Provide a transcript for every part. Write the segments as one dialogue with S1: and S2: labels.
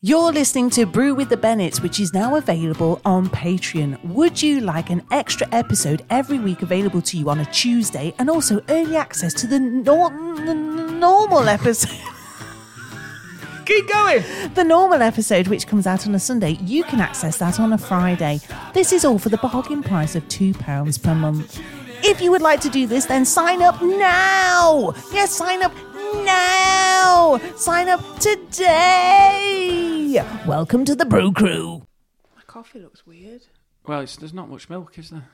S1: You're listening to Brew with the Bennetts, which is now available on Patreon. Would you like an extra episode every week available to you on a Tuesday and also early access to the, nor- n- normal episode?
S2: Keep going.
S1: The normal episode, which comes out on a Sunday, you can access that on a Friday. This is all for the bargain price of £2 per month. If you would like to do this, then sign up now! Yes, sign up now! Sign up today! Welcome to the Brew Crew.
S3: My coffee looks weird.
S2: Well, it's, there's not much milk, is there?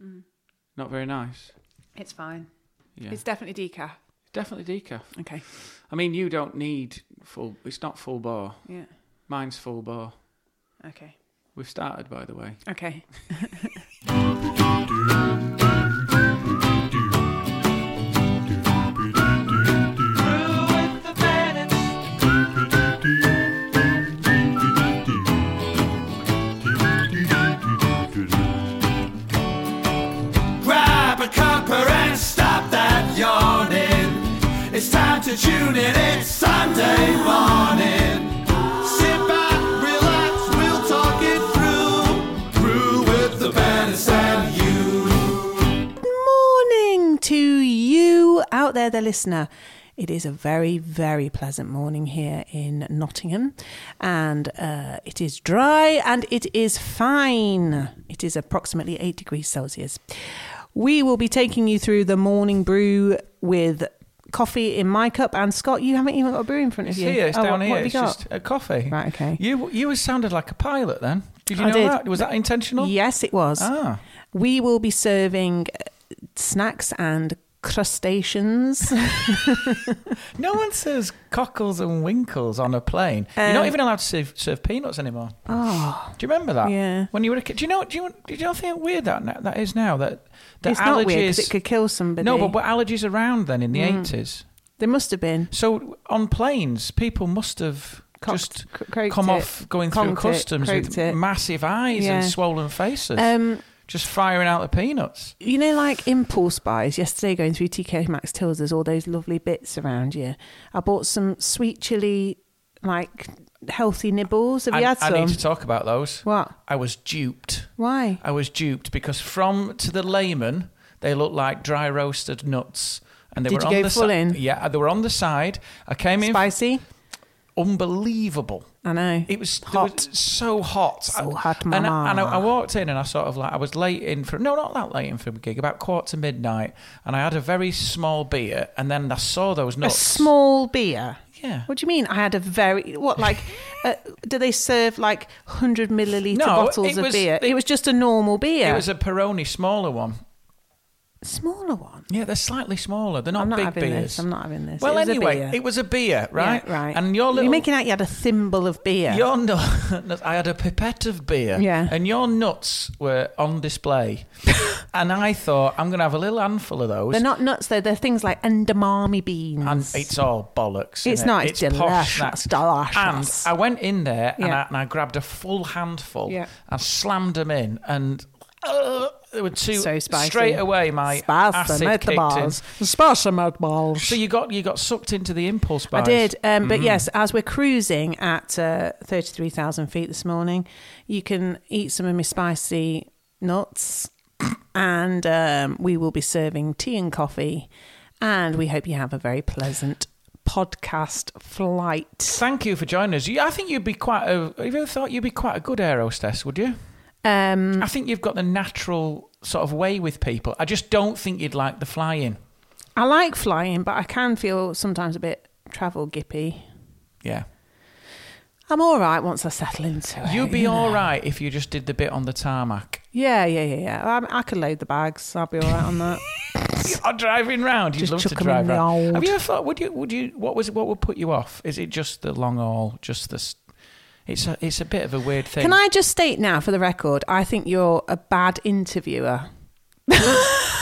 S3: Mm.
S2: Not very nice.
S3: It's fine.
S2: Yeah,
S3: It's definitely decaf.
S2: definitely decaf.
S3: Okay.
S2: I mean, you don't need full. It's not full bar.
S3: Yeah.
S2: Mine's full bar.
S3: Okay.
S2: We've started, by the way.
S3: Okay.
S4: Grab a cuppa and stop that yawning. It's time to tune in, it's Sunday morning. Sit back, relax, we'll talk it through. Brew with the Bennetts and you.
S3: morning to you out there, the listener. It is a very, very pleasant morning here in Nottingham, and uh, it is dry and it is fine. It is approximately 8 degrees Celsius. We will be taking you through the morning brew with coffee in my cup. And Scott, you haven't even got a brew in front of
S5: It's
S3: you.
S5: here. It's
S3: Oh,
S5: down
S3: what-
S5: here.
S3: What have you
S5: It's
S3: got?
S5: just a coffee.
S3: Right, okay.
S5: You you sounded like a pilot then. Did you
S3: I
S5: know
S3: did.
S5: that? Was that intentional?
S3: Yes, it was.
S5: Ah.
S3: We will be serving uh, snacks and crustaceans.
S5: No one serves cockles and winkles on a plane. You're
S3: Um,
S5: not even allowed to serve, serve peanuts anymore.
S3: oh,
S5: Do you remember that?
S3: Yeah.
S5: When you were a kid. Do you know? Do you? Do you not think weird that now- that is now that that
S3: it's
S5: allergies?
S3: not weird 'cause it could kill somebody.
S5: no, but were allergies around then in the eighties?
S3: They must have been.
S5: So on planes, people must have
S3: Cocked-
S5: just
S3: cr- croaked
S5: come
S3: it,
S5: off going through
S3: conked it,
S5: customs with
S3: croaked it.
S5: massive eyes
S3: Yeah.
S5: and swollen faces,
S3: Um,
S5: just firing out the peanuts.
S3: you know, like impulse buys. Yesterday, going through TK Maxx tills, there's all those lovely bits around you. I bought some sweet chili, like healthy nibbles. Have
S5: I,
S3: you had
S5: I
S3: some?
S5: need to talk about those.
S3: What?
S5: I was duped.
S3: Why?
S5: I was duped because from to the layman, they looked like dry roasted nuts. And they
S3: Did
S5: were
S3: you
S5: on
S3: go
S5: the
S3: full
S5: si-
S3: in?
S5: Yeah, they were on the side. I came in,
S3: Spicy?
S5: unbelievable.
S3: I know.
S5: It was there
S3: hot.
S5: was so hot.
S3: So hot,
S5: And, I, and I,
S3: mama.
S5: I walked in and I sort of like I was late in for no, not that late in for a gig, about quarter to midnight, and I had a very small beer, and then I saw those
S3: a
S5: nuts.
S3: small beer.
S5: Yeah.
S3: What do you mean? I had a very what like? uh, do they serve like hundred milliliter
S5: No,
S3: bottles
S5: it
S3: of
S5: was-
S3: beer? It,
S5: it-
S3: was just a normal beer.
S5: It was a Peroni smaller one.
S3: smaller one.
S5: Yeah, they're slightly smaller. They're not
S3: I'm not
S5: big
S3: having
S5: beers.
S3: this. I'm not having this.
S5: Well,
S3: It was a
S5: anyway,
S3: beer.
S5: it was a beer, right?
S3: Yeah, right.
S5: And your little
S3: you're making out you had a thimble of beer.
S5: Your nuts. I had a pipette of beer.
S3: Yeah.
S5: And your nuts were on display. and I thought, I'm going to have a little handful of those.
S3: They're not nuts though. They're things like endamami beans.
S5: and it's all bollocks.
S3: It's
S5: innit?
S3: not, it's delicious,
S5: snacks.
S3: delicious.
S5: And I went in there and,
S3: Yeah.
S5: I, and I grabbed a full handful
S3: Yeah.
S5: and slammed them in. And uh, there were two.
S3: So spicy.
S5: Straight away, my
S3: Spice
S5: acid
S3: them
S5: kicked in.
S3: balls. Spice them balls.
S5: So you got you got sucked into the impulse buys.
S3: I did. Um,
S5: Mm-hmm.
S3: but yes, as we're cruising at uh, 33,000 feet this morning, you can eat some of my spicy nuts. And um, we will be serving tea and coffee. And we hope you have a very pleasant podcast flight.
S5: Thank you for joining us. You- I think you'd be quite a. Have you ever thought you'd be quite a good aerostess? Would you?
S3: Um,
S5: I think you've got the natural sort of way with people. I just don't think you'd like the flying.
S3: I like flying, but I can feel sometimes a bit travel gippy.
S5: Yeah.
S3: I'm all right once I settle into it.
S5: You'd be
S3: you know.
S5: all right if you just did the bit on the tarmac.
S3: Yeah, yeah, yeah, yeah. I, I could load the bags. I'll be all right on that.
S5: Or driving round. You'd
S3: Just
S5: love
S3: chuck
S5: to
S3: 'em
S5: drive
S3: in the
S5: round. Have
S3: old-
S5: you ever thought? Would you? Would you? What was? What would put you off? Is it just the long haul? Just the? s- It's a. It's a bit of a weird thing.
S3: Can I just state now, for the record, I think you're a bad interviewer.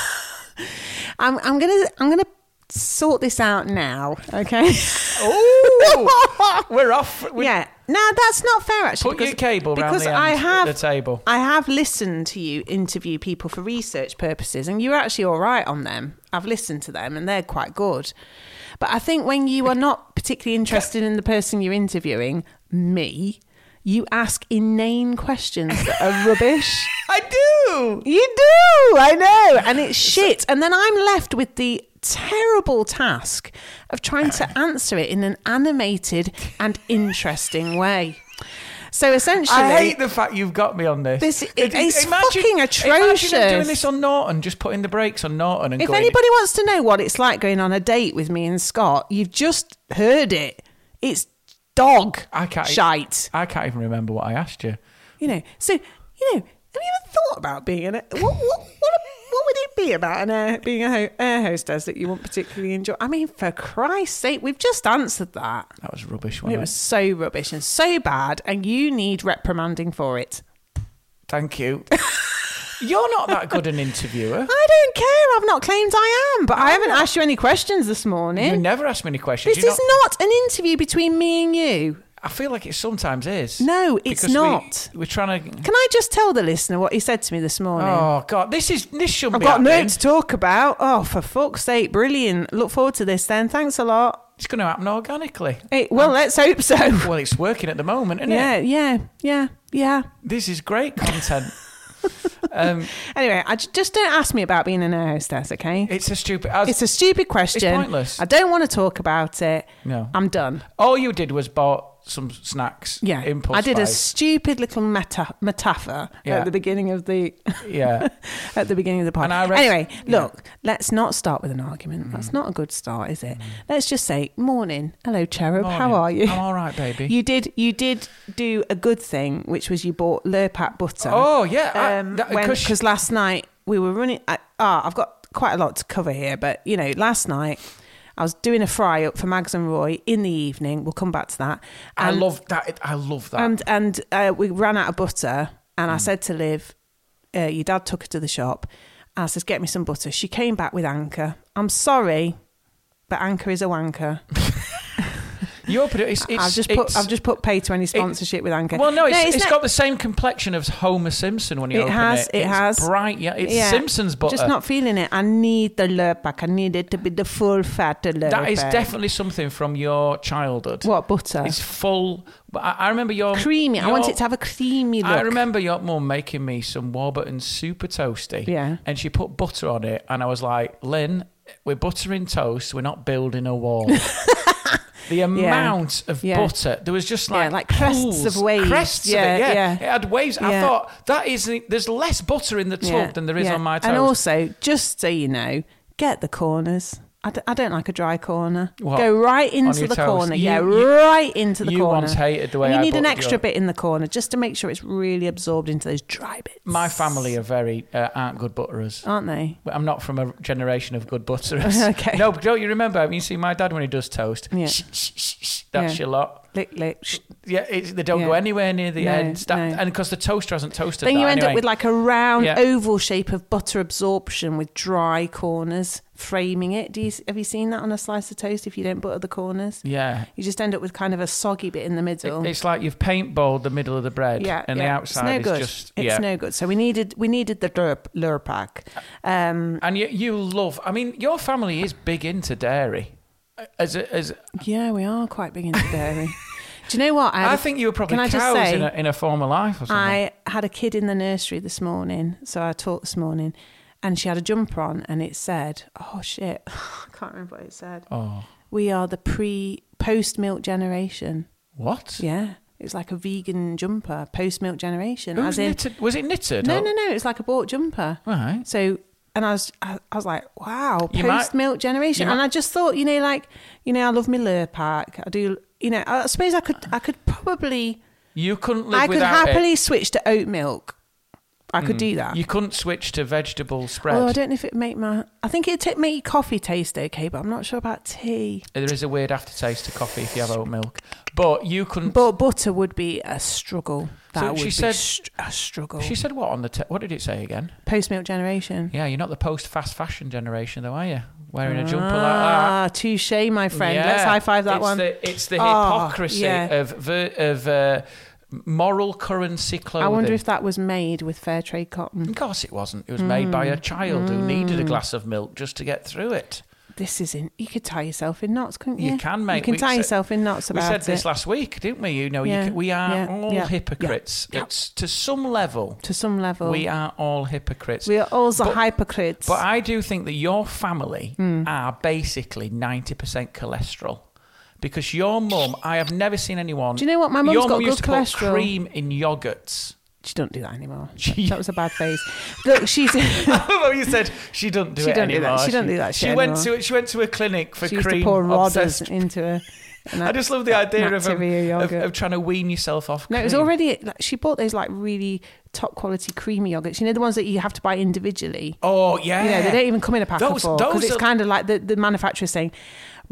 S3: I'm, I'm gonna, I'm gonna sort this out now. Okay.
S5: Oh, we're off. we
S3: yeah. No, that's not fair. Actually,
S5: Put your cable round
S3: because
S5: the
S3: I
S5: end at
S3: have
S5: the table.
S3: I have listened to you interview people for research purposes, and you're actually all right on them. I've listened to them, and they're quite good. But I think when you are not particularly interested in the person you're interviewing, me, you ask inane questions that are rubbish.
S5: I do.
S3: You do, I know, and it's shit. And then I'm left with the terrible task of trying to answer it in an animated and interesting way. So essentially,
S5: I hate the fact you've got me on this.
S3: This- it- it's fucking
S5: Imagine them
S3: atrocious.
S5: doing this on Norton, just putting the brakes on Norton and
S3: if
S5: going.
S3: anybody wants to know what it's like going on a date with me and Scott, you've just heard it. It's dog
S5: I can't-
S3: shite.
S5: I can't even remember what I asked you.
S3: You know, so you know, have you ever thought about being an what what what, what would it be about an air, being a ho- air hostess that you won't particularly enjoy? I mean, for Christ's sake, we've just answered that.
S5: That was rubbish.
S3: It
S5: Wasn't it?
S3: was so rubbish and so bad, and you need reprimanding for it.
S5: Thank you. You're not that good an interviewer.
S3: I don't care. I've not claimed I am, but I haven't asked you any questions this
S5: You
S3: morning.
S5: never asked me any questions.
S3: This
S5: You
S3: is not an interview between me and you.
S5: I feel like it sometimes is.
S3: No, it's
S5: Because we-
S3: not.
S5: We're trying to.
S3: Can I just tell the listener what he said to me this morning?
S5: Oh God, this is this should
S3: I've
S5: be.
S3: got
S5: happening.
S3: no to talk about. Oh, for fuck's sake, brilliant. Look forward to this then. Thanks a lot.
S5: It's going to happen organically.
S3: Hey, well, let's hope so.
S5: Well, it's working at the moment, isn't
S3: Yeah,
S5: it?
S3: yeah, yeah, yeah.
S5: This is great content. um,
S3: Anyway, I j- just don't ask me about being an air hostess, okay?
S5: it's a stupid. As,
S3: it's a stupid question.
S5: pointless.
S3: I don't want to talk about it.
S5: No.
S3: I'm done.
S5: all you did was bought some snacks.
S3: Yeah.
S5: impulse.
S3: I did a
S5: buys.
S3: stupid little meta- metaphor
S5: Yeah.
S3: at the beginning of the
S5: yeah.
S3: at the beginning of the
S5: And I
S3: podcast.
S5: rest-
S3: anyway,
S5: yeah. Mm.
S3: look, let's not start with an argument. That's not a good start, is it? Let's just say, morning, hello, cherub, how
S5: Morning.
S3: are you?
S5: I'm all right, baby.
S3: You did, you did do a good thing, which was you bought Lurpak butter.
S5: Oh yeah, I-
S3: um,
S5: that-
S3: because last night we were running. I, ah, I've got quite a lot to cover here, but you know, last night. I was doing a fry up for Mags and Roy in the evening. We'll come back to that.
S5: I
S3: And-
S5: love that. I love that. Mm.
S3: and and uh, we ran out of butter, and I said to Liv, uh, "Your dad took her to the shop." I says, "Get me some butter." She came back with anchor. I'm sorry, but anchor is a wanker.
S5: You're produ- it's, it's,
S3: I've just
S5: it's-
S3: put I've just put pay to any sponsorship with anchor.
S5: Well, no, it's, it's
S3: not-
S5: got the same complexion as Homer Simpson when you
S3: It
S5: open
S3: has,
S5: it.
S3: it
S5: It's
S3: has.
S5: bright. Yeah, it's
S3: yeah,
S5: Simpsons uh, butter.
S3: Just not feeling it. I need the lurpak. I need it to be the full fat lurpak.
S5: that is definitely something from your childhood.
S3: what butter.
S5: It's full. but I, I remember your
S3: creamy. I want
S5: your-
S3: it to have a creamy look.
S5: I remember your mum making me some Warburton super toasty.
S3: Yeah.
S5: And she put butter on it, and I was like, Lynn, we're buttering toast. We're not building a wall. the amount of
S3: Yeah.
S5: butter there was just like
S3: like crests
S5: pools,
S3: of waves.
S5: Crests
S3: Yeah,
S5: of it, yeah.
S3: yeah.
S5: It had waves. I
S3: Yeah.
S5: thought that is there's less butter in the tub
S3: Yeah,
S5: than there is
S3: yeah.
S5: on my toast.
S3: And also, just so you know, get the corners. I d- I don't like a dry corner.
S5: What?
S3: Go right
S5: On
S3: into
S5: your
S3: the
S5: toast?
S3: corner.
S5: You-
S3: yeah,
S5: you-
S3: right into the
S5: you
S3: corner.
S5: once hated the way
S3: And you
S5: I
S3: need an
S5: buttered
S3: extra
S5: your-
S3: bit in the corner just to make sure it's really absorbed into those dry bits.
S5: my family are very uh, aren't good butterers.
S3: aren't they?
S5: But I'm not from a generation of good butterers.
S3: Okay.
S5: No, but don't you remember? I mean, you see my dad when he does toast.
S3: Yeah.
S5: Shh, shh, shh, shh, that's
S3: Yeah.
S5: your lot.
S3: Lick, lick. Shh.
S5: Yeah, it's, they don't
S3: Yeah.
S5: go anywhere near the
S3: No,
S5: end. That,
S3: no.
S5: And because the toaster hasn't toasted
S3: Then
S5: that
S3: you end
S5: anyway.
S3: up with like a round
S5: Yeah.
S3: oval shape of butter absorption with dry corners framing it. Do you have you seen that on a slice of toast? If you don't butter the corners,
S5: Yeah.
S3: you just end up with kind of a soggy bit in the
S5: It-
S3: middle.
S5: it's like you've paintballed the middle of the bread
S3: yeah,
S5: and the
S3: yeah.
S5: outside
S3: it's no
S5: is
S3: good.
S5: just.
S3: it's
S5: yeah.
S3: no good. So we needed we needed the lure, lure pack. Um,
S5: and you, you love, I mean, your family is big into dairy. As, a, as
S3: yeah, we are quite big into dairy. Do you know what? had
S5: I
S3: a-
S5: think you were probably
S3: can I
S5: cows
S3: just say,
S5: in, a, in a former life or something.
S3: I had a kid in the nursery this morning, so I taught this morning, and she had a jumper on, and it said, "Oh shit, I can't remember what it said."
S5: oh,
S3: We are the pre post milk generation.
S5: what?
S3: Yeah, it was like a vegan jumper, post milk generation,
S5: Who's
S3: as in
S5: knitted? Was it knitted?
S3: No,
S5: or-
S3: no, no. It was like a bought jumper.
S5: Right.
S3: So, and I was, I, I was like, wow,
S5: You might-
S3: post milk generation.
S5: you
S3: And
S5: might-
S3: I just thought, you know, like, you know, I love my Lurpak. I do, you know, I suppose I could, I could probably,
S5: You couldn't live
S3: I could
S5: without it. Mm,
S3: happily switch to oat milk. I could do that.
S5: You couldn't switch to vegetable spread.
S3: Oh, I don't know if it make my. I think it would make coffee taste okay, but I'm not sure about tea.
S5: there is a weird aftertaste to coffee if you have oat milk. But you couldn't.
S3: But butter would be a struggle. That
S5: So
S3: would
S5: she
S3: be
S5: said-
S3: str- a struggle.
S5: she said what on the. Te- what did it say again?
S3: Post milk generation.
S5: Yeah, you're not the post fast fashion generation, though, are you? Wearing a jumper like that.
S3: Ah, touche, my friend.
S5: Yeah.
S3: Let's high five that
S5: it's
S3: one.
S5: The, it's the
S3: Oh,
S5: hypocrisy
S3: yeah.
S5: of ver- of uh, moral currency clothing.
S3: I wonder if that was made with fair
S5: Mm.
S3: trade cotton. Hmm.
S5: Of course, it wasn't. It was made by a child who needed a glass of milk just to get through it.
S3: this isn't. You could tie yourself in knots, couldn't you?
S5: You can, mate.
S3: You can
S5: We
S3: tie
S5: said-
S3: yourself in knots
S5: We
S3: about
S5: said this
S3: it.
S5: last week, didn't we? You know,
S3: Yeah,
S5: you can, we are
S3: yeah,
S5: all
S3: yeah,
S5: hypocrites. It's to some level,
S3: to some level,
S5: we are all hypocrites.
S3: We are also
S5: But-
S3: hypocrites.
S5: But I do think that your family
S3: Hmm.
S5: are basically 90% cholesterol. Because your mum, I have never seen anyone.
S3: Do you know what? My mum's
S5: your
S3: got
S5: mum used
S3: good
S5: to put
S3: cholesterol.
S5: cream in yogurts.
S3: she don't do that anymore.
S5: She-
S3: that was a bad phase. Look, she's
S5: well, you said she doesn't do
S3: She
S5: it
S3: don't do that.
S5: anymore.
S3: She don't do that shit
S5: She went
S3: anymore.
S5: to she went to a clinic for
S3: she used
S5: cream.
S3: to pour rodders
S5: obsessed-
S3: into her. and
S5: I
S3: that-
S5: just love the idea of, um,
S3: Activia
S5: of,
S3: yogurt.
S5: of trying to wean yourself off.
S3: No, it was
S5: cream.
S3: already. Like, she bought those like really top quality creamy yogurts. You know the ones that you have to buy individually.
S5: Oh yeah,
S3: You know they don't even come in a pack
S5: Those-
S3: of four because
S5: those
S3: it's
S5: are-
S3: kind of like the the manufacturer saying.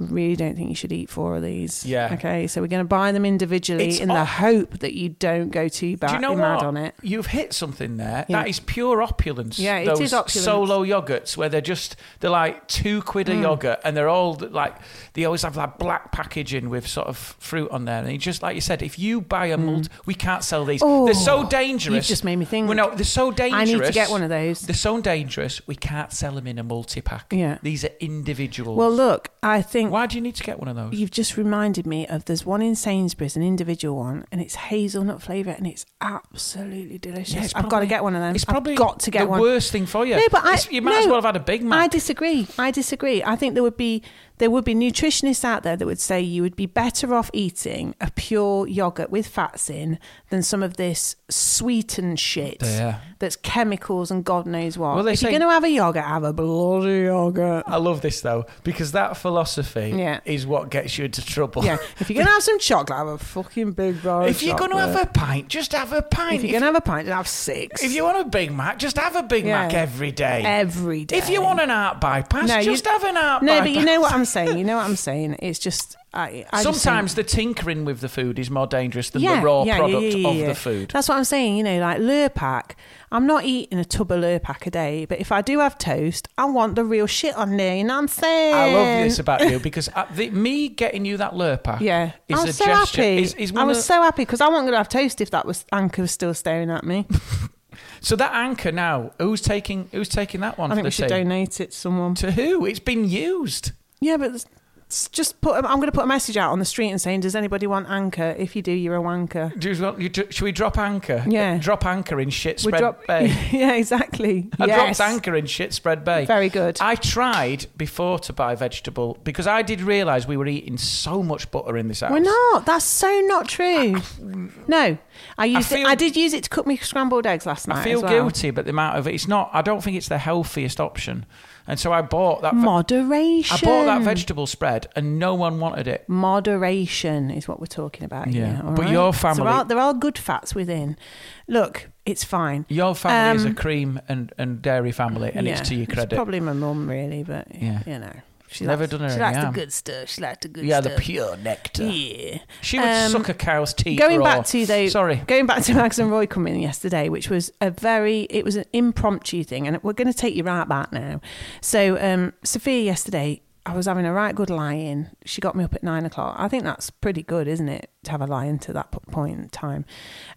S3: Really don't think you should eat four of these.
S5: Yeah.
S3: Okay, so we're going to buy them individually
S5: It's
S3: in the
S5: odd.
S3: hope that you don't go too bad,
S5: Do you know
S3: mad
S5: what?
S3: on it.
S5: You've hit something there.
S3: Yeah.
S5: That is pure opulence.
S3: Yeah, it
S5: those
S3: is opulence. Mm.
S5: Solo yogurts where they're just they're like two quid a yogurt, and they're all like they always have like black packaging with sort of fruit on there. And you just like you said, if you buy a mult, we can't sell these.
S3: Oh,
S5: they're so dangerous.
S3: you've just made me think.
S5: Well, no, they're so
S3: I
S5: dangerous.
S3: need to get one of those.
S5: They're so dangerous. We can't sell them in a multi pack.
S3: Yeah.
S5: these are individuals.
S3: Well, look, I think
S5: why do you need to get one of those?
S3: You've just reminded me of there's one in Sainsbury's, an individual one, and it's hazelnut flavour and it's absolutely delicious.
S5: Yeah, it's
S3: I've got to
S5: probably-
S3: get one of them.
S5: It's
S3: I've
S5: probably
S3: got to get
S5: the
S3: one.
S5: worst thing for you.
S3: No, but I,
S5: It's- you might as
S3: no,
S5: well have had a Big Mac.
S3: I disagree. I disagree. I think there would be there would be nutritionists out there that would say you would be better off eating a pure yogurt with fats in than some of this sweetened shit
S5: Yeah.
S3: that's chemicals and God knows what.
S5: Well, they
S3: if
S5: say-
S3: you're going to have a yogurt, have a bloody yogurt.
S5: I love this though because that philosophy
S3: Yeah.
S5: is what gets you into trouble.
S3: Yeah, if you're going to have some chocolate, have a fucking big bar. of
S5: if you're going to
S3: chocolate.
S5: have a pint, just have a pint.
S3: If you're going to have a pint, then have six.
S5: If you want a Big Mac, just have a Big
S3: Yeah.
S5: Mac every day.
S3: every day.
S5: If you want an art bypass,
S3: No, you-
S5: just have an art
S3: no,
S5: bypass.
S3: but you know what I'm saying. You know what I'm saying. It's just I. I just
S5: Sometimes
S3: think-
S5: the tinkering with the food is more dangerous than the raw product of
S3: yeah.
S5: the food.
S3: That's what I'm saying. You know, like Lurpak. I'm not eating a tub of Lurpak a day, but if I do have toast, I want the real shit on there. You know what I'm saying?
S5: I love this about you because uh the, me getting you that Lurpak
S3: Yeah,
S5: is
S3: I
S5: a
S3: was so
S5: gesture.
S3: happy.
S5: Is, is one
S3: I was
S5: of-
S3: so happy because I wasn't going to have toast if that was anchor was still staring at me.
S5: so that anchor now, who's taking who's taking that one for
S3: I think we
S5: the
S3: should
S5: team?
S3: donate it to someone.
S5: To who? It's been used.
S3: Yeah, but it's- it's just put. I'm going to put a message out on the street and saying, "Does anybody want anchor? If you do, you're a wanker."
S5: Do you want, you, do- should we drop anchor?
S3: Yeah.
S5: Drop anchor in shit
S3: We
S5: spread bay.
S3: yeah, exactly.
S5: I
S3: yes.
S5: dropped anchor in shit spread bay.
S3: Very good.
S5: I tried before to buy vegetable because I did realise we were eating so much butter in this house.
S3: We're not. That's so not true. No, I used.
S5: feel-
S3: it, I did use it to cook me scrambled eggs last night.
S5: I feel
S3: as well.
S5: guilty, but the amount of it's not. I don't think it's the healthiest option, and so I bought that. ve-
S3: Moderation.
S5: I bought that vegetable spread, and no one wanted it.
S3: Moderation is what we're talking about.
S5: Yeah.
S3: here, all
S5: But
S3: right?
S5: your
S3: So
S5: family-
S3: there are, there are good fats within. Look, it's fine.
S5: Your family
S3: Um,
S5: is a cream and, and dairy family, and
S3: Yeah,
S5: it's to your credit.
S3: probably my mum, really, but yeah.
S5: Yeah.
S3: you know, she
S5: Never
S3: likes,
S5: done her
S3: She
S5: any
S3: likes the
S5: harm.
S3: good stuff. She likes the good
S5: yeah,
S3: stuff.
S5: the pure nectar.
S3: Yeah.
S5: She would
S3: Um,
S5: suck a cow's teeth.
S3: Going
S5: raw.
S3: back to the
S5: sorry.
S3: Going back to Mags and Roy coming yesterday, which was a very it was an impromptu thing, and we're going to take you right back now. So um, Sophia yesterday, I was having a right good lie in. She got me up at nine o'clock. I think that's pretty good, isn't it, to have a lie in to that po- point in time?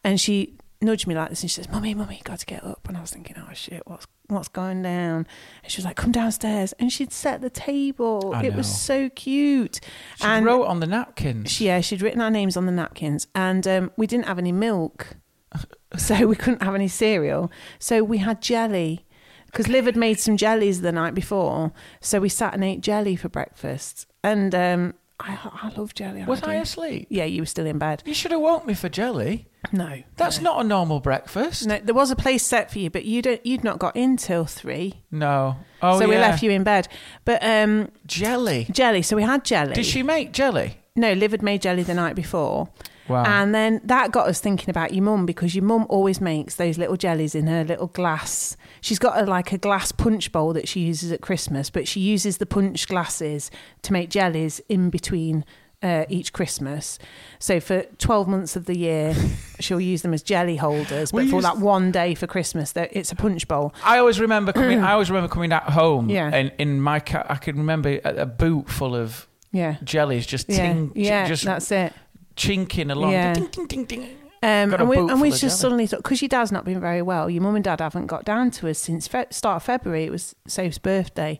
S3: And she nudged me like this, and she says, "Mummy, mummy, you got to get up." And I was thinking, "Oh shit, what's what's going down?" And she was like, "Come downstairs," and she'd set the table.
S5: I
S3: it was
S5: know.
S3: so cute.
S5: She wrote on the napkin.
S3: She, yeah, she'd written our names on the napkins, and um, we didn't have any milk, so we couldn't have any cereal. So we had jelly because Liv had made some jellies the night before. So we sat and ate jelly for breakfast, and um, I, I love jelly.
S5: Was
S3: do.
S5: I asleep?
S3: Yeah, you were still in bed.
S5: You should have woke me for jelly.
S3: No,
S5: That's
S3: no.
S5: not a normal breakfast.
S3: No, there was a place set for you, but you don't. You'd not got in till three,
S5: No. Oh,
S3: so we
S5: yeah.
S3: left you in bed. But um,
S5: jelly.
S3: jelly. So we had jelly.
S5: Did she make jelly?
S3: No, Liv had made jelly the night before.
S5: Wow.
S3: And then that got us thinking about your mum because your mum always makes those little jellies in her little glass. She's got a, like a glass punch bowl that she uses at Christmas, but she uses the punch glasses to make jellies in between uh, each Christmas. So for 12 months of the year, she'll use them as jelly holders, but
S5: We
S3: for
S5: used-
S3: that one day for Christmas, that it's a punch bowl.
S5: I always remember coming. I always remember coming at home.
S3: Yeah.
S5: And in my car, I can remember a, a boot full of
S3: Yeah.
S5: jellies just
S3: Yeah,
S5: ting,
S3: yeah,
S5: just
S3: that's it.
S5: chinking along.
S3: Yeah.
S5: Ding, ding, ding, ding.
S3: Um,
S5: Got a
S3: and we,
S5: boot
S3: and
S5: full
S3: we
S5: of
S3: just
S5: jelly.
S3: suddenly thought because your dad's not been very well, your mum and dad haven't got down to us since fe- start of February. It was Safe's birthday,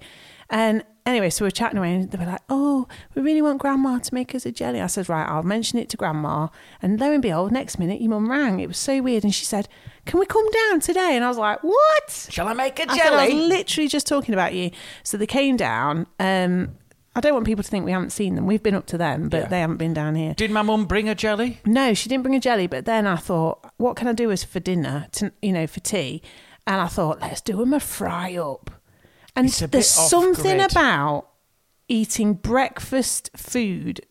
S3: and anyway, so we were chatting away, and they were like, "Oh, we really want Grandma to make us a jelly." I said, "Right, I'll mention it to Grandma." And lo and behold, next minute, your mum rang. It was so weird, and she said, "Can we come down today?" And I was like, "What?"
S5: Shall I make a
S3: I said, I was
S5: jelly?
S3: literally just talking about you. So they came down. Um, I don't want people to think we haven't seen them. We've been up to them, but
S5: Yeah.
S3: they haven't been down here.
S5: Did my mum bring a jelly?
S3: No, she didn't bring a jelly. But then I thought, what can I do as for dinner? To, you know, for tea. And I thought, let's do them a fry up. And
S5: It's a bit
S3: there's
S5: off
S3: something
S5: grid.
S3: about eating breakfast food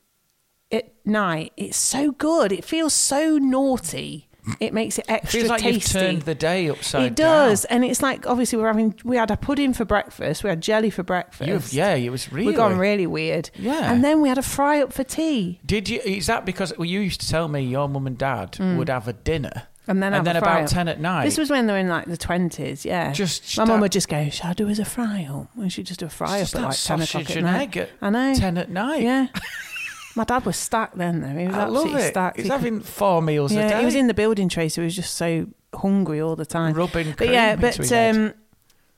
S3: at night. It's so good. It feels so naughty. It makes it extra
S5: Feels like
S3: tasty.
S5: you've turned the day upside
S3: It does, and it's like obviously we're having we had a pudding for breakfast, we had jelly for breakfast.
S5: down. You've, yeah, it was really.
S3: we've gone really weird.
S5: Yeah.
S3: and then we had a fry up for tea.
S5: Did you? Is that because well, you used to tell me your mum and dad would have a dinner
S3: Mm. And then,
S5: and
S3: have
S5: then
S3: a fry
S5: about
S3: up.
S5: ten at night?
S3: This was when they were in like the twenties. Yeah,
S5: Just
S3: my mum
S5: that-
S3: would just go, "Shall I do as a fry up?" And she'd just do a fry
S5: Just
S3: up at
S5: that
S3: like ten o'clock
S5: sausage
S3: at
S5: and
S3: night.
S5: egg at
S3: I know.
S5: ten at night.
S3: Yeah, my dad was stacked then. Though he was
S5: I
S3: absolutely
S5: love it.
S3: stacked.
S5: He's
S3: He could-
S5: having four meals a
S3: yeah,
S5: day.
S3: he was in the building tray, so he was just so hungry all the time.
S5: rubbing.
S3: But
S5: cream
S3: yeah,
S5: between
S3: but
S5: it.
S3: um,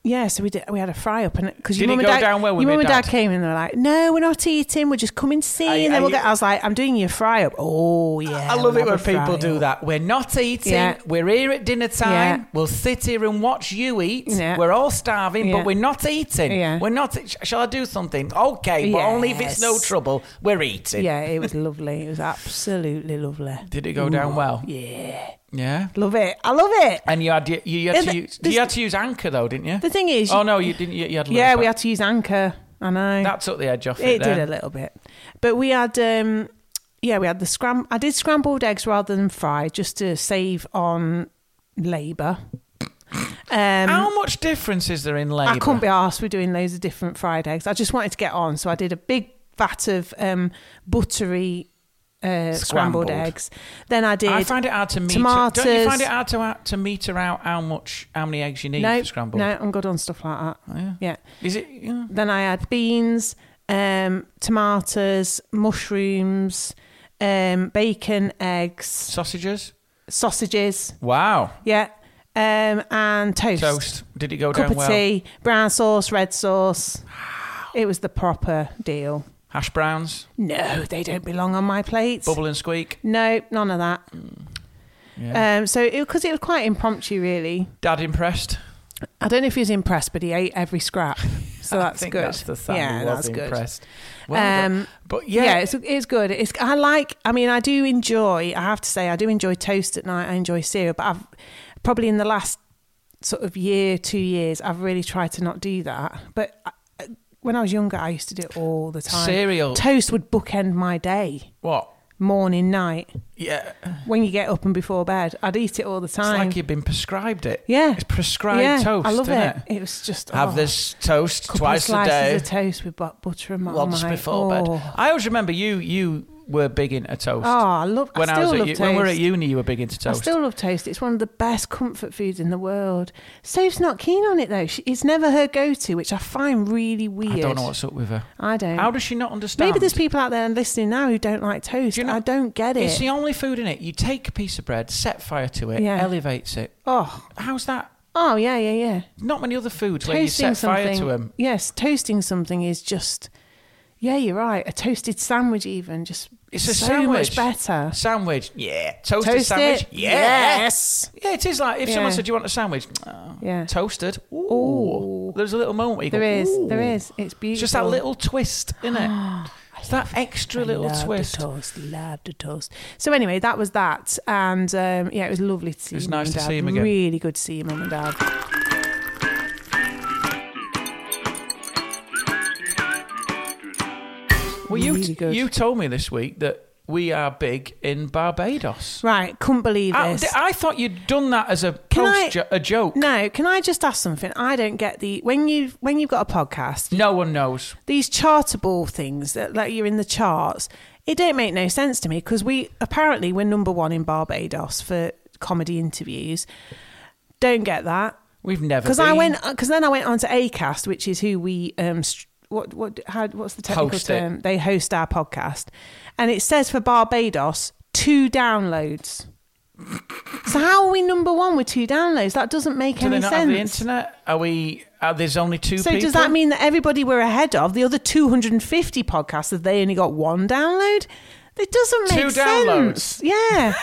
S3: yeah, so we did, we had a fry up, and because your
S5: Did it
S3: mum and
S5: go
S3: dad,
S5: down well with
S3: your
S5: my
S3: mum and
S5: dad?
S3: dad came in, and they were like, "No, we're not eating. We're just coming to see."
S5: I-
S3: you." and then
S5: I-
S3: we'll get. I was like, "I'm doing you a fry up." Oh yeah,
S5: I love
S3: we'll
S5: it when
S3: have a
S5: people
S3: fry
S5: do
S3: up.
S5: that. We're not eating.
S3: Yeah.
S5: We're here at dinner time.
S3: Yeah.
S5: We'll sit here and watch you eat.
S3: Yeah.
S5: We're all starving,
S3: Yeah.
S5: but we're not eating.
S3: Yeah.
S5: We're not. sh- Shall I do something? Okay, but only if it's no
S3: Yes.
S5: trouble. We're eating.
S3: Yeah, it was lovely. It was absolutely lovely.
S5: Did it go down well?
S3: Yeah,
S5: Yeah.
S3: love it. I love it.
S5: And you had you, you had
S3: Yeah,
S5: to
S3: the-
S5: use
S3: this-
S5: you had to use anchor though, didn't you?
S3: The thing is,
S5: oh no, you didn't. You, you had
S3: yeah, we
S5: Lillipup.
S3: had to use anchor. I know
S5: that took the edge off. It,
S3: it
S5: then.
S3: did a little bit, but we had. um yeah, we had the scram. I did scrambled eggs rather than fried, just to save on labour. Um,
S5: How much difference is there in labour?
S3: I couldn't be asked. We're doing loads of different fried eggs. I just wanted to get on, so I did a big vat of um, buttery uh,
S5: Scrambled.
S3: scrambled eggs. Then I did.
S5: I find it hard to meter. Don't you
S3: tomatoes.
S5: find it hard to to meter out how much how many eggs you need
S3: no,
S5: for scrambled?
S3: no, I'm good on stuff like that.
S5: Oh, yeah.
S3: Yeah.
S5: Is it? Yeah.
S3: Then I had beans, um, tomatoes, mushrooms, um, bacon, eggs,
S5: Sausages.
S3: sausages.
S5: Wow.
S3: Yeah, um, and toast.
S5: Toast. Did it go
S3: Cup
S5: down
S3: of
S5: well?
S3: tea, brown sauce, red sauce. It was the proper deal.
S5: Hash browns.
S3: No, they don't belong on my plate.
S5: Bubble and squeak.
S3: No, none of that.
S5: Yeah.
S3: Um, so because it, was quite impromptu, really.
S5: Dad impressed.
S3: I don't know if he was impressed, but he ate every scrap, so
S5: I
S3: that's
S5: think
S3: good.
S5: That's the thing.
S3: yeah,
S5: he was
S3: that's
S5: impressed. Good.
S3: good.
S5: Well done.
S3: Um,
S5: but yeah,
S3: yeah, it's, it's good. It's I like. I mean, I do enjoy. I have to say, I do enjoy toast at night. I enjoy cereal, but I've probably in the last sort of year, two years, I've really tried to not do that. But I, when I was younger, I used to do it all the time.
S5: Cereal.
S3: toast would bookend my day,
S5: what?
S3: morning, night.
S5: Yeah, it's
S3: When you get up and before bed, I'd eat it all the time.
S5: like you've been prescribed it.
S3: Yeah.
S5: it's prescribed
S3: yeah,
S5: toast.
S3: I love
S5: isn't
S3: it. It was just
S5: Have
S3: oh,
S5: this toast
S3: couple of
S5: twice a
S3: slices
S5: day.
S3: of toast with bu- butter and marmite.
S5: once before
S3: Oh.
S5: bed. I always remember you. You were big into toast.
S3: Oh, I love.
S5: when
S3: I still
S5: was at,
S3: love
S5: u-
S3: toast.
S5: when we were at uni, you were big into toast.
S3: I still love toast. It's one of the best comfort foods in the world. Soph's not keen on it though. She, it's never her go-to, which I find really weird.
S5: I don't know what's up with her.
S3: I don't.
S5: How does she not understand?
S3: Maybe there's people out there listening now who don't like toast.
S5: Do you know-
S3: I don't get
S5: It's
S3: it.
S5: the only food in it. You take a piece of bread, set fire to it,
S3: Yeah.
S5: elevates it.
S3: oh,
S5: How's that?
S3: oh yeah, yeah, yeah.
S5: Not many other foods where you
S3: Toasting
S5: set fire
S3: something.
S5: to them.
S3: Yes, toasting something is just. Yeah, you're right. A toasted sandwich, even just
S5: It's a
S3: so
S5: sandwich.
S3: much better.
S5: Sandwich, yeah. Toasted
S3: Toast
S5: sandwich,
S3: it.
S5: yeah.
S3: Yes.
S5: Yeah, it is like if someone
S3: Yeah.
S5: said, "Do you want a sandwich?" Oh.
S3: Yeah.
S5: Toasted. Ooh.
S3: Ooh.
S5: There's a little moment where you go,
S3: There is. There
S5: "Ooh."
S3: is. It's beautiful.
S5: It's just that little twist, isn't it? it's that extra little
S3: Love the
S5: twist.
S3: toast. Love the toast. So anyway, that was that, and um, yeah, it was lovely to
S5: It
S3: see.
S5: was
S3: you, Mum
S5: nice
S3: and
S5: to
S3: Dad.
S5: see him again.
S3: Really good to see you, mum and dad.
S5: Well, you
S3: Really good.
S5: you told me this week that we are big in Barbados.
S3: Right, couldn't believe
S5: I,
S3: this.
S5: I thought you'd done that as a
S3: Can I-
S5: post jo- a joke.
S3: no, can I just ask something? I don't get the when you when you've got a podcast,
S5: No one knows.
S3: these chartable things that like you're in the charts, it don't make no sense to me because we apparently we're number one in Barbados for comedy interviews. Don't get that
S5: We've never
S3: because I
S5: been.
S3: went because then I went on to Acast, which is who we um str- what what how what's the technical
S5: Host it.
S3: term? They host our podcast, and it says for Barbados two downloads. So how are we number one with two downloads? That doesn't make
S5: Do
S3: any
S5: they not have the
S3: sense.
S5: internet? Are we? Are there's only two
S3: so
S5: people?
S3: does that mean that everybody we're ahead of, the other 250 podcasts, that they only got one download? It doesn't make
S5: Two
S3: sense. Yeah.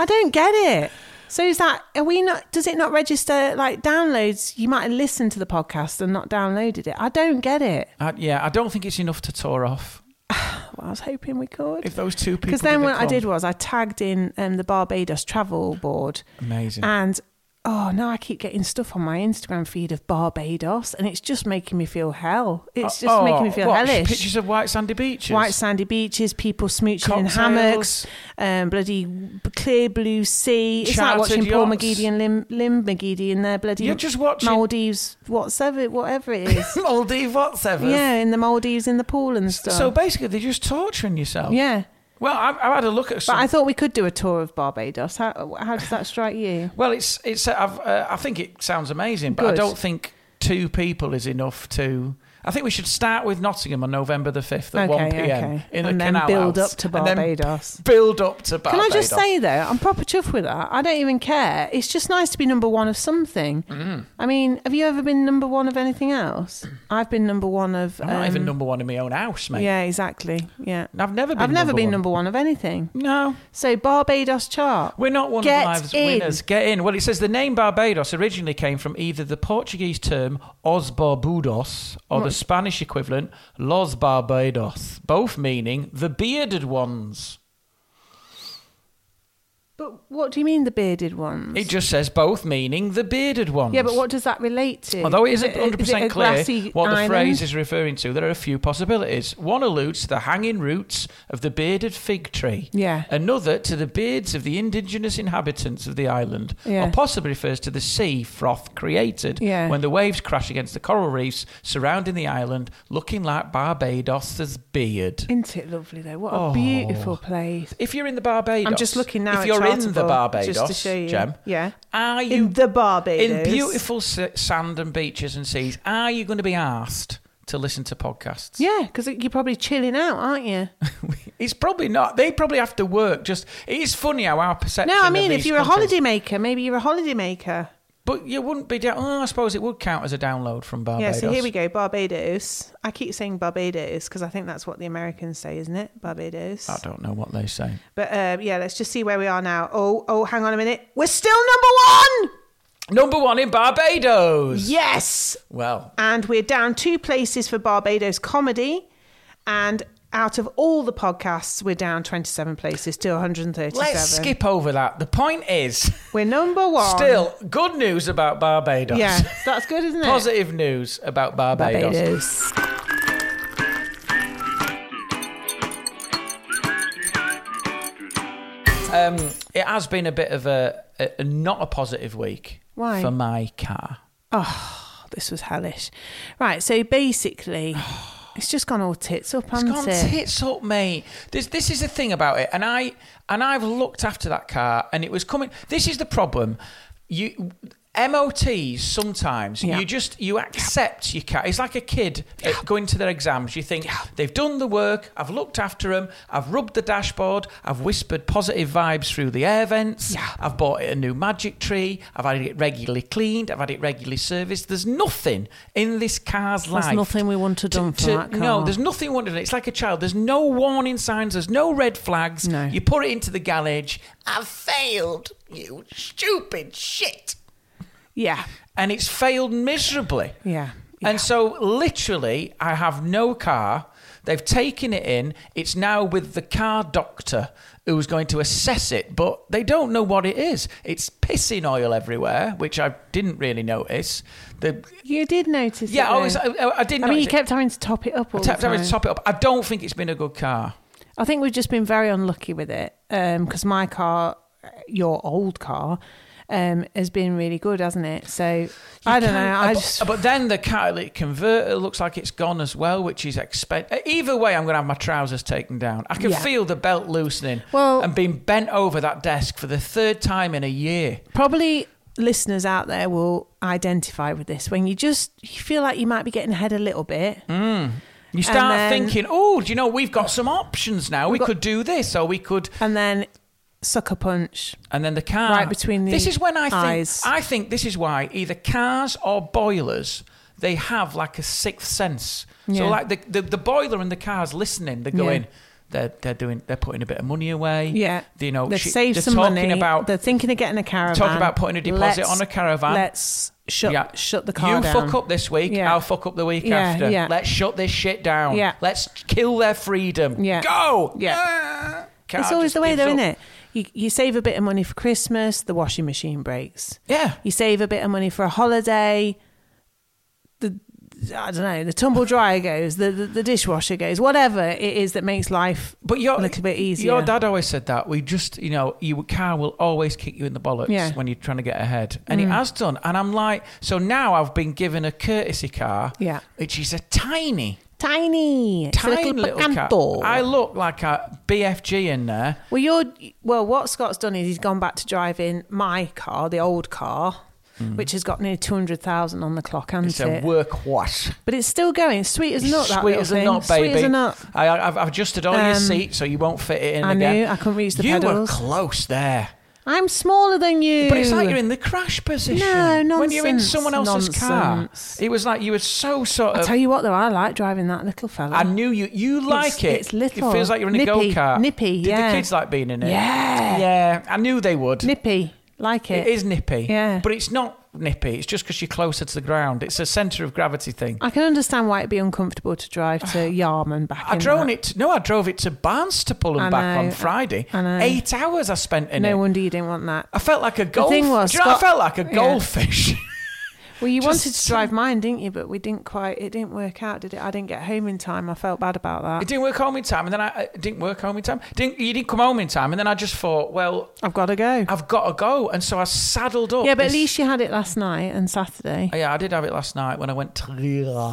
S3: I don't get it. So is that are we not does it not register like downloads? You might have listened to the podcast and not downloaded it. I don't get it.
S5: I, Uh, yeah, I don't think it's enough to tour off.
S3: Well, I was hoping we could.
S5: If those two people.
S3: Because then what
S5: didn't
S3: I did
S5: come.
S3: was I tagged in um, the Barbados Travel Board.
S5: Amazing.
S3: And oh, now I keep getting stuff on my Instagram feed of Barbados, and it's just making me feel hell. It's just
S5: Oh,
S3: making me feel
S5: what,
S3: hellish.
S5: Pictures of white sandy beaches.
S3: White sandy beaches, people smooching
S5: Cocktails.
S3: in hammocks, um, bloody b- clear blue sea. It's
S5: Chartered
S3: like watching Paul
S5: yachts.
S3: McGeady and Lim, Lim McGeady in their bloody
S5: You're just watching-
S3: Maldives, whatever, whatever it is.
S5: Maldive whatever.
S3: yeah, in the Maldives, in the pool and stuff.
S5: So basically, they're just torturing yourself.
S3: yeah.
S5: Well, I've, I've had a look at.
S3: But
S5: Some,
S3: I thought we could do a tour of Barbados. How, how does that strike you?
S5: well, it's it's. uh, I've, uh, I think it sounds amazing, but I
S3: Good.
S5: don't think two people is enough to. I think we should start with Nottingham on November the fifth at one pm in the
S3: and then
S5: canal
S3: build
S5: House,
S3: up to
S5: and then
S3: Barbados.
S5: Build up to
S3: Can
S5: Barbados.
S3: I just say though, I'm proper chuffed with that. I don't even care. It's just nice to be number one of something.
S5: Mm.
S3: I mean, have you ever been number one of anything else? I've been number one of.
S5: I'm not even
S3: um,
S5: number one in my own house, mate.
S3: Yeah, exactly. Yeah,
S5: And I've never been.
S3: I've never
S5: number
S3: been
S5: one.
S3: number one of anything.
S5: No,
S3: So Barbados chart.
S5: we're not one
S3: Get
S5: of life's
S3: in.
S5: winners. Get in. Well, it says the name Barbados originally came from either the Portuguese term Os Barbudos or the Spanish equivalent Los Barbados, both meaning the bearded ones.
S3: But what do you mean the bearded ones?
S5: It just says both meaning the bearded ones.
S3: yeah, but what does that relate to?
S5: Although it isn't
S3: Is it-
S5: 100%
S3: is it a
S5: clear
S3: grassy
S5: what the
S3: island?
S5: phrase is referring to, there are a few possibilities. One alludes to the hanging roots of the bearded fig tree.
S3: Yeah.
S5: Another to the beards of the indigenous inhabitants of the island.
S3: Yeah.
S5: Or possibly refers to the sea froth created
S3: Yeah.
S5: when the waves crash against the coral reefs surrounding the island, looking like Barbados's beard.
S3: Isn't it lovely though? What a
S5: Oh.
S3: beautiful place.
S5: If you're in the Barbados,
S3: I'm just looking now.
S5: If
S3: at
S5: you're in the
S3: Charterboard,
S5: Barbados,
S3: just to show you.
S5: Gem,
S3: Yeah.
S5: are you
S3: In the Barbados,
S5: in beautiful s- sand and beaches and seas, are you going to be asked to listen to podcasts?
S3: Yeah, because you're probably chilling out, aren't you?
S5: It's probably not. They probably have to work. Just it is funny how our perception.
S3: No, I
S5: of
S3: mean, if
S5: these
S3: you're a
S5: countries-
S3: holidaymaker, maybe you're a holidaymaker.
S5: but you wouldn't be. Down, oh, I suppose it would count as a download from
S3: Yeah.
S5: Barbados.
S3: So here we go, Barbados. I keep saying Barbados because I think that's what the Americans say, isn't it? Barbados.
S5: I don't know what they say.
S3: But uh, yeah, let's just see where we are now. Oh, oh, hang on a minute. We're still number one.
S5: Number one in Barbados.
S3: Yes,
S5: Well,
S3: and we're down two places for Barbados comedy, and out of all the podcasts, we're down 27 places to 137.
S5: let's skip over that. The point is
S3: We're number one.
S5: still good news about Barbados.
S3: Yeah, that's good, isn't it?
S5: Positive news about Barbados.
S3: Barbados.
S5: Um, it has been a bit of a, a a- not a positive week
S3: Why?
S5: for my car.
S3: This was hellish. Right, so basically, it's just gone all tits up,
S5: It's
S3: hasn't
S5: gone
S3: it?
S5: tits up, mate. This this is the thing about it, and I and I've looked after that car, and it was coming. This is the problem. You MOTs sometimes
S3: Yeah.
S5: you just you accept your car. It's like a kid uh, going to their exams. You think they've done the work. I've looked after them. I've rubbed the dashboard. I've whispered positive vibes through the air vents.
S3: Yeah.
S5: I've bought it a new magic tree. I've had it regularly cleaned. I've had it regularly serviced. There's nothing in this car's
S3: There's
S5: life
S3: nothing we want to done for that
S5: No,
S3: car.
S5: there's nothing wonderful. It's like a child. There's no warning signs. There's no red flags.
S3: No.
S5: You put it into the garage. I've failed, you stupid shit.
S3: Yeah,
S5: And it's failed miserably.
S3: yeah.
S5: And so, literally, I have no car. They've taken it in. It's now with the car doctor who's going to assess it, but they don't know what it is. It's pissing oil everywhere, which I didn't really notice. The
S3: You did notice
S5: yeah,
S3: it.
S5: I, was, uh,
S3: though.
S5: I, I I did.
S3: I mean,
S5: notice
S3: you
S5: it.
S3: kept having to top it up all
S5: Tap
S3: the time.
S5: to top it up. I don't think it's been a good car.
S3: I think we've just been very unlucky with it because my car, your old car, um, has been really good, hasn't it? So I don't know.
S5: Can-
S3: I
S5: but-
S3: just
S5: but then the catalytic converter looks like it's gone as well, which is expensive. Either way, I'm going to have my trousers taken down. I can
S3: Yeah.
S5: feel the belt loosening
S3: Well-
S5: and being bent over that desk for the third time in a year.
S3: probably listeners out there will identify with this when you just you feel like you might be getting ahead a little bit.
S5: You start
S3: then-
S5: thinking, oh, do you know, we've got some options now. We
S3: got-
S5: could do this or we could.
S3: And then sucker punch.
S5: And then the car
S3: Right between the
S5: This is when I
S3: eyes.
S5: think I think this is why either cars or boilers they have like a sixth sense.
S3: Yeah.
S5: So like the, the the boiler and the car's listening. They're
S3: Yeah.
S5: going. They're they're doing. They're putting a bit of money away.
S3: Yeah.
S5: You know.
S3: They've
S5: she-
S3: saved
S5: they're
S3: some
S5: talking
S3: money.
S5: about
S3: they're thinking of getting a caravan.
S5: Talking about putting a deposit on a caravan.
S3: Let's shut
S5: yeah,
S3: shut the car
S5: You
S3: down.
S5: fuck up this week.
S3: Yeah.
S5: I'll fuck up the week
S3: Yeah,
S5: after.
S3: yeah.
S5: Let's shut this shit down.
S3: Yeah.
S5: Let's kill their freedom.
S3: Yeah.
S5: Go.
S3: Yeah.
S5: Ah. Car
S3: It's always
S5: just
S3: the way,
S5: gives
S3: though,
S5: up.
S3: isn't it? You, you save a bit of money for Christmas, the washing machine breaks.
S5: Yeah.
S3: You save a bit of money for a holiday, the I don't know, the tumble dryer goes, the, the the dishwasher goes, whatever it is that makes life
S5: But your,
S3: a little bit easier.
S5: Your dad always said that. We just, you know, your car will always kick you in the bollocks
S3: Yeah. Mm.
S5: when you're trying to get ahead. And it has done. And I'm like, so now I've been given a courtesy car,
S3: Yeah.
S5: which is a tiny,
S3: tiny, it's a
S5: tiny little,
S3: Picanto.
S5: car. I look like a BFG in there.
S3: Well, you're well. What Scott's done is he's gone back to driving my car, the old car, which has got near two hundred thousand on the clock, hasn't
S5: Mm. It's
S3: it?
S5: a workhorse.
S3: but it's still going, sweet as a nut. That
S5: Sweet
S3: little
S5: as a
S3: thing.
S5: nut, baby.
S3: Sweet as a nut.
S5: I, have I've adjusted all
S3: Um,
S5: your seats so you won't fit it in
S3: I
S5: again.
S3: knew, I couldn't reach the
S5: you
S3: pedals.
S5: were close there.
S3: I'm smaller than you.
S5: But it's like you're in the crash position.
S3: No,
S5: When you're in
S3: nonsense,
S5: someone else's
S3: nonsense.
S5: car, it was like you were so sort
S3: I
S5: of.
S3: tell you what, though, I like driving that little fella.
S5: I knew you. You like
S3: It's-
S5: it.
S3: it's little.
S5: It feels like you're in a go
S3: Nippy,
S5: kart.
S3: nippy,
S5: Did
S3: yeah.
S5: the kids like being in it?
S3: Yeah.
S5: Yeah. I knew they would.
S3: nippy, like it.
S5: It is nippy.
S3: Yeah.
S5: But it's not nippy. It's just because you're closer to the ground. It's a centre of gravity thing.
S3: I can understand why it'd be uncomfortable to drive to Yarman back.
S5: I
S3: in
S5: drove
S3: that.
S5: it. To, no, I drove it to Barnstaple and
S3: I
S5: back
S3: know,
S5: on Friday.
S3: I know.
S5: Eight hours I spent in
S3: No
S5: it.
S3: wonder you didn't want that.
S5: I felt like a goldfish.
S3: thing was,
S5: I
S3: Scott-
S5: felt like a
S3: yeah.
S5: goldfish.
S3: Well, you
S5: Just
S3: wanted to
S5: some-
S3: drive mine, didn't you? But we didn't quite. It didn't work out, did it? I didn't get home in time. I felt bad about
S5: it
S3: that.
S5: didn't work home in time, and then I uh, it didn't work home in time. Didn't you didn't come home in time, and then I just thought, well,
S3: I've got to go.
S5: I've got to go, and so I saddled up.
S3: yeah, but at
S5: this-
S3: least you had it last night and Saturday.
S5: Oh, Yeah, I did have it last night when I went to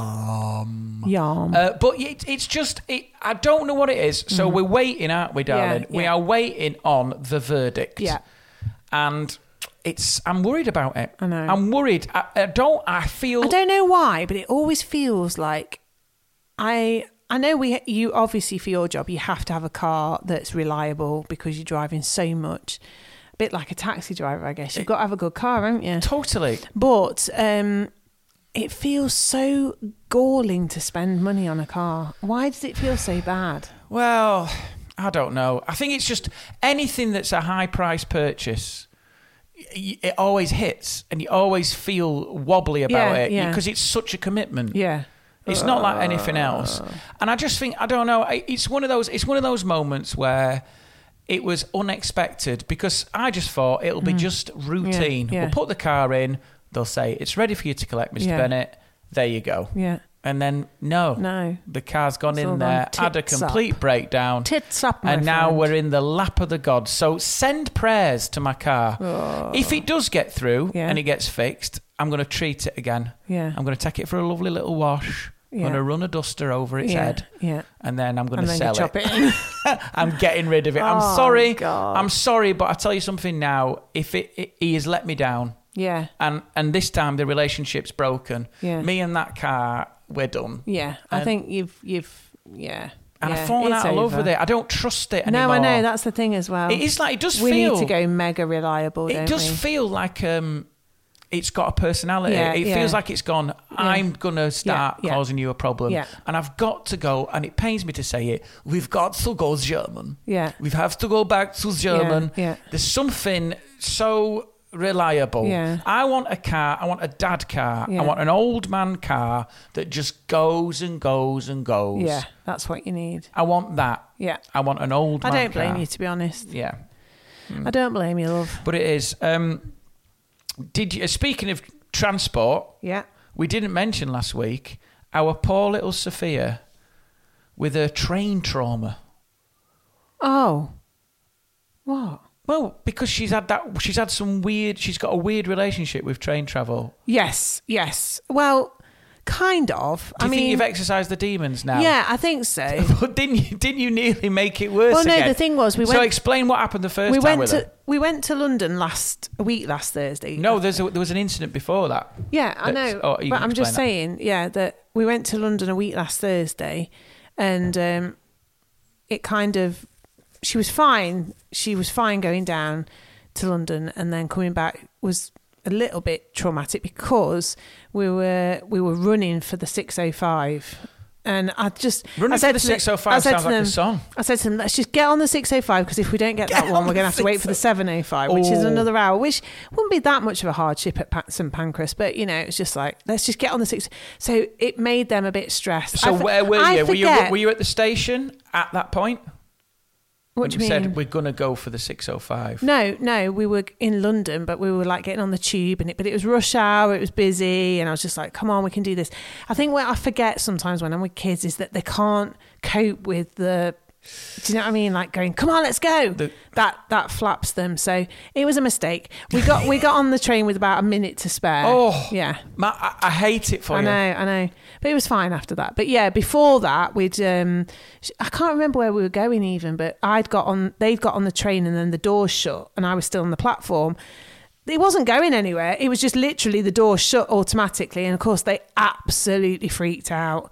S5: Liam.
S3: Yarm.
S5: Uh, but it, it's just, it, I don't know what it is. So we're waiting, aren't we, darling?
S3: Mm. Yeah,
S5: We
S3: yeah.
S5: are waiting on the verdict.
S3: Yeah.
S5: And it's, I'm worried about it.
S3: I know.
S5: I'm worried. I, I don't, I feel.
S3: I don't know why, but it always feels like I. I know we. You obviously for your job, you have to have a car that's reliable because you're driving so much. A bit like a taxi driver, I guess. You've got to have a good car, haven't you?
S5: Totally.
S3: But um, it feels so galling to spend money on a car. Why does it feel so bad?
S5: Well, I don't know. I think it's just anything that's a high price purchase. y- It always hits, and you always feel wobbly about
S3: Yeah,
S5: it
S3: yeah.
S5: because it's such a commitment.
S3: Yeah.
S5: It's not like anything else.
S3: Ah.
S5: And I just think I don't know. I- It's one of those. It's one of those moments where it was unexpected because I just thought it'll be just routine.
S3: Mm. yeah.
S5: We'll put the car in. They'll say it's ready for you to collect, Mr.
S3: Yeah.
S5: Bennett. There you go.
S3: Yeah.
S5: And then no,
S3: No.
S5: the car's gone
S3: It's all
S5: in
S3: gone
S5: there, had a
S3: tits
S5: complete breakdown,
S3: Tits up, my
S5: and now
S3: friend.
S5: we're in the lap of the gods. So send prayers to my car. If it does get through
S3: Oh. Yeah.
S5: and it gets fixed, I'm going to treat it again.
S3: Yeah.
S5: I'm going to take it for a lovely little wash. I'm
S3: Yeah.
S5: going to run a duster over its
S3: yeah.
S5: head,
S3: Yeah.
S5: and then I'm going
S3: And
S5: to
S3: then
S5: sell
S3: you chop
S5: it.
S3: it. in.
S5: I'm getting rid of it. I'm
S3: Oh,
S5: sorry.
S3: God.
S5: I'm sorry, but I tell you something now. If it, it he has let me down,
S3: yeah.
S5: and and this time the relationship's broken.
S3: Yeah.
S5: Me and that car, we're done.
S3: Yeah. I
S5: And-
S3: think you've you've yeah.
S5: Um, And
S3: yeah.
S5: I've fallen
S3: It's
S5: out of love
S3: over.
S5: with it. I don't trust it
S3: No,
S5: anymore.
S3: I know that's the thing as well.
S5: It is like it does
S3: we
S5: feel.
S3: need to go mega reliable.
S5: It
S3: don't
S5: does
S3: we?
S5: feel like um, it's got a personality.
S3: Yeah,
S5: it
S3: yeah.
S5: feels like it's gone. I'm gonna start
S3: yeah.
S5: causing you a problem,
S3: Yeah.
S5: and I've got to go. And it pains me to say it. We've got to go German.
S3: Yeah.
S5: we have to go back to German.
S3: yeah.
S5: There's something so reliable.
S3: Yeah.
S5: I want a car. I want a dad car.
S3: Yeah.
S5: I want an old man car that just goes and goes and goes.
S3: yeah, that's what you need.
S5: I want that.
S3: Yeah.
S5: I want an old.
S3: I
S5: man
S3: don't blame
S5: car.
S3: you to be honest.
S5: Yeah, Mm.
S3: I don't blame you, love.
S5: but it is. Um, did you? Speaking of transport,
S3: Yeah.
S5: we didn't mention last week our poor little Sophia with her train trauma.
S3: Oh. What?
S5: Well, because she's had that, she's had some weird. She's got a weird relationship with train travel.
S3: Yes, yes. Well, kind of.
S5: Do
S3: I
S5: you
S3: mean,
S5: think you've exercised the demons now?
S3: yeah, I think so.
S5: But didn't you, didn't you nearly make it worse?
S3: Well, no,
S5: again?
S3: the thing was, we
S5: So
S3: went-
S5: explain what happened the first
S3: we
S5: time
S3: went
S5: with
S3: to
S5: her.
S3: we went to London last a week last Thursday.
S5: No, there's a, there was an incident before that.
S3: yeah, I
S5: That's-
S3: know,
S5: oh, you
S3: but
S5: can
S3: I'm just
S5: explain that.
S3: saying, yeah, that we went to London a week last Thursday, and um, it kind of she was fine. She was fine going down to London and then coming back was a little bit traumatic because we were we were running for the 605. And I just
S5: Running
S3: I
S5: for
S3: said
S5: the
S3: to them-
S5: 605
S3: I said
S5: sounds
S3: to
S5: like a
S3: them-
S5: song.
S3: I said to them, let's just get on the 605 because if we don't get, that one,
S5: on the
S3: we're going to have to wait for the 705, which is
S5: Oh.
S3: another hour, which wouldn't be that much of a hardship at Pa- St Pancras. But you know, it's just like let's just get on the six. So it made them a bit stressed.
S5: So
S3: I f-
S5: where were
S3: I
S5: you? Were you
S3: forget-
S5: were you at the station at that point?
S3: What do you
S5: we
S3: mean?
S5: said we're gonna go for the 605.
S3: No, no, we were in London, but we were like getting on the tube, and it, but it was rush hour, it was busy, and I was just like, "Come on, we can do this." I think what I forget sometimes when I'm with kids is that they can't cope with the. Do you know what I mean? Like going, "Come on, let's go."
S5: The-
S3: that that flaps them. So it was a mistake. We got we got on the train with about a minute to spare.
S5: Oh.
S3: yeah.
S5: Matt, I, I hate it for
S3: I
S5: you.
S3: know, I know, but it was fine after that. But yeah, before that, we'd um, sh- I can't remember where we were going even, but I'd got on, they'd got on the train, and then the door shut, and I was still on the platform. It wasn't going anywhere. It was just literally the door shut automatically, and of course they absolutely freaked out,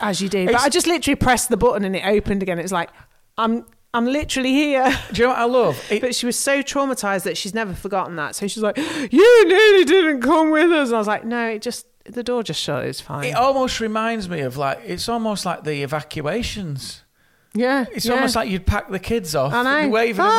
S3: as you do. but
S5: It's-
S3: I just literally pressed the button, and it opened again. It was like I'm. I'm literally here.
S5: Do you know what I love? It-
S3: But she was so traumatized that she's never forgotten that. So she's like, "You nearly didn't come with us." And I was like, "No, it just the door just shut. It's fine."
S5: It almost reminds me of like it's almost like the evacuations.
S3: yeah,
S5: It's
S3: yeah.
S5: almost like you'd pack the kids off,
S3: I know.
S5: and waving them,
S3: Bye.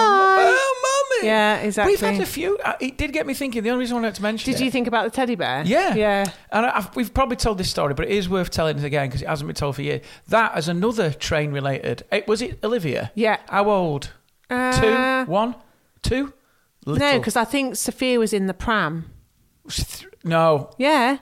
S5: oh, mummy.
S3: Yeah,
S5: We've had
S3: exactly.
S5: a few. uh, It did get me thinking. The only reason I wanted to mention
S3: Did
S5: it-
S3: you think about the teddy bear?
S5: Yeah.
S3: yeah.
S5: And I- I've, we've probably told this story, but it is worth telling it again because it hasn't been told for years. That is another train related. It, was it Olivia?
S3: Yeah.
S5: How old?
S3: Uh,
S5: Two? One? Two? Little.
S3: No, because I think Sophia was in the pram.
S5: Th- no.
S3: Yeah.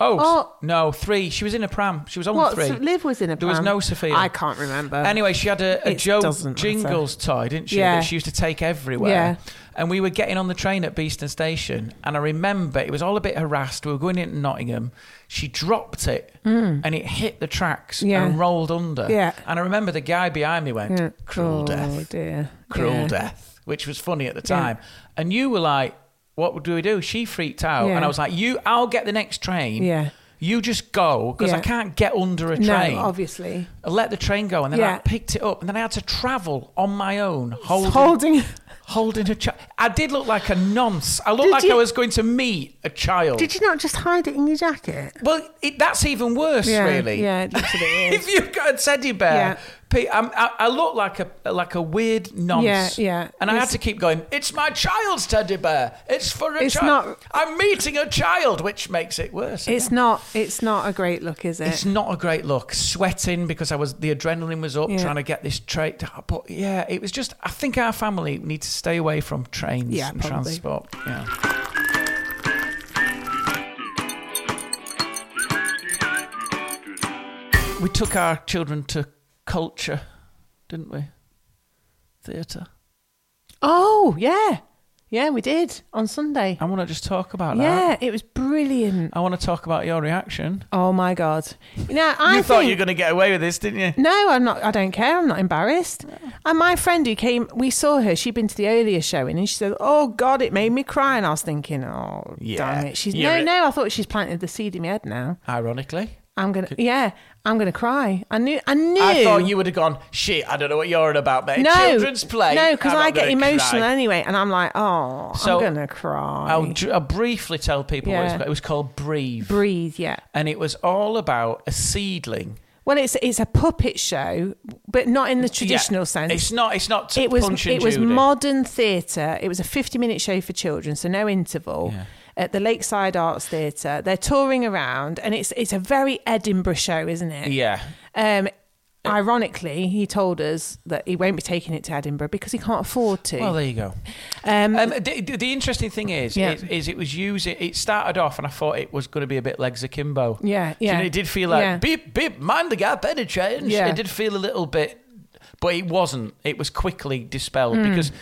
S5: Oh, s-
S3: Oh.
S5: no. Three. She was in a pram. She was on
S3: What?
S5: three.
S3: So Liv was in a
S5: There
S3: pram.
S5: was no Sophia.
S3: I can't remember.
S5: Anyway, she had a, a
S3: It
S5: Joe
S3: doesn't matter.
S5: Jingles toy, didn't she?
S3: Yeah.
S5: That she used to take everywhere.
S3: Yeah.
S5: And we were getting on the train at Beeston Station, and I remember it was all a bit harassed. We were going into Nottingham. She dropped it, and it hit the tracks
S3: Mm. Yeah.
S5: and rolled under.
S3: Yeah.
S5: And I remember the guy behind me went,
S3: Yeah.
S5: "Cruel
S3: oh,
S5: death,
S3: dear.
S5: cruel
S3: Yeah.
S5: death," which was funny at the
S3: Yeah.
S5: time. And you were like, "What do we do?" She freaked out,
S3: Yeah.
S5: and I was like, "You, I'll get the next train.
S3: Yeah.
S5: You just go because I
S3: Yeah.
S5: can't get under a
S3: No,
S5: train."
S3: obviously.
S5: I let the train go, and then I
S3: Yeah.
S5: picked it up, and then I had to travel on my own, holding,
S3: Holding.
S5: holding a child. I did look like a nonce. I looked
S3: Did
S5: like I
S3: you-
S5: was going to meet a child.
S3: Did you not just hide it in your jacket?
S5: well, it, that's even worse,
S3: Yeah.
S5: really.
S3: Yeah. It looks a bit weird.
S5: if you've got a teddy bear,
S3: Yeah.
S5: Pete, I'm, I, I look like a like a weird nonce.
S3: Yeah, yeah.
S5: And I had
S3: It's-
S5: to keep going. It's my child's teddy bear. It's for a
S3: It's
S5: child.
S3: not-
S5: I'm meeting a child, which makes it worse.
S3: It's not. It's not a great look, is it?
S5: It's not a great look. Sweating because I was the adrenaline was up
S3: Yeah.
S5: trying to get this train. But yeah, it was just. I think our family need to stay away from trains
S3: Yeah,
S5: and
S3: probably.
S5: transport. Yeah. We took our children to culture, didn't we? Theatre.
S3: Oh yeah, yeah, we did on Sunday.
S5: I want to just talk about that.
S3: Yeah, it was brilliant.
S5: I want to talk about your reaction.
S3: Oh my god! Now I
S5: you
S3: think,
S5: thought you were going to get away with this, didn't you?
S3: no, I'm not. I don't care. I'm not embarrassed. And my friend who came, we saw her. She'd been to the earlier showing, and she said, "Oh God, it made me cry." And I was thinking, "Oh
S5: Yeah,
S3: damn it!" She's
S5: you're
S3: no,
S5: a-
S3: no. I thought she's planted the seed in my head. Now
S5: Ironically.
S3: I'm gonna, yeah, I'm gonna cry. I knew, I knew.
S5: I thought you would have gone, shit, I don't know what you're on about, mate. Children's play.
S3: No, because
S5: I'm not
S3: I get
S5: gonna cry."
S3: emotional anyway, and I'm like, "Oh,
S5: So,
S3: I'm gonna cry."
S5: I'll, dr- I'll briefly tell people what it's
S3: Yeah.
S5: called. It was called Breathe.
S3: breathe. Yeah.
S5: and it was all about a seedling.
S3: Well, it's it's a puppet show, but not in the traditional
S5: Yeah.
S3: sense.
S5: It's not, it's not
S3: it was
S5: Punch and
S3: it was
S5: Judy.
S3: modern theatre. It was a fifty minute show for children, so no interval. At the Lakeside Arts Theatre, they're touring around, and it's it's a very Edinburgh show, isn't it?
S5: Yeah.
S3: Um, ironically, he told us that he won't be taking it to Edinburgh because he can't afford to.
S5: Well, there you go.
S3: um,
S5: Um, the, the- the interesting thing is,
S3: Yeah.
S5: is, is it was using. It started off, and I thought it was going to be a bit legs akimbo.
S3: Yeah,
S5: Do you know,
S3: yeah.
S5: it did feel like
S3: Yeah.
S5: beep beep, mind the gap, better change.
S3: Yeah.
S5: It did feel a little bit, but it wasn't. It was quickly dispelled
S3: Mm.
S5: because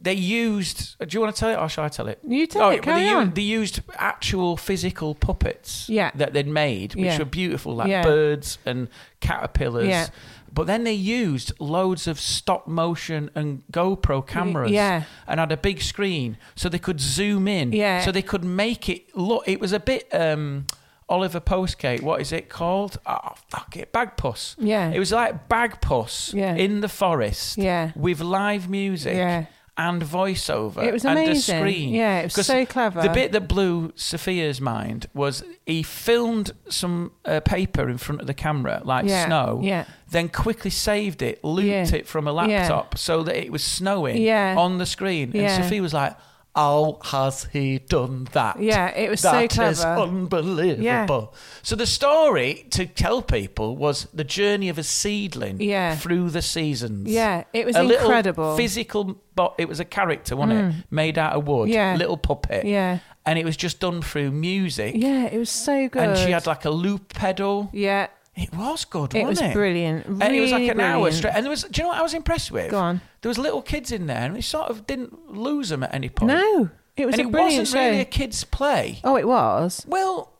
S5: they used. Do you want to tell it, or shall I tell it? Oh,
S3: You tell it,
S5: well, they,
S3: carry
S5: u-
S3: on.
S5: they used actual physical puppets.
S3: Yeah.
S5: that they'd made, which
S3: Yeah.
S5: were beautiful, like
S3: Yeah.
S5: birds and caterpillars.
S3: Yeah.
S5: But then they used loads of stop motion and GoPro cameras
S3: yeah.
S5: and had a big screen so they could zoom in.
S3: Yeah.
S5: So they could make it look. It was a bit. Um, Oliver Postgate. What is it called? Oh, fuck it. Bagpuss.
S3: Yeah.
S5: It was like Bagpuss
S3: Yeah.
S5: in the forest
S3: Yeah.
S5: with live music
S3: Yeah.
S5: and voiceover
S3: It was
S5: and a
S3: amazing.
S5: screen.
S3: Yeah, it was
S5: 'Cause
S3: so clever.
S5: The bit that blew Sophia's mind was he filmed some uh, paper in front of the camera, like
S3: Yeah,
S5: snow,
S3: yeah.
S5: then quickly saved it, looped
S3: Yeah.
S5: it from a
S3: Yeah.
S5: laptop so that it was snowing
S3: Yeah.
S5: on the screen.
S3: Yeah.
S5: And Sophie was like, how has he done that?
S3: Yeah, it was so
S5: That is
S3: clever.
S5: unbelievable. So the story to tell people was the journey of a seedling
S3: Yeah.
S5: through the seasons.
S3: Yeah, it was
S5: a little
S3: incredible. Mm.
S5: physical, but it was a character, wasn't it? Made out of wood.
S3: Yeah.
S5: Little puppet.
S3: Yeah.
S5: And it was just done through music.
S3: yeah, it was so good.
S5: And she had like a loop pedal.
S3: yeah,
S5: It was good,
S3: it
S5: wasn't
S3: was
S5: it?
S3: brilliant.
S5: And it was like
S3: Really
S5: an hour
S3: brilliant.
S5: straight. And there was, do you know what I was impressed with?
S3: Go on.
S5: There was little kids in there, and we sort of didn't lose them at any point.
S3: No, it was
S5: and
S3: a
S5: it
S3: brilliant
S5: wasn't
S3: show.
S5: really a kids' play.
S3: oh, it was.
S5: Well,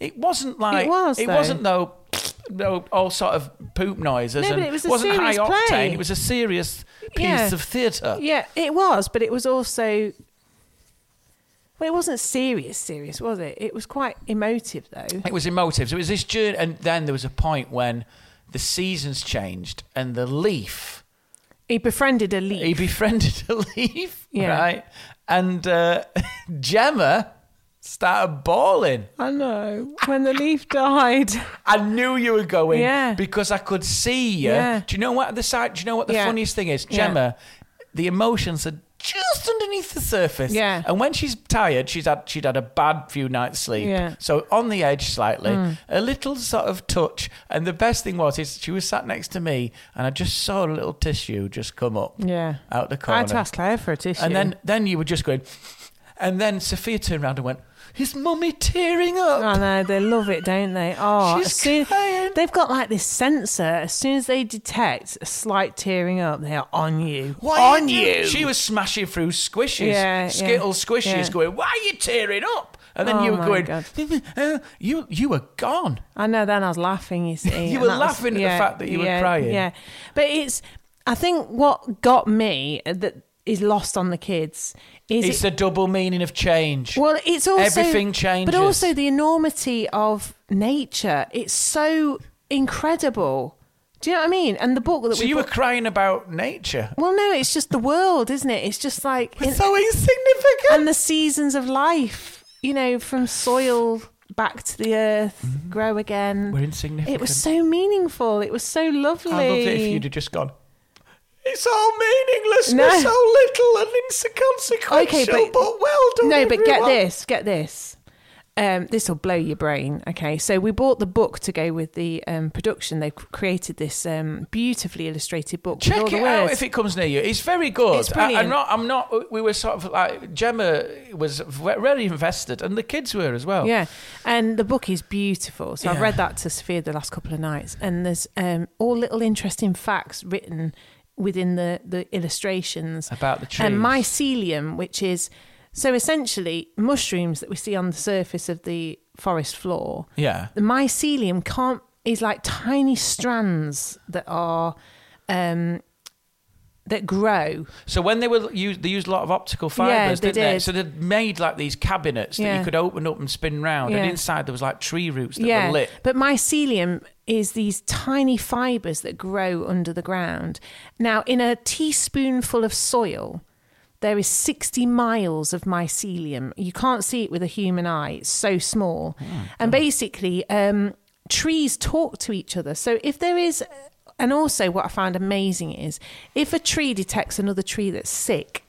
S5: it wasn't like
S3: It was,
S5: It
S3: though.
S5: wasn't though. No, all sort of poop noises.
S3: No,
S5: and
S3: but it was a
S5: wasn't high
S3: serious
S5: octane.
S3: play.
S5: It was a serious piece
S3: Yeah.
S5: of theatre.
S3: Yeah, it was, but it was also. Well, it wasn't serious, serious, was it? It was quite emotive, though.
S5: It was emotive. So it was this journey, and then there was a point when the seasons changed, and the leaf.
S3: He befriended a leaf.
S5: He befriended a leaf,
S3: Yeah.
S5: right? And uh, Gemma started bawling.
S3: I know. When the leaf died.
S5: I knew you were going
S3: Yeah.
S5: because I could see you.
S3: Yeah.
S5: Do you know what the side? Do you know what the
S3: Yeah.
S5: funniest thing is,
S3: Yeah.
S5: Gemma? The emotions are just underneath the surface.
S3: Yeah.
S5: And when she's tired, she's had she'd had a bad few nights sleep.
S3: Yeah. Mm.
S5: So on the edge slightly, a little sort of touch. And the best thing was is she was sat next to me, and I just saw a little tissue just come up.
S3: Yeah.
S5: Out the corner.
S3: I had to ask Claire for a tissue.
S5: And then then you were just going, and then Sophia turned around and went, "Is mummy tearing up?"
S3: I know they love it, don't they? Oh,
S5: She's
S3: as soon-
S5: crying.
S3: they've got like this sensor. As soon as they detect a slight tearing up, they are on you.
S5: Why are
S3: on
S5: you? do-" She was smashing through squishes,
S3: Yeah,
S5: skittle
S3: yeah,
S5: squishes,
S3: yeah.
S5: going, "Why are you tearing up?" And then
S3: Oh
S5: you were
S3: my
S5: going,
S3: God.
S5: "Uh, "You you were gone."
S3: I know. Then I was laughing. You see,
S5: You
S3: and
S5: were
S3: that
S5: laughing at the fact that you were
S3: yeah,
S5: crying.
S3: Yeah, but it's. I think what got me uh, that is lost on the kids is
S5: It's
S3: it,
S5: the double meaning of change.
S3: well, it's also
S5: everything
S3: but
S5: changes.
S3: also the enormity of nature. It's so incredible. Do you know what I mean? And the book that
S5: so
S3: we
S5: you were
S3: bought-
S5: crying about nature.
S3: well, no, it's just the world, isn't it? It's just like
S5: It's so insignificant.
S3: and the seasons of life, you know, from soil back to the earth, grow again.
S5: Mm-hmm. we're insignificant.
S3: it was so meaningful. It was so lovely.
S5: I loved it if you'd have just gone. It's all meaningless.
S3: No.
S5: We're so little and inconsequential.
S3: Okay, but-
S5: but, well done.
S3: no, but get
S5: everyone.
S3: this, get this. Um, this will blow your brain. Okay, so we bought the book to go with the um, production. They've c- created this um, beautifully illustrated book. with all
S5: Check
S3: the
S5: it
S3: words.
S5: out if it comes near you. It's very good.
S3: It's
S5: I,
S3: brilliant.
S5: am not. I'm not. We were sort of like Gemma was ve- very invested, and the kids were as well.
S3: Yeah, and the book is beautiful. So I've
S5: Yeah.
S3: read that to Sophia the last couple of nights, and there's um, all little interesting facts written within the the illustrations
S5: About the trees.
S3: and mycelium, which is so essentially mushrooms that we see on the surface of the forest floor.
S5: Yeah.
S3: the mycelium can't is like tiny strands that are. Um, that grow
S5: So when they were used, they used a lot of optical fibers,
S3: Yeah, they
S5: didn't they?
S3: did.
S5: So they made like these cabinets that
S3: Yeah.
S5: you could open up and spin round,
S3: Yeah.
S5: and inside there was like tree roots that
S3: yeah,
S5: were lit.
S3: But mycelium is these tiny fibers that grow under the ground. Now, in a teaspoonful of soil, there is 60 miles of mycelium. You can't see it with a human eye, it's so small.
S5: Oh,
S3: and basically, um, trees talk to each other. So if there is. And also, what I found amazing is if a tree detects another tree that's sick,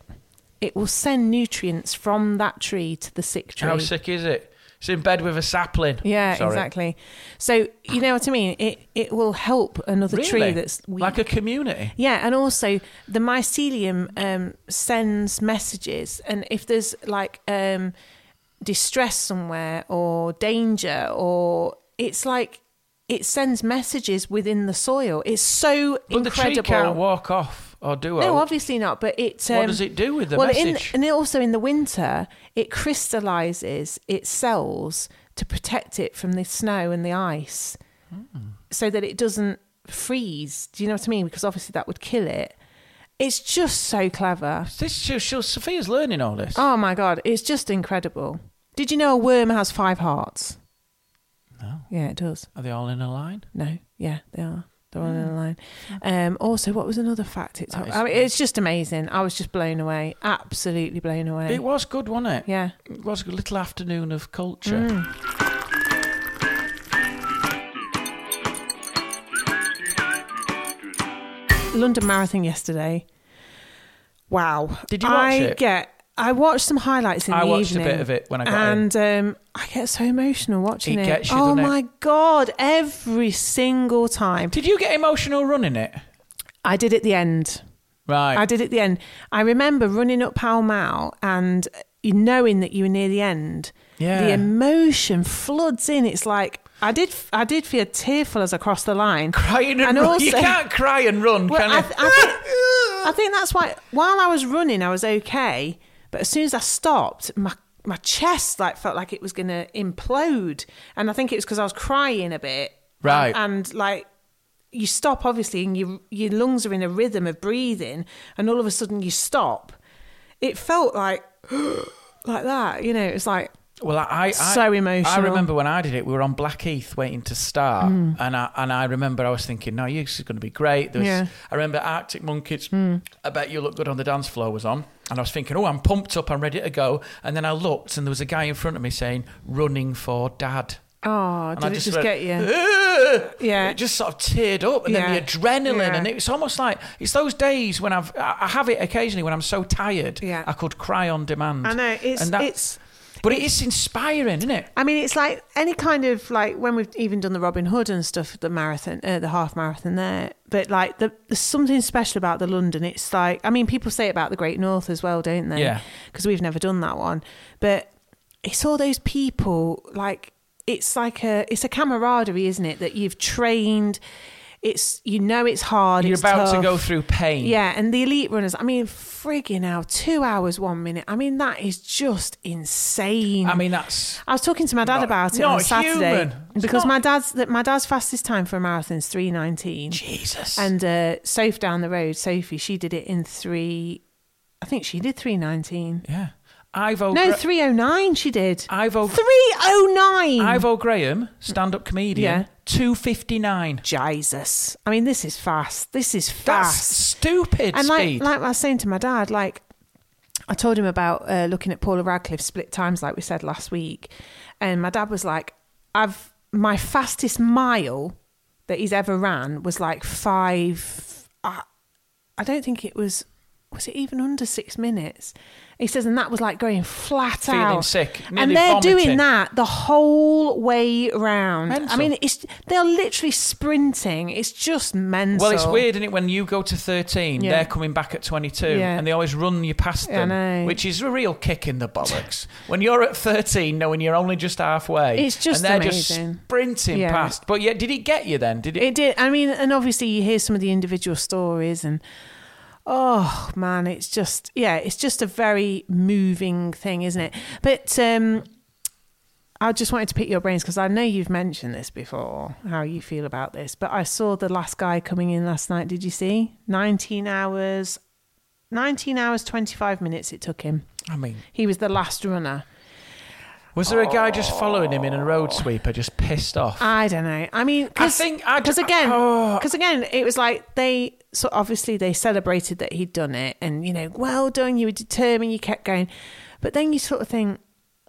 S3: it will send nutrients from that tree to the sick tree.
S5: How sick is it? It's in bed with a sapling.
S3: Yeah,
S5: Sorry.
S3: exactly. So you know what I mean. It it will help another
S5: Really?
S3: tree that's weak.
S5: like a community.
S3: yeah, and also the mycelium um, sends messages, and if there's like um, distress somewhere or danger, or it's like it sends messages within the soil. It's so
S5: But
S3: incredible.
S5: the tree can't walk off or do
S3: No,
S5: it.
S3: obviously not. But it. Um,
S5: What does it do with the
S3: well,
S5: message?
S3: In, and also in the winter, it crystallizes its cells to protect it from the snow and the ice,
S5: Hmm.
S3: so that it doesn't freeze. Do you know what I mean? Because obviously that would kill it. It's just so clever.
S5: This she, she, Sophia's learning all this.
S3: Oh my god, it's just incredible. Did you know a worm has five hearts? Yeah, it does.
S5: Are they all in a line?
S3: No, yeah, they are. They're all in a line. Um, also, what was another fact? It's,
S5: Mm. That is-
S3: I mean, it's just amazing. I was just blown away, absolutely blown away.
S5: It was good, wasn't it?
S3: yeah. Mm.
S5: It was a good little afternoon of culture.
S3: London Marathon yesterday. Wow.
S5: Did you watch
S3: I
S5: it?
S3: get I watched some highlights in
S5: I
S3: the
S5: watched a
S3: evening.
S5: bit of it when I got
S3: and, And um, I get so emotional watching
S5: It
S3: it.
S5: gets you,
S3: oh
S5: doesn't it?
S3: my god, every single time.
S5: Did you get emotional running it?
S3: I did at the end.
S5: Right.
S3: I did at the end. I remember running up Pall Mall and knowing that you were near the end.
S5: Yeah.
S3: The emotion floods in. It's like I did. I did feel tearful as I crossed the line.
S5: Crying and,
S3: And
S5: run. You
S3: also-
S5: can't cry and run,
S3: Well,
S5: can
S3: I,
S5: you?
S3: th- I, think, I think that's why. While I was running, I was okay, but as soon as I stopped, my my chest like felt like it was going to implode, and I think it was because I was crying a bit,
S5: Right.
S3: And, and, like you stop obviously, and your your lungs are in a rhythm of breathing, and all of a sudden you stop. It felt like like that, you know. It's like
S5: Well, I, I
S3: So
S5: I- I
S3: emotional.
S5: remember when I did it, we were on Blackheath waiting to start,
S3: Mm.
S5: and I and I remember I was thinking, "No, you- this is going to be great." There was,
S3: Yeah. Hmm.
S5: I remember Arctic Monkeys. I bet you look good on the dance floor was on, and I was thinking, "Oh, I'm pumped up, I'm ready to go." And then I looked, and there was a guy in front of me saying, "Running for Dad."
S3: oh,
S5: And
S3: did
S5: I
S3: it just,
S5: went,
S3: get you?
S5: "Ugh!"
S3: Yeah.
S5: It just sort of teared up, and
S3: Yeah.
S5: then the adrenaline,
S3: Yeah.
S5: and it's almost like it's those days when I've I I have it occasionally when I'm so tired,
S3: Yeah.
S5: I could cry on demand.
S3: I know it's
S5: and that-
S3: it's.
S5: but it is inspiring, isn't it?
S3: I mean, it's like any kind of like when we've even done the Robin Hood and stuff, the marathon, uh, the half marathon there. But like, the, there's something special about the London. It's like, I mean, people say about the Great North as well, don't they?
S5: Yeah.
S3: Because we've never done that one, but it's all those people. Like, it's like a it's a camaraderie, isn't it? That you've trained. It's you know it's hard.
S5: You're
S3: it's
S5: about to
S3: tough.
S5: go through pain.
S3: Yeah, and the elite runners. I mean, frigging now, two hours one minute. I mean, that is just insane.
S5: I mean, that's
S3: I was talking to my dad
S5: Not-
S3: about it
S5: not
S3: on Saturday
S5: human. It's
S3: because
S5: not-
S3: my dad's that my dad's fastest time for a marathon is three nineteen,
S5: Jesus.
S3: and uh, Soph down the road, Sophie, she did it in three. I think she did three nineteen.
S5: yeah, Ivo.
S3: No,
S5: Gra-
S3: three oh nine. She did
S5: Ivo.
S3: three oh nine.
S5: Ivo Graham, stand-up comedian.
S3: Yeah.
S5: Two fifty-nine.
S3: Jesus, I mean, this is fast. This is
S5: That's
S3: fast.
S5: stupid
S3: and like,
S5: speed.
S3: like I was saying to my dad, like I told him about uh, looking at Paula Radcliffe split times, like we said last week, and my dad was like, "I've my fastest mile that he's ever ran was like five. I, I don't think it was." Was it even under six minutes? He says, and that was like going flat
S5: Feeling
S3: out.
S5: sick, nearly
S3: and they're
S5: vomiting.
S3: doing that the whole way round. I
S5: Mental.
S3: mean, it's they're literally sprinting. It's just mental.
S5: well, it's weird, isn't it? When you go to thirteen,
S3: Yeah.
S5: they're coming back at twenty-two,
S3: Yeah.
S5: and they always run you past
S3: Yeah, I
S5: them,
S3: know.
S5: which is a real kick in the bollocks. when you're at thirteen, knowing you're only just halfway,
S3: It's
S5: and
S3: just
S5: they're
S3: amazing.
S5: just sprinting
S3: Yeah.
S5: past. But yeah, did it get you then? Did it?
S3: It did. I mean, and obviously you hear some of the individual stories, and oh man, it's just yeah, it's just a very moving thing, isn't it? But um, I just wanted to pick your brains because I know you've mentioned this before, how you feel about this. But I saw the last guy coming in last night. Did you see? Nineteen hours, nineteen hours twenty five minutes it took him.
S5: I mean,
S3: He was the last runner.
S5: was there a guy just following him in a road
S3: Oh.
S5: sweeper, just pissed off?
S3: I don't know. I mean, cause,
S5: I think I-
S3: because again,
S5: oh.
S3: because again, it was like they so obviously they celebrated that he'd done it, and you know, well done, you were determined, you kept going, but then you sort of think,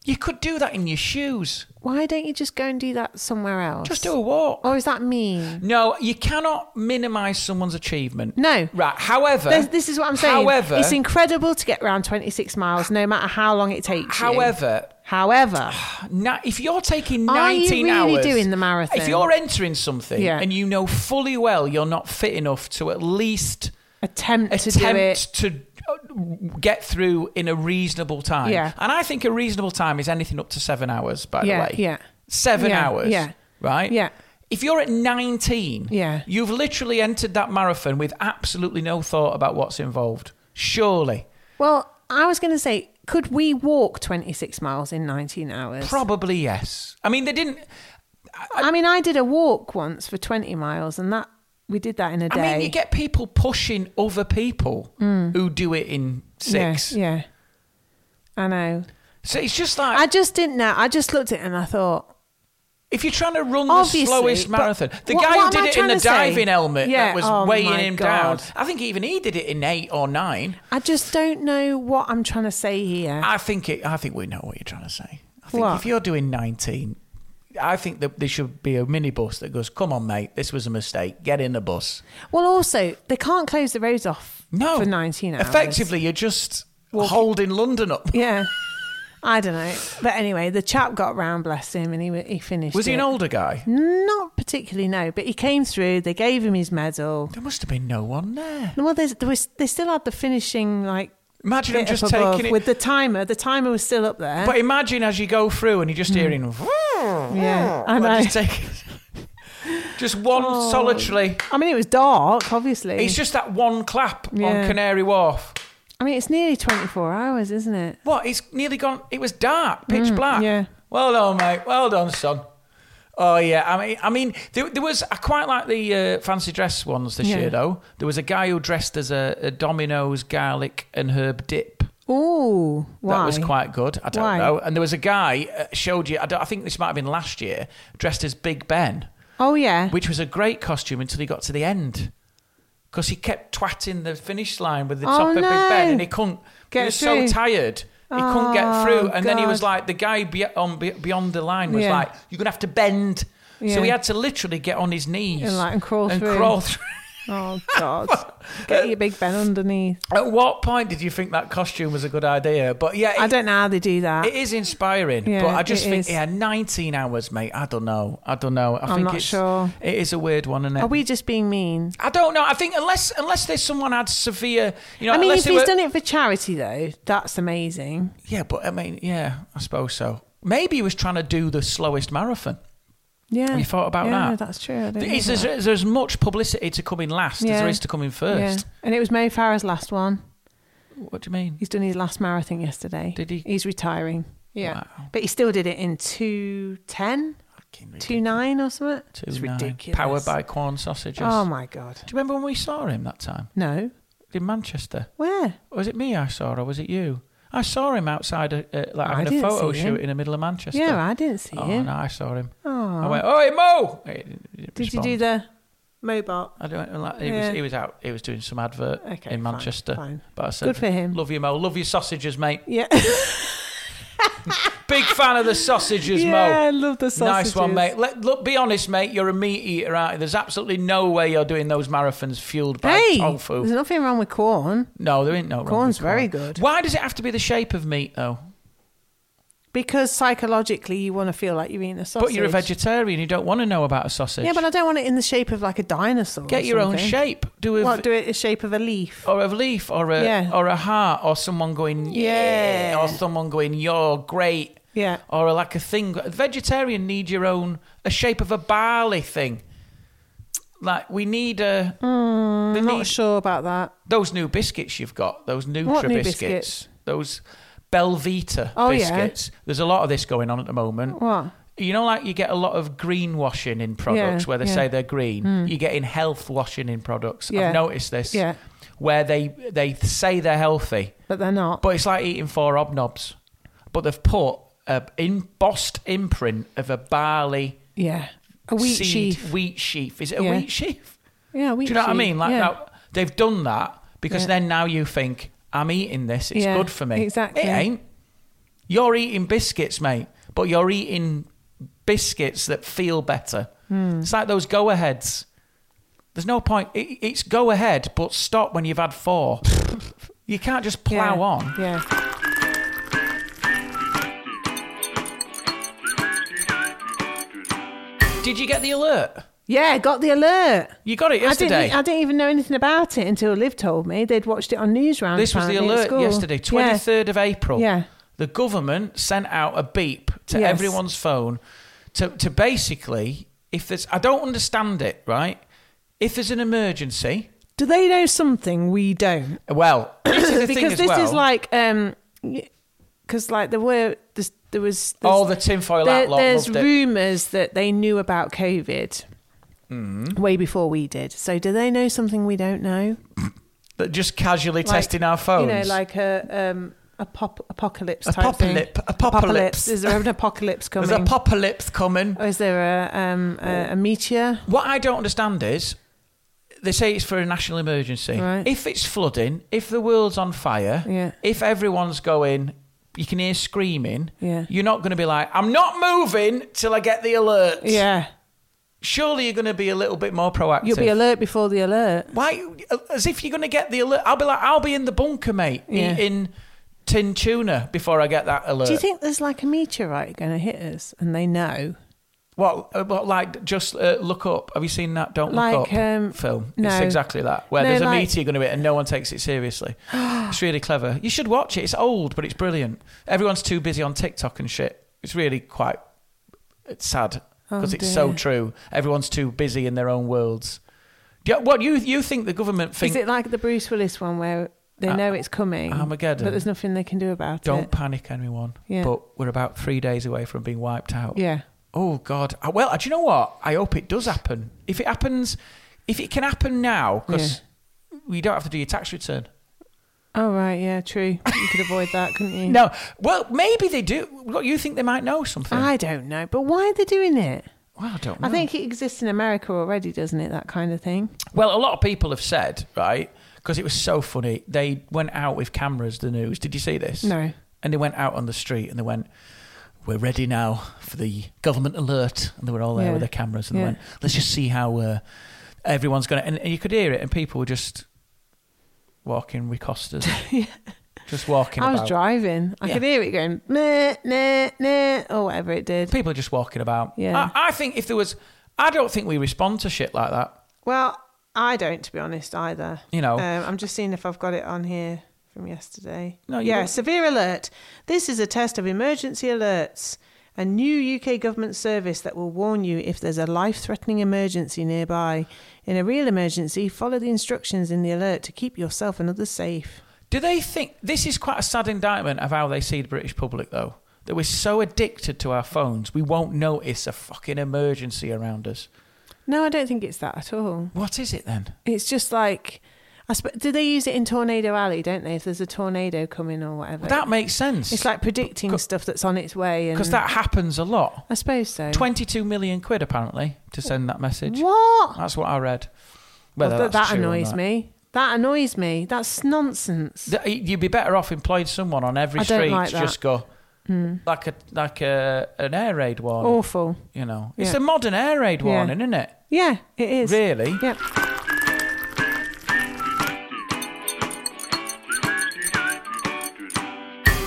S5: you could do that in your shoes.
S3: why don't you just go and do that somewhere else?
S5: Just do a walk.
S3: Or is that mean?
S5: No, you cannot minimise someone's achievement.
S3: No.
S5: Right. However,
S3: This, this is what I'm saying.
S5: However,
S3: it's incredible to get around 26 miles, no matter how long it takes. you.
S5: however,
S3: however,
S5: na- if you're taking
S3: Are you
S5: 19
S3: really
S5: hours
S3: doing the marathon?
S5: if you're entering something
S3: Yeah.
S5: and you know fully well you're not fit enough to at least
S3: attempt, to do it.
S5: attempt to, uh, get through in a reasonable time.
S3: Yeah.
S5: And I think a reasonable time is anything up to seven hours. By
S3: Yeah,
S5: the way,
S3: yeah.
S5: seven
S3: Yeah,
S5: hours.
S3: yeah.
S5: right.
S3: Yeah.
S5: If you're at 19,
S3: Yeah.
S5: you've literally entered that marathon with absolutely no thought about what's involved. Surely,
S3: Well, I was going to say, could we walk 26 miles in 19 hours?
S5: probably yes. I mean, they didn't.
S3: I mean, I did a walk once for 20 miles, and that we did that in a day. Mm.
S5: I mean, you get people pushing other people who do it in six.
S3: Yeah, yeah. I know.
S5: So it's just like
S3: I just didn't know. I just looked at it and I thought,
S5: If you're trying to run
S3: Obviously,
S5: the slowest
S3: but
S5: marathon, the
S3: what-
S5: guy
S3: what
S5: who
S3: am
S5: did
S3: I
S5: it in
S3: trying
S5: the
S3: to say?
S5: diving helmet
S3: Yeah,
S5: that was
S3: oh
S5: weighing
S3: my
S5: him
S3: God.
S5: down, I think even he did it in eight or nine.
S3: I just don't know what I'm trying to say here.
S5: I think it, I think we know what you're trying to say. I think
S3: What?
S5: if you're doing 19, I think that there should be a minibus that goes, "Come on, mate, this was a mistake. Get in the bus."
S3: well, also they can't close the roads off
S5: No,
S3: for 19 hours.
S5: Effectively, you're just holding London up.
S3: yeah. I don't know, but anyway, the chap got round, bless him, and he wa- he finished.
S5: Was he an
S3: it.
S5: older guy?
S3: Not particularly, no. But he came through. They gave him his medal.
S5: There must have been no one there.
S3: Well, there's, there was, they still had the finishing like
S5: Imagine him
S3: bit
S5: just
S3: up above
S5: taking it.
S3: with the timer. The timer was still up there.
S5: but imagine as you go through and you're just hearing.
S3: yeah, Hmm. I know. Oh.
S5: Well, Just, take, just one solitary.
S3: I mean, it was dark, obviously.
S5: It's just that one clap
S3: Yeah.
S5: on Canary Wharf.
S3: I mean, it's nearly 24 hours, isn't it?
S5: What? It's nearly gone. It was dark, pitch black.
S3: Hmm, yeah.
S5: Well done, mate. Well done, son. Oh yeah. I mean, I mean, there, there was. I quite like the uh, fancy dress ones this
S3: Yeah.
S5: year, though. There was a guy who dressed as a, a Domino's garlic and herb dip.
S3: Oh, why?
S5: That was quite good. I don't
S3: Why?
S5: know. And there was a guy uh, showed you. I, don't, I think this might have been last year, dressed as Big Ben,
S3: Oh yeah.
S5: which was a great costume until he got to the end. Because he kept twatting the finish line with the
S3: Oh,
S5: top of Big
S3: no.
S5: Ben, and he couldn't.
S3: Get
S5: he was
S3: through.
S5: so tired, he couldn't get
S3: Oh,
S5: through. And then he
S3: God.
S5: was like, the guy be- on be- beyond the line was
S3: Yeah.
S5: like, "You're gonna have to bend."
S3: Yeah.
S5: So he had to literally get on his knees
S3: And, like, and crawl
S5: and
S3: through.
S5: crawl through.
S3: oh God. Get your big Ben underneath.
S5: At what point did you think that costume was a good idea? But yeah,
S3: I
S5: it-
S3: don't know how they do that.
S5: It is inspiring,
S3: Yeah,
S5: but I just
S3: it
S5: think
S3: is.
S5: yeah, 19 hours, mate. I don't know. I don't know. I
S3: I'm
S5: think
S3: not
S5: it's,
S3: sure.
S5: It is a weird one, isn't it?
S3: Are we just being mean?
S5: I don't know. I think unless unless there's someone had severe, you know.
S3: I mean,
S5: unless
S3: if
S5: they
S3: he's
S5: were-
S3: done it for charity though, that's amazing.
S5: yeah, but I mean, yeah, I suppose so. Maybe he was trying to do the slowest marathon.
S3: Yeah.
S5: Have you thought about
S3: yeah,
S5: that?
S3: That's true. I didn't
S5: Is
S3: know
S5: there's,
S3: that.
S5: there's as much publicity to come in last as
S3: Yeah.
S5: there is to come in
S3: Yeah.
S5: first.
S3: And it was Mo Farah's last one.
S5: What do you mean?
S3: He's done his last marathon yesterday.
S5: Did he?
S3: He's retiring. Yeah.
S5: Wow.
S3: But he still did it in 210, 29 or something.
S5: Two
S3: it's
S5: nine.
S3: ridiculous.
S5: Powered by corn sausages.
S3: Oh my God.
S5: Do you remember when we saw him that time
S3: No.
S5: in Manchester?
S3: Where?
S5: Was it me I saw, or was it you? I saw him outside, uh, uh, like
S3: I
S5: having a
S3: didn't
S5: photo
S3: see
S5: shoot
S3: him.
S5: in the middle of Manchester.
S3: Yeah, I didn't see
S5: oh,
S3: him.
S5: no, I saw him.
S3: Oh.
S5: I went, "Oi, Mo!" He didn't
S3: Did you
S5: respond.
S3: do the Mobot?
S5: I don't. Like, he
S3: Yeah.
S5: was he was out. He was doing some advert
S3: Okay, fine,
S5: in Manchester.
S3: fine.
S5: But I said,
S3: Good for him.
S5: Love you, Mo. Love your sausages, mate.
S3: Yeah.
S5: Big fan of the sausages,
S3: yeah, I
S5: Mo.
S3: love the sausages.
S5: Nice one, mate. Let, look, be honest, mate. You're a meat eater, aren't you? There's absolutely no way you're doing those marathons fueled by
S3: Hey, there's
S5: tofu.
S3: nothing wrong with corn
S5: No, there ain't no wrong
S3: Corn's
S5: with corn.
S3: very good.
S5: Why does it have to be the shape of meat, though?
S3: because psychologically you want to feel like you're eating a sausage.
S5: But you're a vegetarian. You don't want to know about a sausage.
S3: Yeah, but I don't want it in the shape of like a dinosaur. or
S5: Get your own
S3: something.
S5: shape. Oh. Do a
S3: What? Do it in the shape of a leaf.
S5: or a leaf or a
S3: Yeah.
S5: or a heart or someone going yeah,
S3: Yeah.
S5: or someone going you're great
S3: Yeah.
S5: or a, like a thing. A vegetarian need your own a shape of a barley thing. Like we need a they
S3: I'm Mm, not
S5: need-
S3: sure about that.
S5: those new biscuits you've got those Nutra
S3: What new
S5: biscuits,
S3: biscuits?
S5: those Belvita
S3: Oh, yeah.
S5: biscuits. There's a lot of this going on at the moment.
S3: What?
S5: You know, like you get a lot of green washing in products
S3: Yeah,
S5: where they
S3: yeah. Hmm.
S5: say they're green. You're getting health washing in products.
S3: Yeah.
S5: I've noticed this.
S3: Yeah.
S5: Where they they say they're healthy,
S3: But they're not.
S5: but it's like eating four hobnobs. But they've put a embossed imprint of a barley
S3: yeah. A wheat
S5: seed,
S3: sheaf.
S5: Wheat sheaf. Is it a
S3: Yeah.
S5: wheat sheaf?
S3: Yeah, a wheat
S5: Do you know what I
S3: sheaf.
S5: mean? Like
S3: yeah.
S5: now, they've done that because
S3: Yeah.
S5: then now you think I'm eating this. It's
S3: Yeah,
S5: good for me.
S3: exactly.
S5: It ain't. You're eating biscuits, mate, but you're eating biscuits that feel better.
S3: Hmm.
S5: It's like those go aheads. There's no point. It, it's go ahead, but stop when you've had four. you can't just
S3: Yeah.
S5: plow on.
S3: Yeah.
S5: Did you get the alert?
S3: Yeah, got the alert.
S5: You got it yesterday.
S3: I didn't, e- I didn't even know anything about it until Liv told me. They'd watched it on News Round.
S5: This was the
S3: apparently, at
S5: alert
S3: school.
S5: yesterday,
S3: Yeah.
S5: 23rd of April.
S3: Yeah.
S5: The government sent out a beep to
S3: Yes.
S5: everyone's phone to, to basically, if there's, I don't understand it, right? If there's an emergency,
S3: Do they know something we don't?
S5: well, this is the thing
S3: because
S5: as
S3: this
S5: well.
S3: is like, because like there were, there's, there was. there's-
S5: all Oh, the tinfoil
S3: there-
S5: hat lot
S3: there's
S5: loved it.
S3: rumours that they knew about COVID
S5: Mm.
S3: way before we did. So do they know something we don't know?
S5: That just casually
S3: Like,
S5: testing our phones.
S3: You know, like a um, apop- apocalypse type thing.
S5: Apocalypse. Apocalypse.
S3: Is there an apocalypse coming?
S5: There's Oh. an apocalypse coming.
S3: or is there a, um, a, a meteor?
S5: What I don't understand is they say it's for a national emergency.
S3: Right.
S5: If it's flooding, if the world's on fire,
S3: Yeah.
S5: if everyone's going, you can hear screaming.
S3: Yeah.
S5: You're not going to be like, I'm not moving till I get the alert.
S3: Yeah.
S5: Surely you're going to be a little bit more proactive.
S3: You'll be alert before the alert.
S5: Why? As if you're going to get the alert. I'll be like, I'll be in the bunker, mate,
S3: Yeah.
S5: eating tin tuna before I get that alert.
S3: Do you think there's like a meteorite going to hit us and they know?
S5: What, uh, what like, just uh, look up. Have you seen that Don't Look Up
S3: Like, um,
S5: film?
S3: no.
S5: It's exactly that, where
S3: No,
S5: there's a
S3: like-
S5: meteor going to hit and no one takes it seriously. it's really clever. You should watch it. It's old, but it's brilliant. Everyone's too busy on TikTok and shit. It's really quite it's sad because it's so
S3: Oh, dear.
S5: true. Everyone's too busy in their own worlds. Yeah, what you you think the government
S3: Is
S5: thinks?
S3: it like the Bruce Willis one where they know it's coming,
S5: Armageddon.
S3: but there's nothing they can do about
S5: Don't
S3: it?
S5: panic, anyone.
S3: Yeah.
S5: But we're about three days away from being wiped out.
S3: Yeah.
S5: Oh God. Uh, Well, uh, do you know what? I hope it does happen. If it happens, if it can happen now, because we don't have to do your tax return.
S3: Oh right, yeah, true. You could avoid that, couldn't you?
S5: No. Well, maybe they do. What you think they might know something?
S3: I don't know, but why are they doing it?
S5: well, I don't know.
S3: I think it exists in America already, doesn't it? That kind of thing.
S5: Well, a lot of people have said right because it was so funny. They went out with cameras. The news. Did you see this?
S3: No.
S5: And they went out on the street and they went. We're ready now for the government alert, and they were all there
S3: Yeah.
S5: with their cameras and
S3: Yeah.
S5: they went. Let's just see how uh, everyone's going to. And, and you could hear it, and people were just walking with costas, just walking.
S3: I was
S5: about.
S3: driving. I
S5: Yeah.
S3: could hear it going nah, nah, nah, or whatever it did.
S5: People are just walking about.
S3: Yeah.
S5: I, I think if there was, I don't think we respond to shit like that.
S3: Well, I don't, to be honest, either.
S5: You know.
S3: um, I'm just seeing if I've got it on here from yesterday.
S5: No, you
S3: yeah,
S5: don't.
S3: severe alert. This is a test of emergency alerts. A new UK government service that will warn you if there's a life threatening emergency nearby. In a real emergency, follow the instructions in the alert to keep yourself and others safe.
S5: Do they think this is quite a sad indictment of how they see the British public, though? That we're so addicted to our phones, we won't notice a fucking emergency around us.
S3: No, I don't think it's that at all.
S5: What is it then?
S3: It's just like, I sp- do they use it in Tornado Alley, don't they? If there's a tornado coming or whatever.
S5: That makes sense.
S3: it's like predicting
S5: Co-
S3: stuff that's on its way. and-
S5: because that happens a lot.
S3: I suppose so.
S5: 22 million quid, apparently, to send that message.
S3: What?
S5: That's what I read. Whether
S3: Well, that
S5: that's
S3: that
S5: true or
S3: annoys
S5: not.
S3: me. That annoys me. That's nonsense.
S5: Th- You'd be better off employing someone on every
S3: I don't
S5: street
S3: like
S5: to
S3: that. Hmm.
S5: just go, like a like a, an air raid warning.
S3: Awful.
S5: You know, it's
S3: Oh, Yeah.
S5: a modern air raid
S3: Yeah.
S5: warning, isn't it?
S3: Yeah, it is.
S5: Really?
S3: Yep.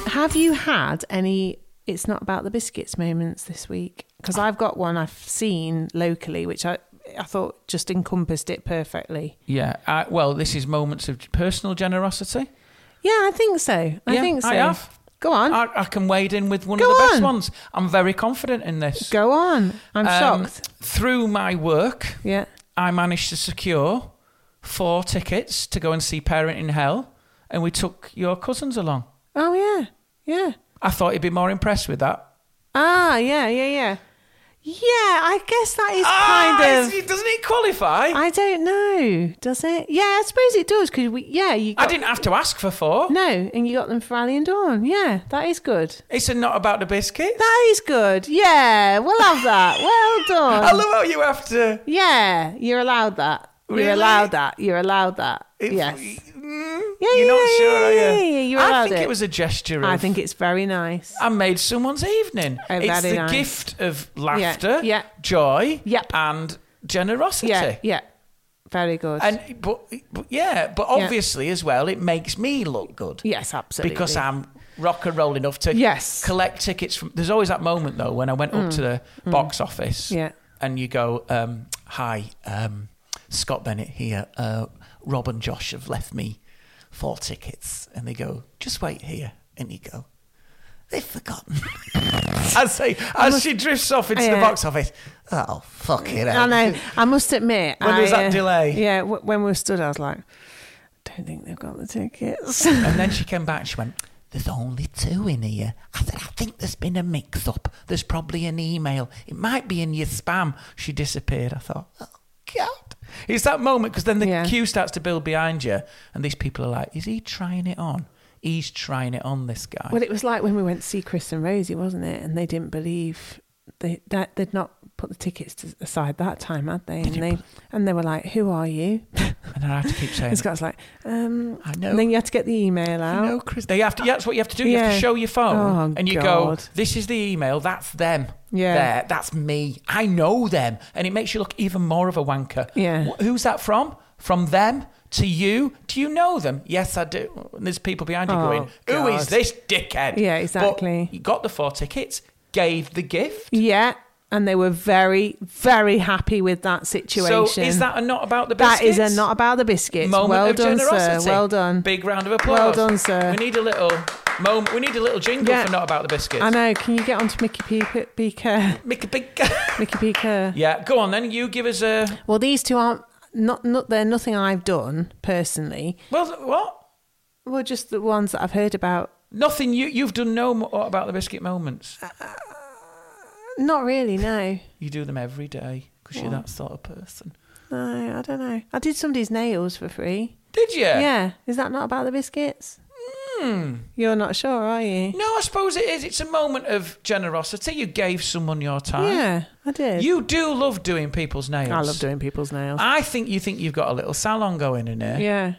S3: Have you had any? It's not about the biscuits moments this week because I've got one I've seen locally, which I I thought just encompassed it perfectly.
S5: Yeah. I, well, this is moments of personal generosity.
S3: Yeah, I think so. I
S5: Yeah,
S3: think so.
S5: I have.
S3: Go on.
S5: I, I can wade in with one
S3: Go
S5: of the best
S3: on.
S5: ones. I'm very confident in this.
S3: Go on. I'm
S5: Um,
S3: shocked.
S5: Through my work,
S3: Yeah.
S5: I managed to secure four tickets to go and see Parent in Hell, and we took your cousins along.
S3: Oh yeah. Yeah.
S5: I thought you'd be more impressed with that.
S3: Ah, yeah, yeah, yeah. Yeah, I guess that is
S5: Ah,
S3: kind of.
S5: is- doesn't it qualify? I,
S3: I don't know, does it? Yeah, I suppose it does because we. Yeah, you. Got,
S5: didn't have to ask for four.
S3: No, and you got them for Ali and Dawn. Yeah, that is good.
S5: It's a not about the biscuits.
S3: That is good. Yeah, we'll have that. Well done.
S5: I love how you have to.
S3: yeah, you're allowed that.
S5: Really?
S3: You're allowed that. You're allowed that.
S5: if-
S3: yes.
S5: Mm,
S3: Yeah,
S5: you're
S3: yeah,
S5: not
S3: yeah,
S5: sure, are you?
S3: yeah, yeah, you
S5: I
S3: allowed
S5: think
S3: it.
S5: it. was a gesture. Of,
S3: I think it's very nice.
S5: I made someone's evening.
S3: Oh,
S5: it's
S3: very
S5: the
S3: nice.
S5: gift of laughter,
S3: yeah.
S5: joy,
S3: Yep.
S5: and generosity.
S3: Yeah, yeah. Very good.
S5: And but, but yeah, but obviously as well, it makes me look good
S3: yes, absolutely.
S5: because I'm rock and roll enough to
S3: Yes. Mm.
S5: collect tickets from. There's always that moment though when I went up to the box office,
S3: Yeah.
S5: and you go, um, "Hi, um, Scott Bennett here. Uh, Rob and Josh have left me four tickets," and they go, "Just wait here," and you go. They've forgotten. As, they, as she drifts off into the
S3: Yeah.
S5: box office, oh, fuck it.
S3: uh, I know. I must admit.
S5: When there was
S3: I, uh,
S5: that delay.
S3: Yeah, w- when we were stood, I was like, don't think they've got the tickets.
S5: And then she came back. She went, "There's only two in here." I said, "I think there's been a mix-up. There's probably an email. It might be in your spam." She disappeared. I thought, "Oh God!" It's that moment because then the
S3: Yeah.
S5: queue starts to build behind you, and these people are like, "Is he trying it on? He's trying it on this guy.
S3: Well, it was like when we went to see Chris and Rosie, wasn't it? And they didn't believe they that they'd not put the tickets to- aside that time, had they? And they and they were like, "Who are you?"
S5: and I have to keep saying,
S3: This guy's like, um,
S5: I know.
S3: and then you had to get the email out.
S5: No, Chris. They have to. That's what you have to do. You have to
S3: Oh. Yeah.
S5: show your phone,
S3: Oh,
S5: and you
S3: God.
S5: go. This is the email. That's them.
S3: Yeah.
S5: There. That's me. I know them, and it makes you look even more of a wanker.
S3: Yeah.
S5: Wh- Who's that from? From them to you? Do you know them? Yes, I do. And there's people behind you
S3: Oh,
S5: going, "Who is
S3: God.
S5: this dickhead?"
S3: Yeah,
S5: But
S3: exactly.
S5: you got the four tickets. Gave the gift.
S3: Yeah, and they were very, very happy with that situation.
S5: So is that a not about the biscuits?
S3: that is a not about the biscuits.
S5: moment
S3: well
S5: of
S3: done,
S5: generosity.
S3: sir. Well done.
S5: Big round of applause.
S3: Well done, sir.
S5: We need a little moment. We need a little jingle
S3: Yeah.
S5: for not about the biscuits.
S3: I know. Can you get onto Mickey Pe- Beaker?
S5: Make a big.
S3: Mickey Beaker.
S5: yeah, go on then. You give us a.
S3: Well, these two aren't. Not, not they're nothing I've done personally.
S5: Well, what?
S3: Well, just the ones that I've heard about.
S5: Nothing. You you've done no more about the biscuit moments.
S3: Uh, Not really. No,
S5: You do them every day because you're that sort of person.
S3: no, I don't know. I did somebody's nails for free.
S5: Did you?
S3: Yeah, is that not about the biscuits?
S5: Hmm.
S3: You're not sure, are you?
S5: No, I suppose it is. It's a moment of generosity. You gave someone your time.
S3: Yeah, I did.
S5: You do love doing people's nails.
S3: I love doing people's nails.
S5: I think you think you've got a little salon going in here.
S3: yeah.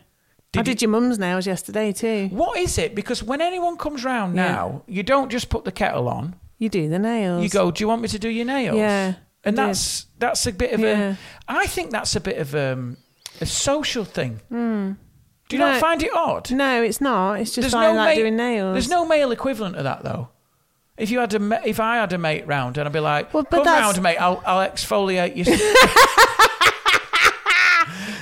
S5: Did
S3: I did your mum's nails yesterday too.
S5: What is it? Because when anyone comes round
S3: Yeah.
S5: now, you don't just put the kettle on.
S3: You do the nails.
S5: You go, "Do you want me to do your nails?"
S3: Yeah,
S5: and
S3: I
S5: that's that's a bit of
S3: Yeah.
S5: a. I think that's a bit of um, a social thing. Do you not
S3: Hmm. No.
S5: find it odd?
S3: No, it's not. It's just I like
S5: ma-
S3: doing nails.
S5: There's no male equivalent of that though. If you had a, ma- if I had a mate round and I'd be like,
S3: Well, but
S5: "Come
S3: that's-
S5: round, mate. I'll, I'll exfoliate you."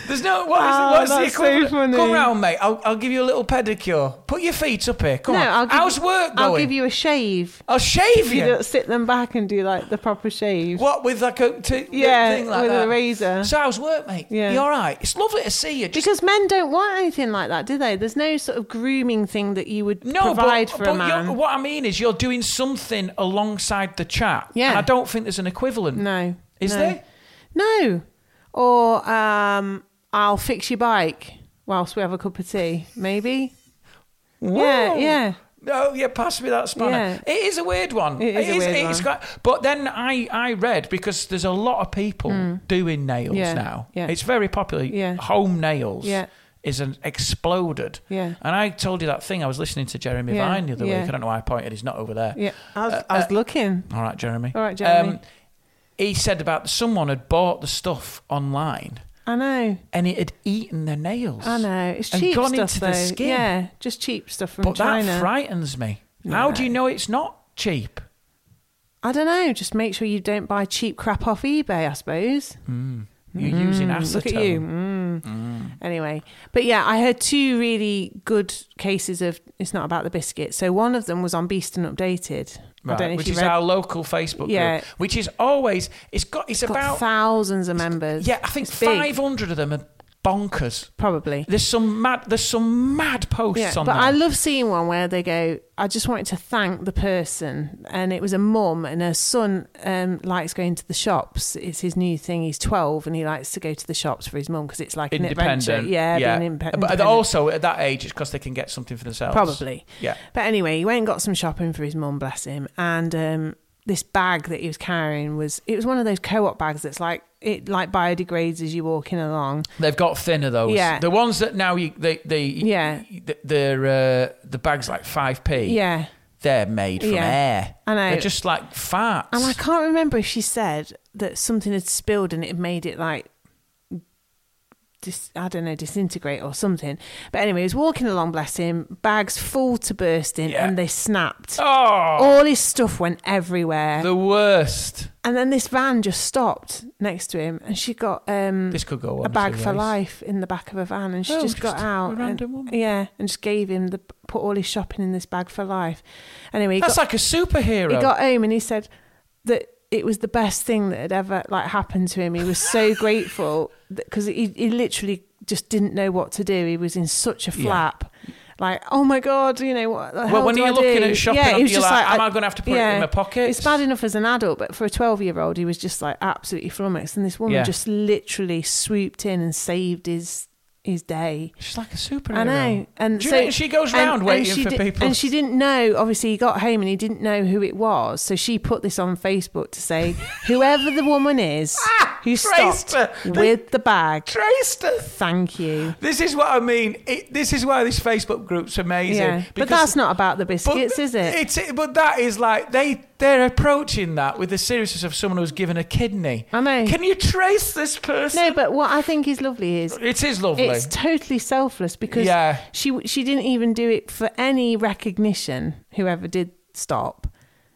S5: There's no what is,
S3: Oh,
S5: what's the
S3: that's so
S5: equivalent?
S3: funny.
S5: Come round, mate. I'll, I'll give you a little pedicure. Put your feet up here. Come
S3: No,
S5: on.
S3: I'll give
S5: How's
S3: you,
S5: work going?
S3: I'll give you a shave.
S5: I'll shave
S3: You
S5: you.
S3: don't sit them back and do like the proper shave.
S5: What with like a t-
S3: Yeah,
S5: thing like
S3: with a
S5: that?
S3: razor.
S5: So how's work, mate?
S3: Yeah.
S5: you all right? It's lovely to see you. Just
S3: Because men don't want anything like that, do they? There's no sort of grooming thing that you would
S5: no,
S3: provide
S5: but,
S3: for
S5: but
S3: a man.
S5: You're, what I mean is you're doing something alongside the chat.
S3: Yeah.
S5: and I don't think there's an equivalent.
S3: No.
S5: Is
S3: no.
S5: there?
S3: No. Or um, I'll fix your bike whilst we have a cup of tea, maybe. Yeah,
S5: Whoa.
S3: yeah.
S5: Oh yeah, pass me that spanner. It is a weird one.
S3: It is a weird
S5: it's
S3: one.
S5: quite- but then I, I read because there's a lot of people doing nails
S3: Mm. Yeah,
S5: now.
S3: yeah.
S5: It's very popular.
S3: Yeah.
S5: Home nails
S3: Yeah.
S5: is an exploded.
S3: Yeah.
S5: And I told you that thing. I was listening to Jeremy
S3: Yeah,
S5: Vine the other
S3: yeah.
S5: week. I don't know why I pointed. He's not over there.
S3: Yeah. I
S5: uh,
S3: was, I was looking.
S5: All right, Jeremy.
S3: All right, Jeremy.
S5: um, he said about someone had bought the stuff online
S3: I know.
S5: and it had eaten their nails.
S3: I know. It's
S5: and
S3: cheap
S5: gone
S3: stuff
S5: into
S3: though.
S5: the skin.
S3: Yeah, just cheap stuff from
S5: But
S3: China.
S5: that frightens me. How do you know it's not cheap?
S3: I don't know. Just make sure you don't buy cheap crap off eBay, I suppose.
S5: You're using acetone.
S3: Mm-hmm. Look at you. Mm. Anyway, but yeah, I heard two really good cases of it's not about the biscuit. So one of them was on Beast and Updated. I
S5: Right,
S3: don't know if
S5: which
S3: you
S5: is
S3: read.
S5: our local Facebook
S3: Yeah.
S5: group, which is always it's got it's
S3: Got
S5: about
S3: thousands of members.
S5: yeah I think
S3: It's big,
S5: five hundred of them are bonkers.
S3: probably.
S5: There's some mad there's some mad posts
S3: Yeah,
S5: on
S3: but
S5: there.
S3: I love seeing one where they go. I just wanted to thank the person, and it was a mum and her son um, likes going to the shops. It's his new thing. He's twelve and he likes to go to the shops for his mum because it's like an adventure.
S5: independent,
S3: Yeah, being impe-
S5: But
S3: independent.
S5: also at that age, it's because they can get something for themselves.
S3: Probably.
S5: Yeah.
S3: But anyway, he went and got some shopping for his mum, bless him. And um, this bag that he was carrying was it was one of those co-op bags that's like it like biodegrades as you're walking along.
S5: They've got thinner those.
S3: Yeah.
S5: The ones that now you they they
S3: Yeah.
S5: th- they're uh, the bags like five p.
S3: Yeah.
S5: They're made from
S3: Yeah.
S5: air.
S3: I know.
S5: They're just like farts.
S3: And I can't remember if she said that something had spilled and it had made it like dis, I don't know, disintegrate or something. But anyway, he was walking along, bless him, bags full to bursting
S5: Yeah.
S3: and they snapped.
S5: oh,
S3: All his stuff went everywhere.
S5: the worst.
S3: and then this van just stopped next to him and she got um
S5: This could go on
S3: a bag
S5: to
S3: for
S5: race.
S3: life in the back of a van, and she
S5: Oh,
S3: just, got
S5: just a
S3: out. and-
S5: random woman.
S3: Yeah, and just gave him the put all his shopping in this bag for life. Anyway, he
S5: That's
S3: got,
S5: like a superhero.
S3: he got home and he said that it was the best thing that had ever like happened to him. He was so grateful because he he literally just didn't know what to do. He was in such a flap. Like, oh my god, you know what? The hell
S5: when
S3: do
S5: you're
S3: I
S5: looking
S3: do?
S5: at shopping,
S3: yeah, he was
S5: you're
S3: just
S5: like,
S3: like,
S5: am
S3: I-
S5: I gonna have to put it in my pockets?
S3: It's bad enough as an adult, but for a 12 year old, he was just like absolutely flummoxed. And this woman
S5: Yeah.
S3: just literally swooped in and saved his his day.
S5: She's like a superhero.
S3: I know, and
S5: Do you
S3: so
S5: know she goes round waiting
S3: she
S5: for
S3: di-
S5: people.
S3: And she didn't know. Obviously, he got home and he didn't know who it was. So she put this on Facebook to say, whoever the woman is who
S5: traced
S3: stopped
S5: her. They-
S3: with the bag,
S5: traced her.
S3: thank you.
S5: This is what I mean. It, this is why this Facebook group's amazing.
S3: Yeah, but
S5: because-
S3: that's not about the
S5: but
S3: biscuits, is it?
S5: It's, but that is like they they're approaching that with the seriousness of someone who's given a kidney.
S3: I know.
S5: Can you trace this person?
S3: No, but what I think is lovely is
S5: It is lovely.
S3: it's totally selfless because
S5: Yeah.
S3: she she didn't even do it for any recognition. Whoever did stop,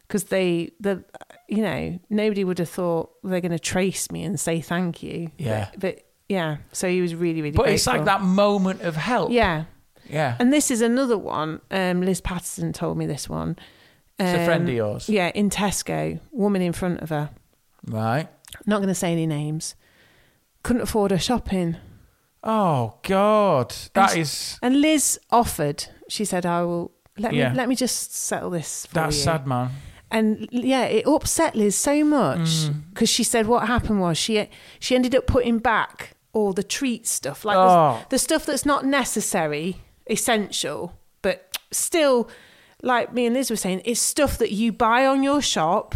S3: because they the you know nobody would have thought they're going to trace me and say thank you.
S5: Yeah.
S3: but, but, yeah. So he was really really.
S5: but it's like
S3: grateful.
S5: that moment of help.
S3: Yeah,
S5: Yeah.
S3: and this is another one. Um, Liz Patterson told me this one.
S5: It's a friend
S3: Um,
S5: of yours.
S3: Yeah, in Tesco, woman in front of her.
S5: Right.
S3: Not going to say any names. Couldn't afford her shopping.
S5: Oh God. That is
S3: And Liz offered. She said, "I will let
S5: Yeah.
S3: me let me just settle this for
S5: that's
S3: you."
S5: sad, man.
S3: And yeah, it upset Liz so much
S5: Mm.
S3: because she said what happened was she she ended up putting back all the treat stuff, like the-
S5: Oh.
S3: the, stuff that's not necessary, essential, but still, like me and Liz were saying, it's stuff that you buy on your shop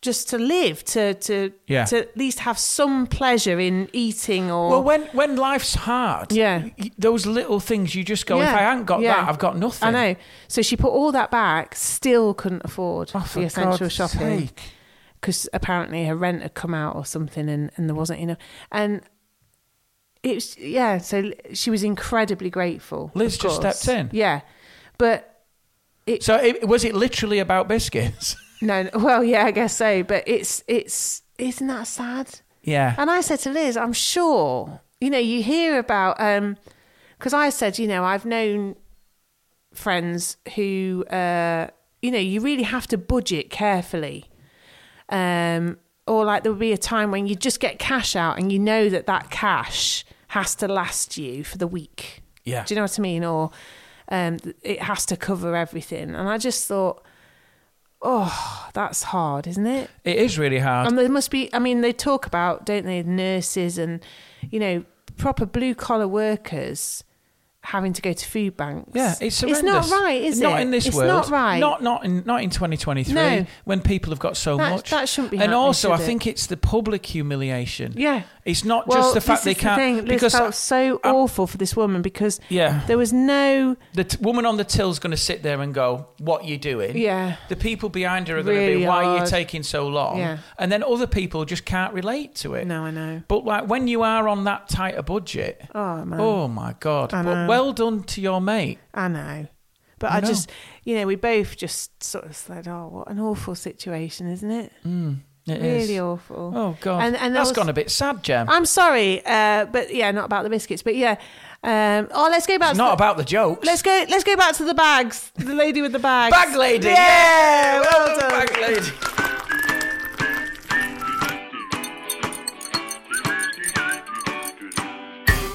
S3: just to live, to to
S5: Yeah.
S3: to at least have some pleasure in eating or
S5: Well, when when life's hard,
S3: Yeah.
S5: y- those little things you just go. If
S3: Yeah,
S5: I haven't got
S3: yeah.
S5: that, I've got nothing.
S3: I know. So she put all that back, still couldn't afford
S5: Oh, for
S3: the essential
S5: God's
S3: shopping
S5: sake.
S3: because apparently her rent had come out or something, and, and there wasn't enough. And it was yeah. So she was incredibly grateful.
S5: Liz
S3: of
S5: just
S3: course.
S5: stepped in.
S3: Yeah, but
S5: So it, was it literally about biscuits?
S3: no. no- Well, yeah, I guess so. But it's it's isn't that sad?
S5: Yeah.
S3: And I said to Liz, I'm sure, you know, you hear about, because I said, you know, I've known friends who, uh, you know, you really have to budget carefully. Um, or like there will be a time when you just get cash out and you know that that cash has to last you for the week.
S5: Yeah.
S3: Do you know what I mean? Or um, th- it has to cover everything. And I just thought, oh, that's hard, isn't it?
S5: It is really hard.
S3: And there must be, I mean, they talk about, don't they, nurses and, you know, proper blue collar workers having to go to food banks.
S5: yeah, it's horrendous.
S3: It's not right, is
S5: not
S3: it?
S5: in this
S3: it's
S5: world.
S3: not right.
S5: Not not in not in 2023
S3: No.
S5: when people have got so
S3: That-
S5: much.
S3: that shouldn't be
S5: And
S3: happening,
S5: also,
S3: should
S5: I
S3: it?
S5: think it's the public humiliation.
S3: Yeah.
S5: It's not
S3: well,
S5: just the fact
S3: this
S5: they
S3: is
S5: can't
S3: The thing. Liz
S5: because
S3: felt so
S5: I-
S3: awful for this woman because
S5: Yeah.
S3: there was no.
S5: the t- woman on the till's going to sit there and go, "What you doing?"
S3: Yeah.
S5: The people behind her are going to
S3: Really
S5: be, "Why are you
S3: hard.
S5: taking so long?"
S3: Yeah.
S5: And then other people just can't relate to it.
S3: No, I know.
S5: But like when you are on that tight a budget,
S3: Oh, man.
S5: oh my god!
S3: I
S5: But
S3: know.
S5: well done to your mate.
S3: I know. But I,
S5: I know.
S3: just, you know, we both just sort of said, oh, what an awful situation, isn't it?
S5: It is.
S3: really awful.
S5: Oh god,
S3: And, and there
S5: that's
S3: was-
S5: gone a bit sad, Jem.
S3: I'm sorry, uh, but yeah, not about the biscuits. But yeah, um, oh, let's go back.
S5: it's
S3: to
S5: not
S3: the,
S5: about the jokes.
S3: Let's go. Let's go back to the bags. The lady with the bags.
S5: bag lady. Yeah, well, done, bag lady.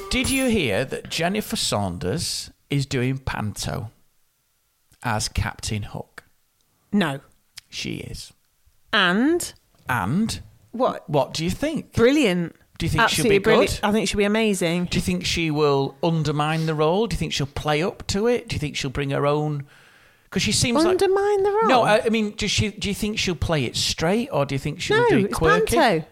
S5: Did you hear that Jennifer Saunders is doing panto as Captain Hook?
S3: No.
S5: She is.
S3: And
S5: And
S3: what?
S5: what do you think?
S3: Brilliant.
S5: Do you think
S3: Absolutely
S5: she'll be
S3: brilliant.
S5: good?
S3: I think she'll be amazing.
S5: Do you think she will undermine the role? Do you think she'll play up to it? Do you think she'll bring her own? Because she seems like
S3: Undermine the role.
S5: no. uh, I, I mean, does she? Do you think she'll play it straight, or do you think she'll
S3: no,
S5: do it
S3: it's
S5: quirky? Mm.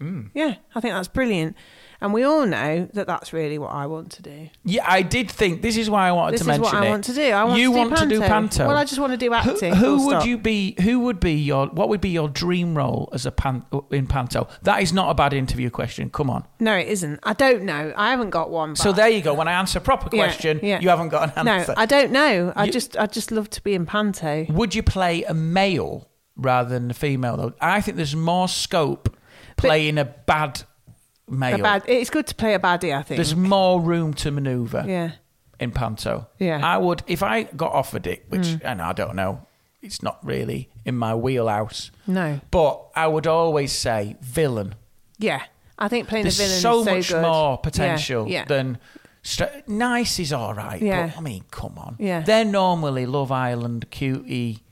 S3: panto. Yeah, I think that's brilliant. And we all know that that's really what I want to do.
S5: Yeah, I did think this is why I wanted
S3: This
S5: to
S3: is
S5: mention
S3: what I
S5: it.
S3: want to do. I want
S5: you
S3: to do
S5: want to do
S3: panto.
S5: panto.
S3: Well, I just want to do
S5: Who-
S3: acting,
S5: Who,
S3: full
S5: would
S3: stop.
S5: you be? Who would be your? What would be your dream role as a pan, in panto? That is not a bad interview question. Come on.
S3: No, it isn't. I don't know. I haven't got one.
S5: So
S3: but-
S5: there you go. When I answer a proper
S3: Yeah,
S5: question,
S3: yeah.
S5: you haven't got an answer.
S3: No, I don't know. I
S5: You-
S3: just, I just love to be in panto.
S5: would you play a male rather than a female though? I think there's more scope playing a bad male.
S3: A bad. It's good to play a baddie. I think.
S5: there's more room to maneuver
S3: Yeah.
S5: in panto.
S3: Yeah. Mm.
S5: I would if I got offered it, which and I don't know, it's not really in my wheelhouse.
S3: No.
S5: But I would always say villain.
S3: Yeah, I think playing
S5: There's
S3: the villain
S5: so
S3: is so
S5: much
S3: good.
S5: more potential
S3: Yeah, yeah.
S5: than stra- nice is all right.
S3: Yeah.
S5: But I mean, come on.
S3: Yeah.
S5: They're normally Love Island cutie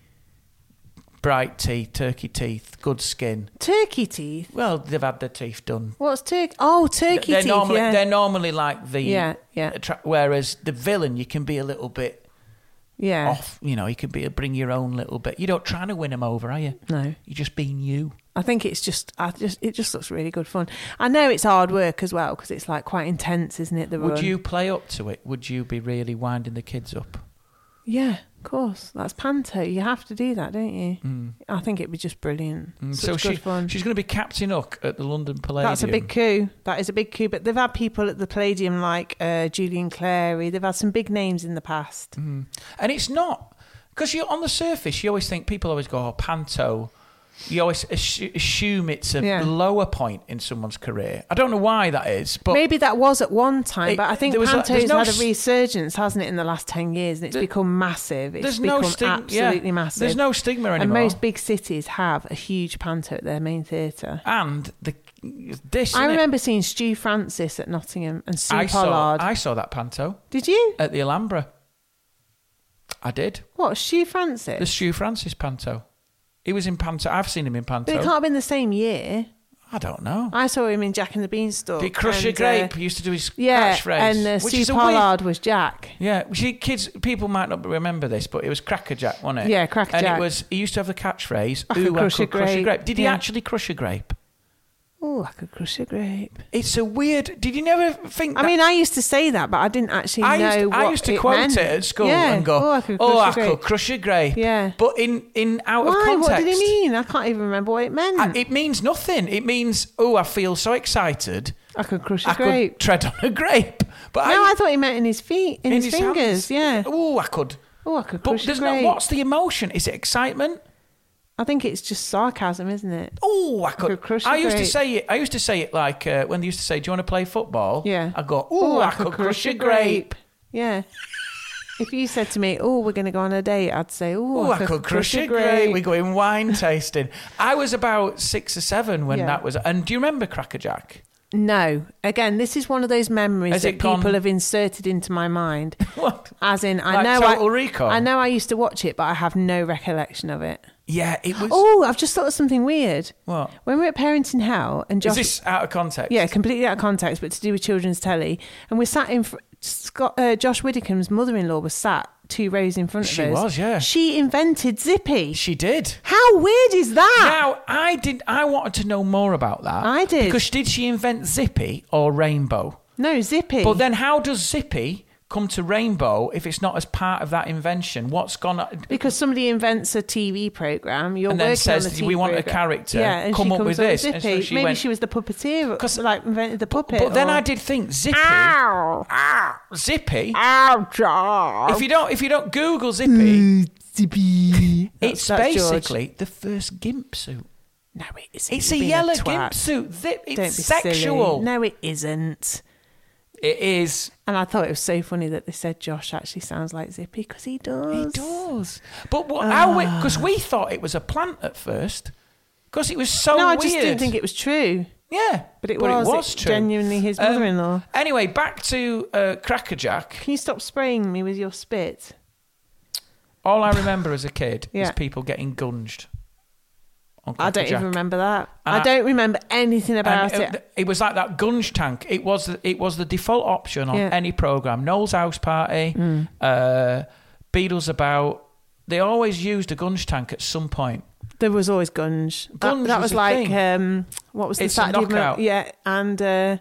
S5: bright teeth, turkey teeth, good skin.
S3: Turkey teeth.
S5: Well, they've had their teeth done.
S3: What's turkey? Oh, turkey
S5: they're
S3: teeth.
S5: normally
S3: yeah.
S5: they're normally like the
S3: Yeah, yeah.
S5: attra- whereas the villain you can be a little bit
S3: yeah.
S5: off. You know, you can be bring your own little bit. You're not trying to win him over, are you?
S3: No.
S5: You're just being you.
S3: I think it's just, I just, it just looks really good fun. I know it's hard work as well because it's like quite intense, isn't it? The
S5: Would
S3: run?
S5: you play up to it? Would you be really winding the kids up?
S3: Yeah, of course. That's panto. You have to do that, don't you? I think it'd be just brilliant. Such
S5: Mm. so
S3: good
S5: she,
S3: fun.
S5: she's going to be Captain Hook at the London Palladium.
S3: That's a big coup. That is a big coup. But they've had people at the Palladium like uh, Julian Clary. They've had some big names in the past.
S5: Mm. And it's not because you on the surface you always think people always go oh, panto. You always assu- assume it's a
S3: Yeah.
S5: lower point in someone's career. I don't know why that is, but
S3: Maybe that was at one time,
S5: It-
S3: but I think
S5: there was a-
S3: Panto's
S5: there's no
S3: had
S5: s-
S3: a resurgence, hasn't it, in the last 10 years? And it's
S5: There-
S3: become massive. It's
S5: there's no
S3: become
S5: stigma. yeah.
S3: absolutely massive.
S5: There's no stigma
S3: And
S5: anymore. And,
S3: most big cities have a huge Panto at their main theatre.
S5: the this
S3: I
S5: innit?
S3: remember seeing Stu Francis at Nottingham and Sue
S5: I saw
S3: Pollard.
S5: I saw that panto
S3: Did you?
S5: at the Alhambra. I did
S3: What, Stu Francis?
S5: the Stu Francis panto. He was in panto. I've seen him in panto.
S3: But it can't have been the same year.
S5: I don't know.
S3: I saw him in Jack and the Beanstalk.
S5: Did Crusher
S3: and, uh,
S5: Grape used to do his
S3: yeah,
S5: catchphrase?
S3: and uh,
S5: which
S3: Sue
S5: is a weird-
S3: Pollard was Jack.
S5: Yeah, see, kids, people might not remember this, but it was Cracker Jack, wasn't it?
S3: Yeah, Cracker
S5: And
S3: Jack.
S5: it was he used to have the catchphrase,
S3: I could
S5: "Ooh, I
S3: crush a
S5: could crush a
S3: grape."
S5: grape." Did he
S3: Yeah.
S5: actually crush a grape?
S3: Oh, I could crush a grape.
S5: It's a weird. Did you never think?
S3: I
S5: that-
S3: mean, I used to say that, but I didn't actually
S5: I
S3: know
S5: used,
S3: what
S5: I used to
S3: it
S5: quote
S3: meant.
S5: it at school
S3: Yeah.
S5: and go,
S3: "Oh, I could crush a grape."
S5: crush a grape."
S3: Yeah.
S5: but in in out of
S3: Why?
S5: context,
S3: What did he mean? I can't even remember what it meant.
S5: I- e- it means nothing. It means, "Oh, I feel so excited,
S3: I could crush a
S5: I
S3: grape.
S5: could tread on a grape." But
S3: no,
S5: I, e-
S3: I thought he meant in his feet, in,
S5: in
S3: his, fingers.
S5: hands,
S3: Yeah.
S5: Oh, I could.
S3: Oh, I could
S5: But
S3: crush a
S5: there's no.
S3: grape.
S5: What's the emotion? Is it excitement?
S3: I think it's just sarcasm, isn't it?
S5: Oh, I could.
S3: could crush
S5: I
S3: a
S5: used to
S3: grape.
S5: say it. I used to say it like uh, when they used to say, "Do you want to play football?"
S3: Yeah.
S5: I go, "Oh, I, could, crush, a grape."
S3: Yeah. if you said to me, "Oh, we're going to go on a date," I'd say, "Oh,
S5: Oh, I could crush, a grape. We're going wine tasting. I was about six or seven when
S3: Yeah.
S5: that was. And do you remember Cracker Jack?
S3: No. Again, this is one of those memories
S5: Has
S3: that
S5: it gone-
S3: people have inserted into my mind.
S5: What?
S3: As in, I
S5: Like
S3: know
S5: Total
S3: I,
S5: Recall?
S3: I know I used to watch it, but I have no recollection of it.
S5: Yeah, it was.
S3: Oh, I've just thought of something weird.
S5: What?
S3: When we were at Parenting Hell and
S5: Is
S3: Josh,
S5: this out of context?
S3: yeah, completely out of context, but to do with children's telly, and we sat in. Fr- Scott, uh, Josh Widdicombe's mother-in-law was sat two rows in front of
S5: She
S3: us.
S5: was, yeah.
S3: She invented Zippy.
S5: she did.
S3: How weird is that?
S5: Now I did. I wanted to know more about that.
S3: Ah. I did.
S5: because did she invent Zippy or Rainbow?
S3: no Zippy.
S5: But then, how does Zippy come to Rainbow if it's not as part of that invention? What's gone?
S3: because somebody invents a TV program, you're
S5: And then
S3: working
S5: says,
S3: on the TV
S5: "We want a
S3: program."
S5: character,
S3: Yeah, and
S5: come
S3: she
S5: up
S3: comes
S5: with
S3: up
S5: this." And so
S3: Zippy.
S5: she
S3: Maybe
S5: went-
S3: she was the puppeteer,
S5: 'Cause-
S3: like invented the puppet.
S5: But then
S3: or-
S5: I did think Zippy.
S3: Ow!
S5: Ah, Zippy.
S3: Ow, George.
S5: If you don't, if you don't Google Zippy, it's
S3: Mm, That's- that's George.
S5: basically the first gimp suit.
S3: No, it isn't.
S5: It's
S3: You're
S5: a
S3: being
S5: yellow
S3: twat.
S5: gimp suit. Zip. It's
S3: Don't be
S5: sexual.
S3: Silly. No, it isn't.
S5: It is.
S3: And I thought it was so funny that they said Josh actually sounds like Zippy because he does. Ah.
S5: It does. But what, how? Because we thought it was a plant at first. Because it was so
S3: No, I
S5: weird.
S3: just didn't think it was true.
S5: Yeah,
S3: But it was. It's
S5: true.
S3: genuinely his
S5: Um,
S3: mother-in-law.
S5: anyway, back to uh, Cracker Jack.
S3: Can you stop spraying me with your spit?
S5: All I remember as a kid
S3: Yeah.
S5: is people getting gunged. On
S3: I don't
S5: Cracker Jack.
S3: even remember that.
S5: And
S3: I,
S5: I-
S3: don't remember anything
S5: And
S3: about it.
S5: it, it was like that gunge tank. It was the- it was the default option on
S3: Yeah. Mm.
S5: any program. Noel's house party, uh, Beatles about. They always used a gunge tank at some point.
S3: There was always Gunge. That,
S5: Gunge
S3: that
S5: was
S3: was
S5: a
S3: like
S5: thing.
S3: um, what was the
S5: It's a
S3: Saturday
S5: knockout.
S3: yeah, and uh,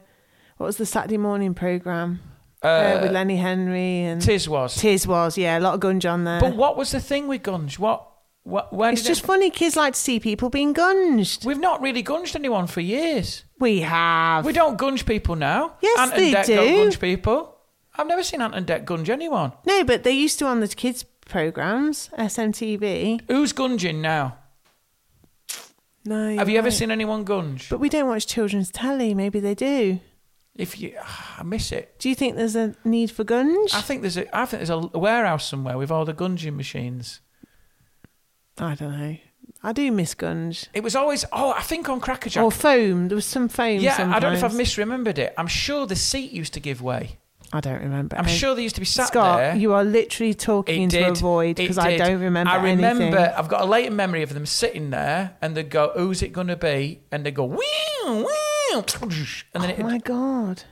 S3: what was the Saturday morning program uh, with Lenny Henry and
S5: Tiz was.
S3: Tiz was yeah, a lot of Gunge on there.
S5: But what was the thing with gunge? What? What? Where
S3: it's
S5: did
S3: just
S5: it,
S3: funny. Kids like to see people being gunged.
S5: We've not really gunged anyone for years.
S3: We have.
S5: We don't gunge people now.
S3: Yes,
S5: Ant
S3: they
S5: and Dec
S3: do.
S5: don't gunge people. I've never seen Ant and Dec gunge anyone.
S3: no, but they used to on the kids programs, SMTV.
S5: Who's gunging now?
S3: No,
S5: Have you ever seen anyone gunge?
S3: But we don't watch children's telly. Maybe they do.
S5: if you, ah, I miss it.
S3: Do you think there's a need for Gunge?
S5: I think there's a, I think there's a warehouse somewhere with all the gunging machines.
S3: I don't know. I do miss Gunge.
S5: It was always, oh, I think on Cracker Jack.
S3: Or foam. There was some foam.
S5: yeah, I don't know if
S3: sometimes.
S5: I've misremembered it. I'm sure the seat used to give way.
S3: I don't remember.
S5: I'm
S3: any-
S5: sure they used to be sat
S3: Scott,
S5: there.
S3: you are literally talking
S5: It
S3: into
S5: did.
S3: a void
S5: It
S3: because I
S5: did.
S3: don't remember.
S5: I remember.
S3: Anything.
S5: I've got a latent memory of them sitting there, and they go, "Who's it going to be?" And they go, "Wee, wee," and then
S3: Oh
S5: it
S3: my god!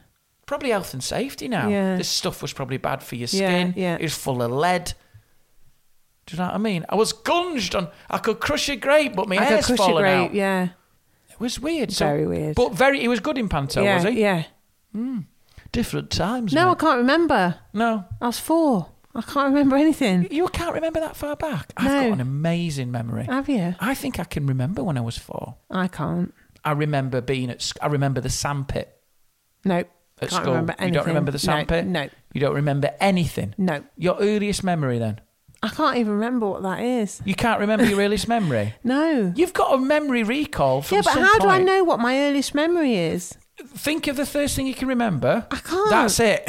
S5: probably health and safety now.
S3: Yeah.
S5: This stuff was probably bad for your
S3: Yeah,
S5: skin.
S3: yeah.
S5: It was full of lead. Do you know what I mean? I was gunged on. I could crush a grape, but my
S3: I got
S5: hair's
S3: crush a
S5: falling
S3: grape.
S5: out.
S3: Yeah,
S5: It was weird. So,
S3: Very weird.
S5: But very. He was good in Panto,
S3: yeah,
S5: was he?
S3: yeah.
S5: Different times.
S3: No, I
S5: mate.
S3: can't remember.
S5: no.
S3: I was four. I can't remember anything.
S5: You can't remember that far back. I've
S3: No.
S5: got an amazing memory.
S3: Have you?
S5: I think I can remember when I was four.
S3: I can't.
S5: I remember being at. sc- I remember the sandpit
S3: Nope.
S5: at
S3: can't
S5: school.
S3: remember anything.
S5: You don't remember the sandpit.
S3: No, no,
S5: You don't remember anything.
S3: no.
S5: Your earliest memory, then.
S3: I can't even remember what that is.
S5: You can't remember your earliest memory.
S3: No.
S5: You've got a memory recall from
S3: yeah, but
S5: some
S3: how do I
S5: point.
S3: know what my earliest memory is?
S5: Think of the first thing you can remember. I
S3: can't.
S5: That's it.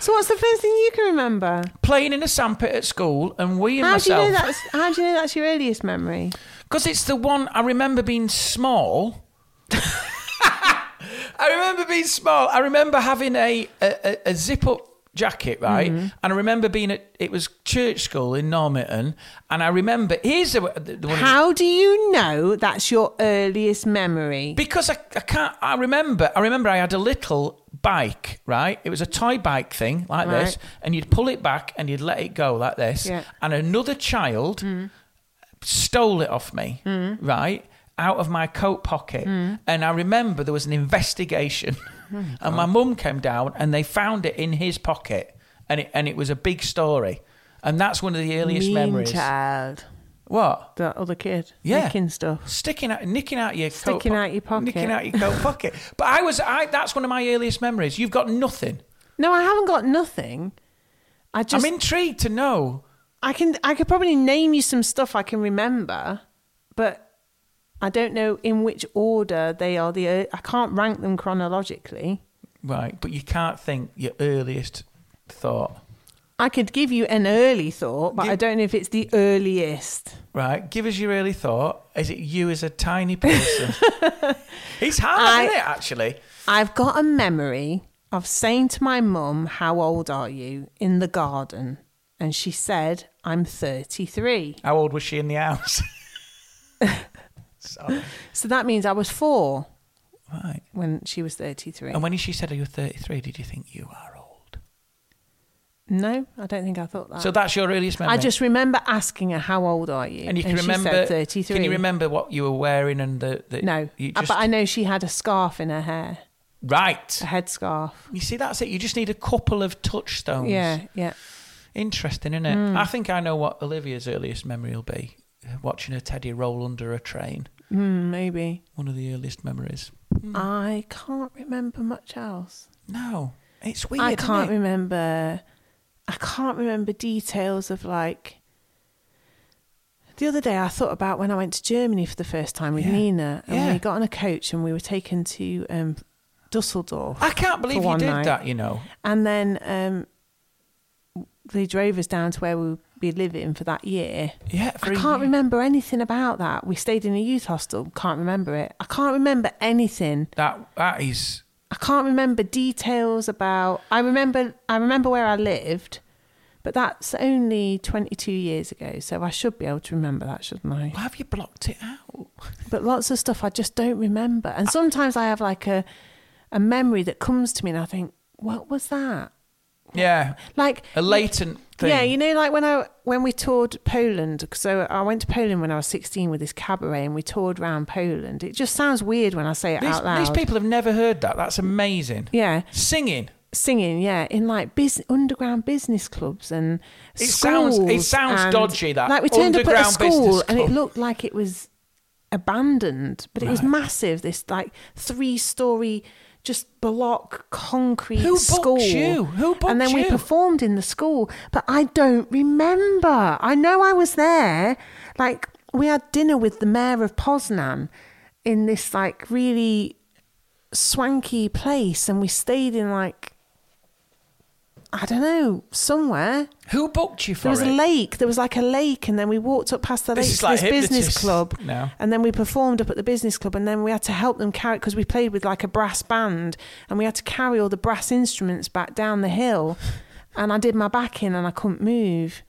S3: So what's the first thing you can remember?
S5: Playing in a sandpit at school and we and
S3: How do you know
S5: myself.
S3: that's How do you know that's your earliest memory?
S5: Because it's the one I remember being small. I remember being small. I remember having a a, a, a zip up jacket, right? And I remember being at it was church school in Normanton, and I remember here's the, the, the one
S3: How do you know that's your earliest memory?
S5: because I, I can't I remember I remember I had a little bike right it was a toy bike thing like this
S3: Right.
S5: and you'd pull it back and you'd let it go like this
S3: Yeah. Mm.
S5: and another child stole it off me right out of my coat pocket
S3: Mm.
S5: and I remember there was an investigation
S3: Oh
S5: and my mum came down and they found it in his pocket and it, and it was a big story and that's one of the earliest
S3: mean
S5: memories
S3: child.
S5: what
S3: That other kid.
S5: yeah.
S3: Nicking stuff.
S5: Sticking out, nicking out your coat
S3: Sticking
S5: po-
S3: out your pocket.
S5: nicking out your coat pocket. But I was, I that's one of my earliest memories. You've got nothing.
S3: No, I haven't got nothing. I just, I,
S5: I'm intrigued to know.
S3: can, I could probably name you some stuff I can remember, but I don't know in which order they are. The ear- I can't rank them chronologically.
S5: Right, but you can't think your earliest thought.
S3: I could give you an early thought, but I
S5: Give-
S3: don't know if it's the earliest.
S5: Right, give us your early thought. Is it you as a tiny person? it's hard,
S3: I-
S5: isn't it? Actually,
S3: I've got a memory of saying to my mum, How old are you? in the garden. And she said, I'm 33.
S5: how old was she in the house? Sorry.
S3: So that means I was four
S5: Right,
S3: when she was 33.
S5: and when she said, "Are you 33?" Did you think you are old?
S3: No, I don't think I thought that.
S5: So that's your earliest memory.
S3: Uh, I just remember asking her, How old are you?
S5: And you can
S3: she
S5: remember.
S3: said 33.
S5: Can you remember what you were wearing and the? the
S3: No.
S5: You
S3: Uh,
S5: just,
S3: But I know she had a scarf in her hair,
S5: right.
S3: a headscarf.
S5: You see, that's it. You just need a couple of touchstones.
S3: Yeah, Mm. yeah.
S5: Interesting, isn't it? I think I know what Olivia's earliest memory will be: watching her teddy roll under a train.
S3: Mm, maybe.
S5: One of the earliest memories.
S3: I can't remember much else.
S5: No, it's weird.
S3: I can't
S5: Isn't it?
S3: remember. I can't remember details of like. The other day, I thought about when I went to Germany for the first time with
S5: Yeah.
S3: Nina, and
S5: Yeah.
S3: we got on a coach and we were taken to um, Dusseldorf,
S5: I can't believe you
S3: one
S5: did
S3: night.
S5: that. You know,
S3: and then um, they drove us down to where we would be living for that year.
S5: yeah.
S3: I
S5: for a
S3: can't
S5: year.
S3: remember anything about that. We stayed in a youth hostel. Can't remember it. I can't remember anything.
S5: that. That is
S3: I can't remember details about. I remember. I remember where I lived, but that's only twenty-two years ago. So I should be able to remember that, shouldn't I?
S5: why have you blocked it out?
S3: But lots of stuff I just don't remember, and sometimes I have like a a memory that comes to me, and I think, what was that?
S5: Yeah,
S3: Like
S5: a latent thing.
S3: Yeah, you know, like when I when we toured Poland. So I went to Poland when I was sixteen with this cabaret, and we toured around Poland. It just sounds weird when I say it
S5: these,
S3: out loud.
S5: these people have never heard that. That's amazing.
S3: yeah,
S5: Singing.
S3: singing, yeah, in like bus- underground business clubs and
S5: It sounds- it
S3: schools
S5: sounds
S3: and-
S5: dodgy, that.
S3: like we turned up at a
S5: Underground
S3: school
S5: business
S3: and it
S5: club.
S3: looked like it was abandoned, but it was massive. This like three story. Just block concrete
S5: Who booked
S3: school.
S5: you? Who booked
S3: And then we
S5: you?
S3: performed in the school, but I don't remember. I know I was there. Like we had dinner with the mayor of Poznan in this like really swanky place, and we stayed in like I don't know, somewhere.
S5: Who booked you for
S3: There was
S5: it?
S3: a lake. There was like a lake, and then we walked up past the
S5: This
S3: lake
S5: is
S3: to
S5: like
S3: this business
S5: hypnotist
S3: club.
S5: now.
S3: And then we performed up at the business club, and then we had to help them carry because we played with like a brass band, and we had to carry all the brass instruments back down the hill. And I did my back in, and I couldn't move.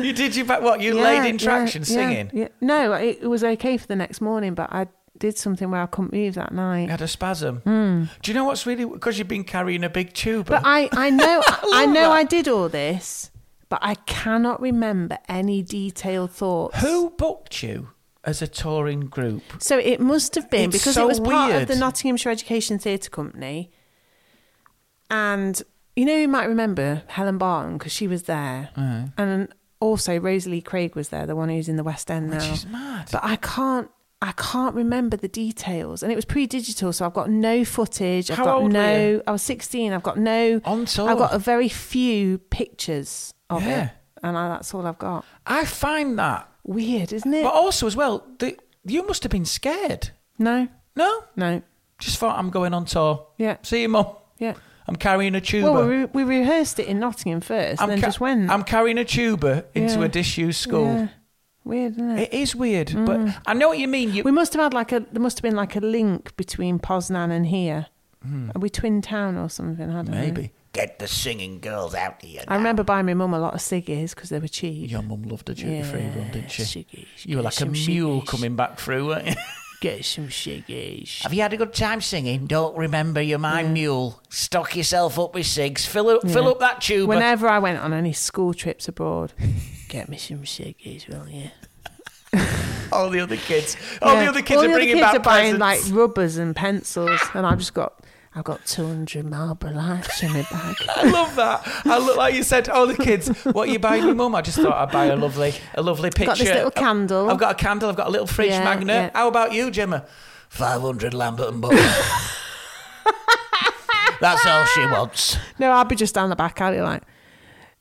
S5: you did you back what? You
S3: Yeah,
S5: laid in
S3: yeah,
S5: traction
S3: yeah,
S5: singing.
S3: yeah. No, it it was okay for the next morning, but I did something where I couldn't move that night.
S5: You had a spasm. Do you know what's really because you've been carrying a big tube?
S3: Hmm. But I, I know, I, know,
S5: that.
S3: I did all this, but I cannot remember any detailed thoughts.
S5: Who booked you as a touring group?
S3: So it must have been
S5: It's
S3: because
S5: so
S3: it was part of
S5: weird.
S3: the Nottinghamshire Education Theatre Company, and you know you might remember Helen Barton because she was there, and also Rosalie Craig was there, the one who's in the West End now.
S5: is mad.
S3: But I can't. I can't remember the details, and it was pre-digital, so I've got no footage. I've
S5: How
S3: got
S5: old were
S3: no.
S5: you? Oh,
S3: I was sixteen. I've got no.
S5: On tour.
S3: I've got a very few pictures of
S5: Yeah.
S3: it, and I, that's all I've got.
S5: I find that.
S3: Weird, isn't it?
S5: But also as well, the, you must have been scared.
S3: no,
S5: No?
S3: no.
S5: Just thought I'm going on tour.
S3: Yeah.
S5: See you, mum.
S3: Yeah.
S5: I'm carrying a tuba.
S3: Well, we, re- we rehearsed it in Nottingham 1st
S5: I'm
S3: and then
S5: ca-
S3: just went.
S5: I'm carrying a tuba into
S3: Yeah.
S5: a disused school.
S3: Yeah. Weird, isn't it?
S5: It is weird, but I know what you mean. You,
S3: We must have had like a there must have been like a link between Poznan and here. Are we twin town or something? I don't know.
S5: Hmm. maybe
S6: Get the singing girls out here.
S3: I remember buying my mum a lot of ciggies because they were cheap.
S5: your mum loved a duty free run, didn't she?
S3: shiggies,
S5: you were
S3: get
S5: like a
S3: some
S5: mule
S3: shiggies.
S5: coming back through, weren't you?
S3: Get some ciggies.
S5: Have you had a good time singing? Don't remember, you're my mule. Stock yourself up with cigs. Fill up, fill
S3: Yeah.
S5: up that tuba.
S3: Whenever I went on any school trips abroad, get me some ciggies, will you?
S5: all the other kids, all
S3: Yeah.
S5: the other kids
S3: All
S5: are
S3: the
S5: bringing
S3: kids
S5: back
S3: are buying like
S5: presents.
S3: rubbers and pencils, and I've just got I've got two hundred marble lights in my bag.
S5: I love that. I look like you said, all the kids. What are you buying me, mum? I just thought I'd buy a lovely, a lovely picture.
S3: got this little candle.
S5: I've got a candle. I've got a little fridge
S3: Yeah,
S5: magnet.
S3: yeah.
S5: How about you, Gemma? Five hundred Lambert and Buck. That's all she wants.
S3: No, I'll be just down the back alley like,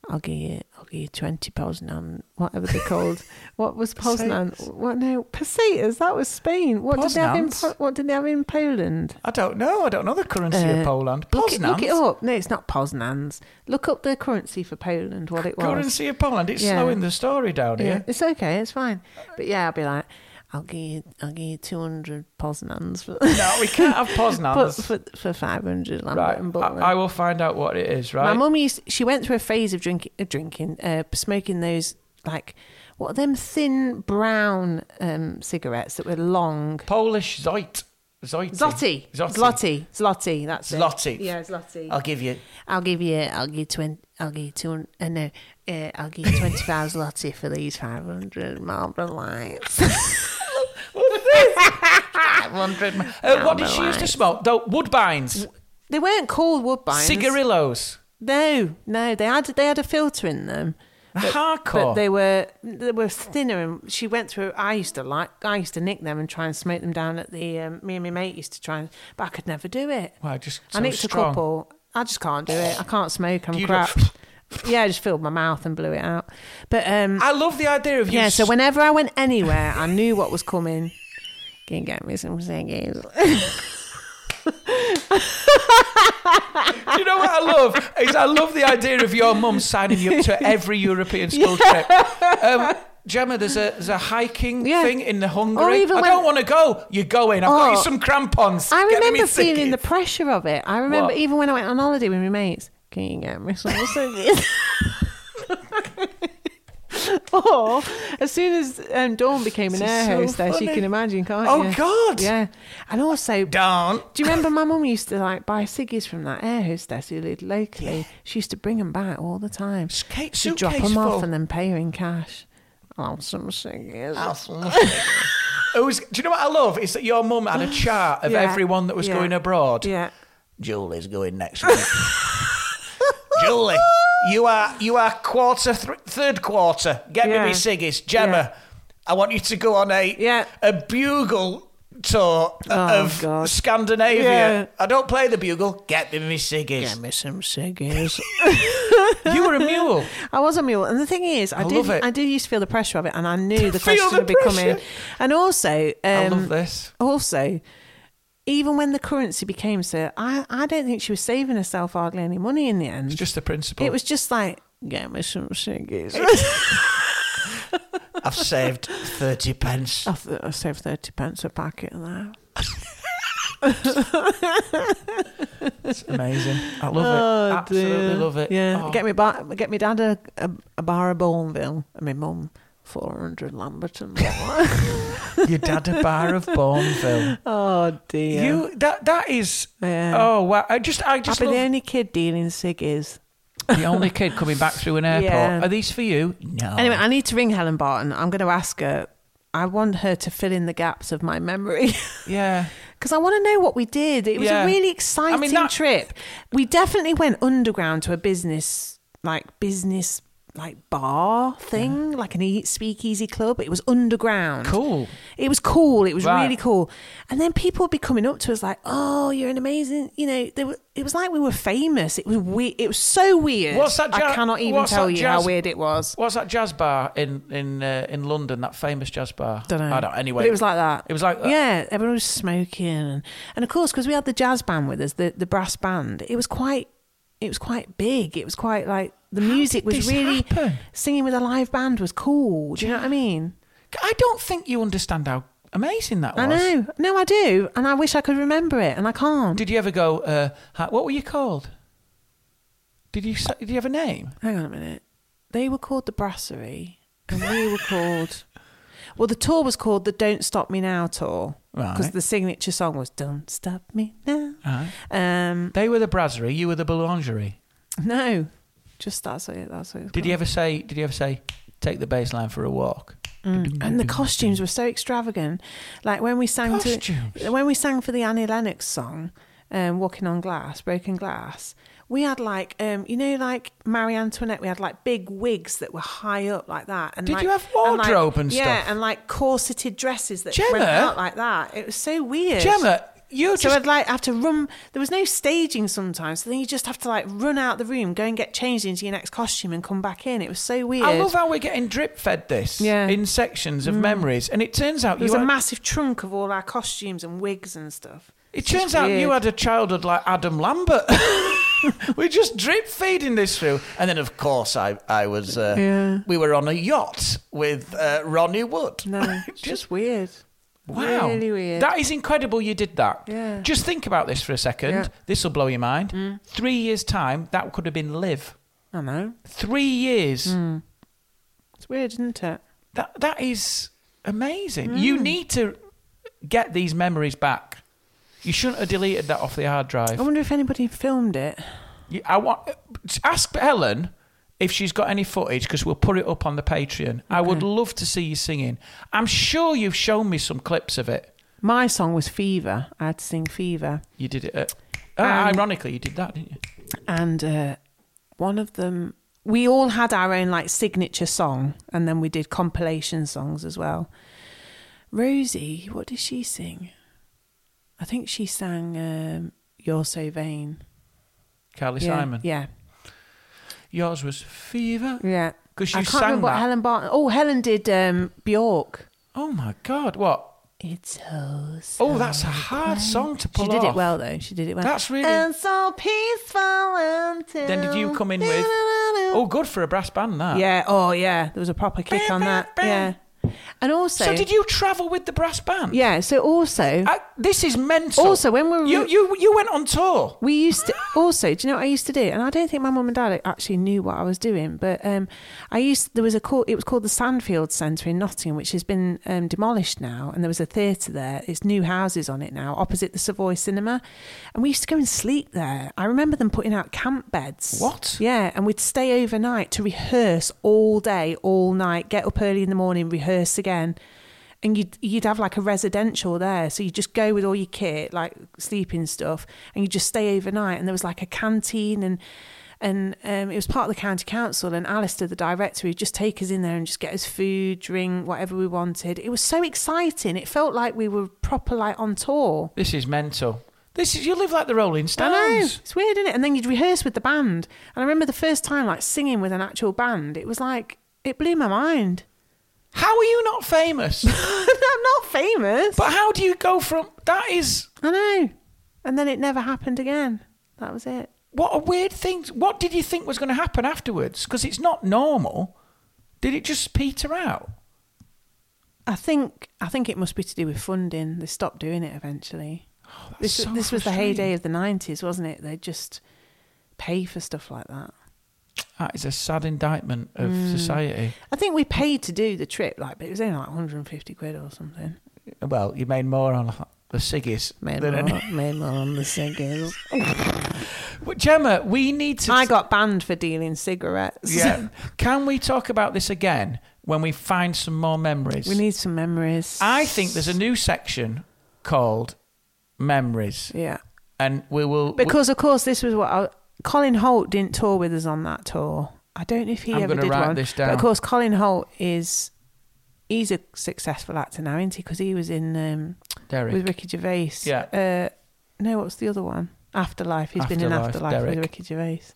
S3: I'll give you, I'll give you twenty Poznan, whatever they're called. what was Poznan? What no pesetas? That was Spain. What did they have in?
S5: Poznans?
S3: Po- What did they have in Poland?
S5: I don't know. I don't know the currency
S3: Uh,
S5: of Poland.
S3: Look it,
S5: Poznan's
S3: look it up. No, it's not Poznan's. Look up the currency for Poland. What it was.
S5: Currency of Poland. It's
S3: Yeah.
S5: slowing the story down
S3: Yeah,
S5: here.
S3: it's okay. It's fine. But yeah, I'll be like, I'll give you, I'll give you two hundred Poznans for.
S5: No, we can't have
S3: for,
S5: Poznan's.
S3: for, for 500 Lambert
S5: Right.
S3: and Butler.
S5: I, I will find out what it is, right?
S3: My mum used she went through a phase of drinking, uh, drinking, uh, smoking those like what are them thin brown um, cigarettes that were long.
S5: Polish Zoit. Zoit.
S3: Zloty,
S5: Zloty.
S3: Zloty, Zloty. That's it.
S5: Zloty. Uh,
S3: Yeah, Zloty.
S5: I'll give you.
S3: I'll give you, I'll give you twenty, I'll give you two, hun- uh, no, uh, I'll give you twenty five Zloty for these five hundred marble lights.
S5: Uh, what did
S3: my
S5: she used to
S3: life.
S5: smoke? Though Woodbines.
S3: they weren't called woodbines.
S5: Cigarillos.
S3: No, no, they had they had a filter in them. But
S5: Hardcore.
S3: they were they were thinner, and she went through. I used to like, I used to nick them and try and smoke them down at the. Um, me and my mate used to try, and, but I could never do it.
S5: Wow, just
S3: I
S5: so
S3: nicked a
S5: strong.
S3: couple. I just can't do it. I can't smoke. I'm
S5: You
S3: crap.
S5: don't-
S3: yeah, I just filled my mouth and blew it out. But um,
S5: I love the idea of you.
S3: yeah, so
S5: s-
S3: whenever I went anywhere, I knew what was coming. Can you get me some ciggies?
S5: you know what I love is I love the idea of your mum signing you up to every European school trip. Um, Gemma, there's a there's a hiking
S3: Yeah.
S5: thing in the Hungary.
S3: Or even
S5: I
S3: when-
S5: don't want to go. You're going. I've got you
S3: Oh.
S5: some crampons.
S3: I
S5: Get me
S3: remember
S5: me ticket.
S3: feeling the pressure of it. I remember
S5: What?
S3: even when I went on holiday with my mates. Can you get me some ciggies? or as soon as um, Dawn became an
S5: This is
S3: air
S5: so
S3: hostess, you
S5: funny.
S3: can imagine, can't
S5: Oh,
S3: you?
S5: God.
S3: Yeah, and also
S5: Don't.
S3: do you remember my mum used to like buy ciggies from that air hostess who lived locally? She used to bring them back all the time.
S5: Skate
S3: She'd drop
S5: suitcase
S3: them off
S5: full.
S3: and then pay her in cash. Oh, some ciggies.
S5: Oh, It was, do you know what I love? Is that your mum had a chart of
S3: Yeah.
S5: everyone that was
S3: Yeah.
S5: going abroad.
S3: Yeah.
S5: Julie's going next week. Julie, you are you are quarter thr third quarter. Get
S3: Yeah.
S5: me me ciggies, Gemma.
S3: Yeah.
S5: I want you to go on a
S3: Yeah.
S5: a bugle tour
S3: Oh,
S5: of
S3: God.
S5: Scandinavia.
S3: Yeah.
S5: I don't play the bugle. Get me me ciggies.
S3: Get me some ciggies.
S5: You were a mule.
S3: I was a mule, and the thing is, I,
S5: I
S3: did.
S5: love it.
S3: I did used to feel the pressure of it, and I knew the
S5: Feel
S3: question
S5: the
S3: would be coming.
S5: pressure.
S3: And also, um,
S5: I love this.
S3: also, even when the currency became so, I, I don't think she was saving herself hardly any money in the end.
S5: It's just the principle.
S3: it was just like, get me some ciggies.
S6: I've saved 30 pence.
S3: I th- I saved 30 pence a packet there.
S5: It's amazing. I love it. Absolutely
S3: Oh, dear.
S5: love it.
S3: Yeah,
S5: Oh,
S3: get me bar- get me dad a, a, a bar of Bourneville and my mum four hundred Lamberton.
S5: your dad a bar of Bourneville.
S3: oh dear!
S5: You that that is.
S3: Yeah.
S5: Oh wow! I just I
S3: I've
S5: just
S3: been the
S5: love
S3: only kid dealing ciggies.
S5: the only kid coming back through an airport.
S3: Yeah.
S5: Are these for you? No.
S3: Anyway, I need to ring Helen Barton. I'm going to ask her. I want her to fill in the gaps of my memory.
S5: yeah.
S3: because I want to know what we did. It was
S5: Yeah.
S3: a really
S5: I
S3: exciting
S5: mean, that-
S3: trip. We definitely went underground to a business, like business, like bar thing, like an e- speakeasy club. It was underground.
S5: Cool.
S3: It was cool. It was
S5: Right.
S3: really cool. And then people would be coming up to us like, "Oh, you're an amazing," you know. They were, it was like we were famous. It was we. It was so weird.
S5: What's that?
S3: I
S5: jazz-
S3: cannot even
S5: what's
S3: tell
S5: that
S3: you
S5: jazz-
S3: how weird it was.
S5: What's that jazz bar in in uh, in London? That famous jazz bar.
S3: Don't know.
S5: I don't. Anyway,
S3: but it was like that.
S5: It was like that.
S3: yeah, everyone was smoking, and, and of course, because we had the jazz band with us, the the brass band. It was quite, it was quite big. It was quite like the music was
S5: this
S3: really
S5: happen?
S3: singing with a live band was cool. Do you know what I mean?
S5: I don't think you understand how amazing that was.
S3: I know, no, I do, and I wish I could remember it, and I can't.
S5: Did you ever go? Uh, hi- what were you called? Did you say- did you have a name?
S3: Hang on a minute. They were called the Brasserie, and we were called. Well, the tour was called the "Don't Stop Me Now" tour because
S5: Right.
S3: the signature song was "Don't Stop Me Now."
S5: Right.
S3: Um,
S5: They were the brasserie. You were the boulangerie.
S3: No, just that's it. That's it.
S5: Did you ever say? Did you ever say? Take the bass line for a walk.
S3: Mm. And the costumes were so extravagant. Like when we sang
S5: Costumes?
S3: to when we sang for the Annie Lennox song, um, "Walking on Glass," "Broken Glass." We had like um, you know, like Marie Antoinette. We had like big wigs that were high up like that. And
S5: Did
S3: like-
S5: you have
S3: like-
S5: wardrobe and
S3: Yeah,
S5: stuff?
S3: and like corseted dresses that
S5: Gemma?
S3: went out like that. It was so weird.
S5: Gemma, you
S3: So
S5: just
S3: I'd like have to run. There was no staging sometimes, so then you just have to like run out the room, go and get changed into your next costume, and come back in. It was so weird.
S5: I love how we're getting drip fed this
S3: Yeah.
S5: in sections of memories, and it turns out
S3: There was
S5: you
S3: a
S5: had,
S3: massive trunk of all our costumes and wigs and stuff.
S5: it
S3: It's just
S5: turns out you had
S3: weird.
S5: a childhood like Adam Lambert. we're just drip feeding this through,
S6: And then, of course, I, I was. Uh,
S3: Yeah.
S6: We were on a yacht with uh, Ronnie Wood.
S3: No, it's just weird.
S5: Wow.
S3: Really weird.
S5: That is incredible you did that.
S3: Yeah.
S5: Just think about this for a second.
S3: Yeah. Mm.
S5: This will blow your mind. Three years' time, that could have been live.
S3: I know.
S5: Three years.
S3: Mm. It's weird, isn't it?
S5: That That is amazing. You
S3: Mm.
S5: need to get these memories back. You shouldn't have deleted that off the hard drive.
S3: I wonder if anybody filmed it.
S5: You- I want ask Helen if she's got any footage because we'll put it up on the Patreon. I would love to see you singing. I'm sure you've shown me some clips of it.
S3: My song was Fever. I had to sing Fever.
S5: You did it. At, oh,
S3: Um,
S5: ironically, you did that, didn't you?
S3: And uh, one of them, we all had our own like signature song, and then we did compilation songs as well. Rosie, what did she sing? I think she sang um, You're So Vain.
S5: Carly
S3: Yeah,
S5: Simon.
S3: Yeah.
S5: Yours was fever.
S3: Yeah.
S5: 'Cause you
S3: I can't
S5: sang
S3: remember
S5: that.
S3: what Helen Barton. Oh, Helen did um, Bjork.
S5: Oh my God! What?
S3: It's hers.
S5: Oh, that's a hard song to Oh, pull
S3: She did
S5: off.
S3: it well though. She did it well.
S5: That's really-
S3: And so peaceful until.
S5: Then did you come in with- Oh, good for a brass band. That.
S3: Yeah. Oh, yeah. There was a proper kick on that. Yeah. And also.
S5: So, did you travel with the brass band?
S3: Yeah. So also,
S5: I, this is mental.
S3: Also, when we were-
S5: you you you went on tour.
S3: we used to. Also, do you know what I used to do? And I don't think my mum and dad actually knew what I was doing, but um, I used there was a call. It was called the Sandfield Centre in Nottingham, which has been um, demolished now, and there was a theatre there. It's new houses on it now, opposite the Savoy Cinema, and we used to go and sleep there. I remember them putting out camp beds.
S5: What?
S3: Yeah, and we'd stay overnight to rehearse all day, all night, get up early in the morning, rehearse again. And you'd, you'd have like a residential there. So you just go with all your kit, like sleeping stuff, and you just stay overnight. And there was like a canteen and and um, it was part of the county council and Alistair, the director, would just take us in there and just get us food, drink, whatever we wanted. It was so exciting. It felt like we were proper like on tour.
S5: This is mental. This is you live like the Rolling
S3: I know.
S5: Stones.
S3: It's weird, isn't it? And then you'd rehearse with the band. And I remember the first time, like singing with an actual band, it was like, it blew my mind.
S5: How are you not famous?
S3: I'm not famous.
S5: but how do you go from that? Is
S3: I know. And then it never happened again. That was it.
S5: what a weird thing. What did you think was going to happen afterwards? Because it's not normal. Did it just peter out?
S3: I think I think it must be to do with funding. They stopped doing it eventually. this
S5: Oh, so
S3: this was the
S5: frustrating.
S3: heyday of the nineties, wasn't it? They just pay for stuff like that.
S5: That is a sad indictment of
S3: Hmm.
S5: society.
S3: I think we paid to do the trip, like, but it was only like 150 quid or something.
S5: Well, you made more on the ciggies.
S3: Made
S5: than
S3: more, made more on the singers.
S5: But Gemma, we need to.
S3: I got banned for dealing cigarettes.
S5: Yeah. Can we talk about this again when we find some more memories?
S3: we need some memories.
S5: I think there's a new section called memories,
S3: yeah,
S5: and we will. we-
S3: because of course this was what I, Colin Holt didn't tour with us on that tour. I don't know if he
S5: I'm
S3: ever
S5: gonna
S3: did
S5: write
S3: one.
S5: this
S3: But
S5: down.
S3: of course, Colin Holt is he's a successful actor now, isn't he? Because he was in um,
S5: Derek.
S3: with Ricky Gervais.
S5: Yeah.
S3: Uh, no, what's the other one? Afterlife. He's been in
S5: Afterlife,
S3: Afterlife with
S5: Derek.
S3: Ricky Gervais.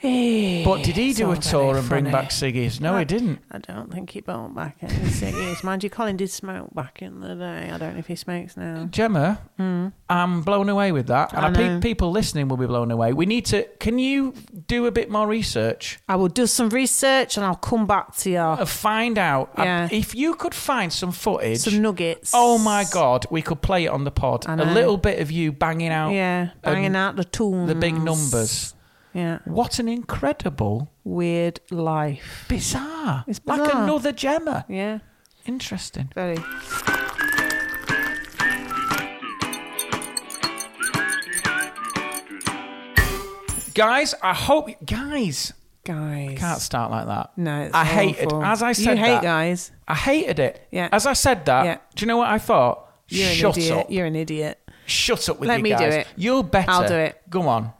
S3: Hey,
S5: but did he
S3: it's
S5: do
S3: all
S5: a tour
S3: very
S5: and bring
S3: funny. Uh, mm.
S5: back ciggies? No, he didn't.
S3: I don't think he bought back any ciggies. Mind you, Colin did smoke back in the day. I don't know if he smokes now.
S5: Gemma, I'm blown away with that, and
S3: Hmm. I
S5: I pe-
S3: know.
S5: people listening will be blown away. We need to. Can you do a bit more research
S3: I will do some research and I'll come back to you.
S5: and find out I-
S3: Yeah.
S5: if you could find some footage?
S3: Some nuggets.
S5: Oh my god, we could play it on the pod.
S3: I
S5: A
S3: know.
S5: little bit of you banging out
S3: Yeah, Mm. banging
S5: and
S3: out the tunes.
S5: um, the big numbers.
S3: Yeah,
S5: What an incredible,
S3: weird life.
S5: bizarre,
S3: It's
S5: like
S3: bizarre.
S5: another Gemma.
S3: Yeah,
S5: Interesting.
S3: very.
S5: Guys, I hope guys
S3: Guys.
S5: can't start like that.
S3: No, it's
S5: I hated
S3: awful.
S5: as I said
S3: You hate
S5: that,
S3: guys.
S5: I hated it.
S3: Yeah.
S5: As I said that,
S3: Yeah.
S5: do you know what I thought?
S3: You're
S5: Shut
S3: an idiot.
S5: up.
S3: You're an idiot.
S5: Shut up with
S3: Let
S5: you
S3: me do
S5: guys.
S3: it.
S5: You're better.
S3: I'll do it.
S5: Go on.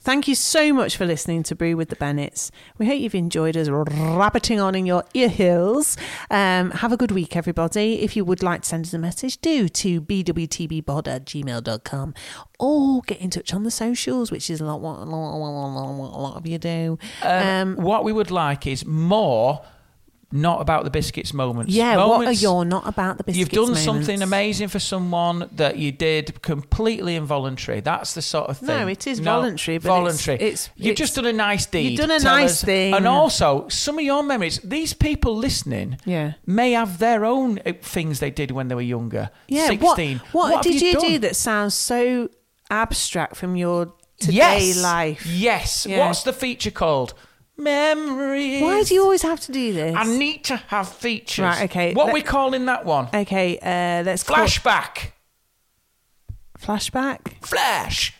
S3: Thank you so much for listening to Brew with the Bennets. We hope you've enjoyed us rabbiting on in your ear hills. Um, have a good week, everybody. If you would like to send us a message, do to bwtbbod at gmail.com or get in touch on the socials, which is a lot, what, lot, lot, lot, lot, lot of you do. Um,
S5: What we would like is more not about the biscuits moments.
S3: yeah, what are
S5: Moments-
S3: your not about the biscuits?
S5: You've done
S3: moments?
S5: something amazing for someone that you did completely involuntary. That's the sort of thing.
S3: No, it is voluntary, but it's-
S5: voluntary.
S3: it's-
S5: you've
S3: it's-
S5: just done a nice deed.
S3: You've done a
S5: Tell
S3: nice
S5: us-
S3: thing.
S5: And also, some of your memories. These people listening,
S3: Yeah.
S5: may have their own uh, things they did when they were younger.
S3: Yeah, what-
S5: sixteen.
S3: What,
S5: have
S3: did you, do
S5: done?
S3: that sounds so abstract from your today
S5: yes.
S3: life?
S5: Yes.
S3: Yeah.
S5: What's the feature called? Memories.
S3: Why do you always have to do this?
S5: I need to have features.
S3: Right, okay,
S5: What
S3: let-
S5: we calling that one?
S3: Okay, uh, let's call-
S5: Flashback.
S3: flashback.
S5: Flash.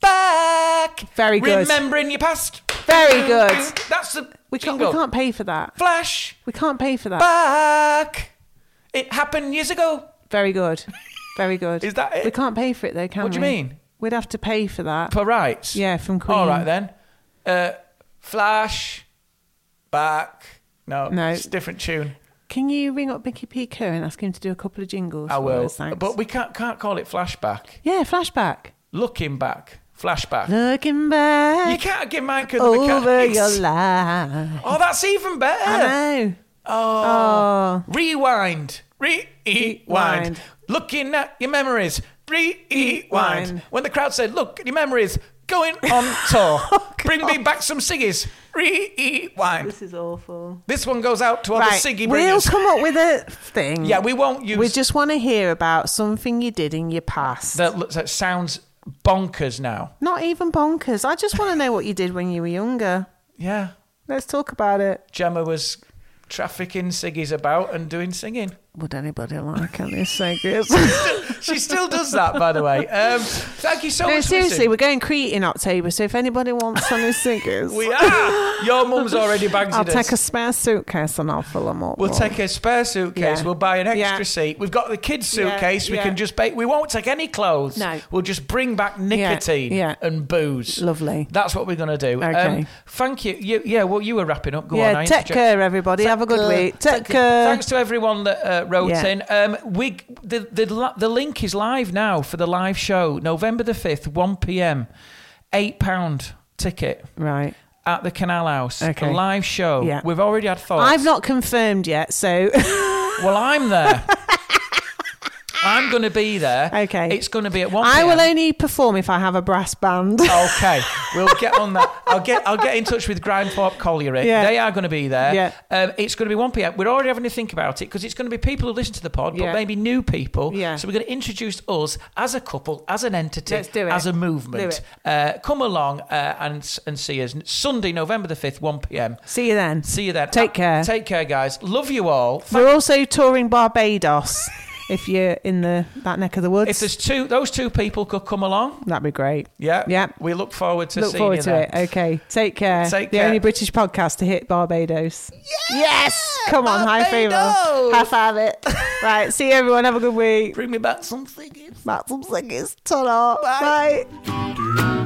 S5: Back.
S3: Very good.
S5: Remembering your past.
S3: Very good.
S5: That's the
S3: We can't, we
S5: jingle.
S3: can't pay for that.
S5: Flash.
S3: We can't pay for that.
S5: Back. It happened years ago.
S3: Very good. Very good.
S5: Is that it?
S3: We can't pay for it though, can we?
S5: What do you mean?
S3: We'd have to pay for that.
S5: For rights.
S3: Yeah, from Queen.
S5: All right then. Uh, flash. Back. No.
S3: No.
S5: It's a different tune.
S3: Can you ring up Mickey P. Kerr and ask him to do a couple of jingles?
S5: I
S3: for
S5: will.
S3: us? Thanks.
S5: But we can't can't call it flashback.
S3: yeah, flashback.
S5: Looking back. Flashback.
S3: Looking
S5: You
S3: back
S5: can't get Mike and the
S3: over
S5: Mechanics.
S3: your life.
S5: Oh, that's even better.
S3: I know.
S5: Oh. Rewind. Rewind.
S3: Rewind.
S5: Looking at your memories.
S3: Rewind. Oh,
S5: Rewind. When the crowd said, look at your memories. Going on tour. Bring me back some ciggies. Rewind.
S3: This is awful.
S5: This one goes out to all
S3: Right,
S5: the ciggy
S3: we'll
S5: bringers.
S3: come up with a thing.
S5: yeah, we won't use
S3: We just want to hear about something you did in your past.
S5: that. looks- That sounds bonkers now.
S3: Not even bonkers. I just want to know what you did when you were younger.
S5: Yeah.
S3: Let's talk about it.
S5: Gemma was trafficking ciggies about and doing singing.
S3: Would anybody like any cigars?
S5: She still does that, by the way. Um, thank you so
S3: no,
S5: much. for
S3: seriously,
S5: listening.
S3: we're going Crete in October, so if anybody wants any cigars,
S5: we are. Your mum's already bagged
S3: I'll
S5: us.
S3: take a spare suitcase and I'll fill them up.
S5: We'll take a spare suitcase.
S3: Yeah.
S5: We'll buy an extra
S3: Yeah.
S5: seat. We've got the kids'
S3: Yeah,
S5: suitcase. We
S3: yeah.
S5: can just bake. We won't take any clothes.
S3: No.
S5: We'll just bring back nicotine
S3: yeah.
S5: and booze.
S3: Oh, Lovely.
S5: That's what we're going to do. Um,
S3: Okay.
S5: thank you. you. Yeah, well, you were wrapping up. Go on.
S3: yeah,
S5: I
S3: take
S5: interject-
S3: care, everybody. Have a good week. Take care.
S5: Thanks to everyone that uh, wrote
S3: Yeah.
S5: in. Um, we the, the li- the link is live now for the live show, November the fifth, one p.m. Eight pound ticket.
S3: Right.
S5: at the Canal House.
S3: Okay.
S5: A live show.
S3: Yeah.
S5: We've already had thoughts.
S3: I've not confirmed yet, so
S5: Well, I'm there. I'm going to be there.
S3: Okay.
S5: It's going to be at one.
S3: I will
S5: PM.
S3: only perform if I have a brass band.
S5: Okay, we'll get on that. I'll get I'll get in touch with Grindthorpe Colliery.
S3: Yeah.
S5: They are going to be there.
S3: Yeah.
S5: Um, it's going to be 1 p.m. We're already having to think about it because it's going to be people who listen to the pod, but
S3: Yeah.
S5: maybe new people.
S3: Yeah.
S5: So we're going to introduce us as a couple, as an entity,
S3: Let's do it.
S5: as a
S3: Do
S5: movement.
S3: it.
S5: Uh, come along uh, and and see us Sunday, November the 5th, 1 p.m.
S3: See you then.
S5: See you then.
S3: Take
S5: Uh,
S3: care.
S5: Take care, guys. Love you all.
S3: We're also touring Barbados if you're in the that neck of the woods.
S5: If there's two, those two people could come along.
S3: That'd be great.
S5: Yeah.
S3: Yeah.
S5: We look forward to
S3: Look
S5: seeing
S3: forward
S5: you
S3: to
S5: there.
S3: it. Okay. Take care.
S5: Take
S3: the
S5: care.
S3: only British podcast to hit Barbados. Yes. Come on, high five. High five it. right. See you everyone. Have a good week.
S5: Bring me back something.
S3: Matt from Singers. Ta-ra. Bye.
S4: do.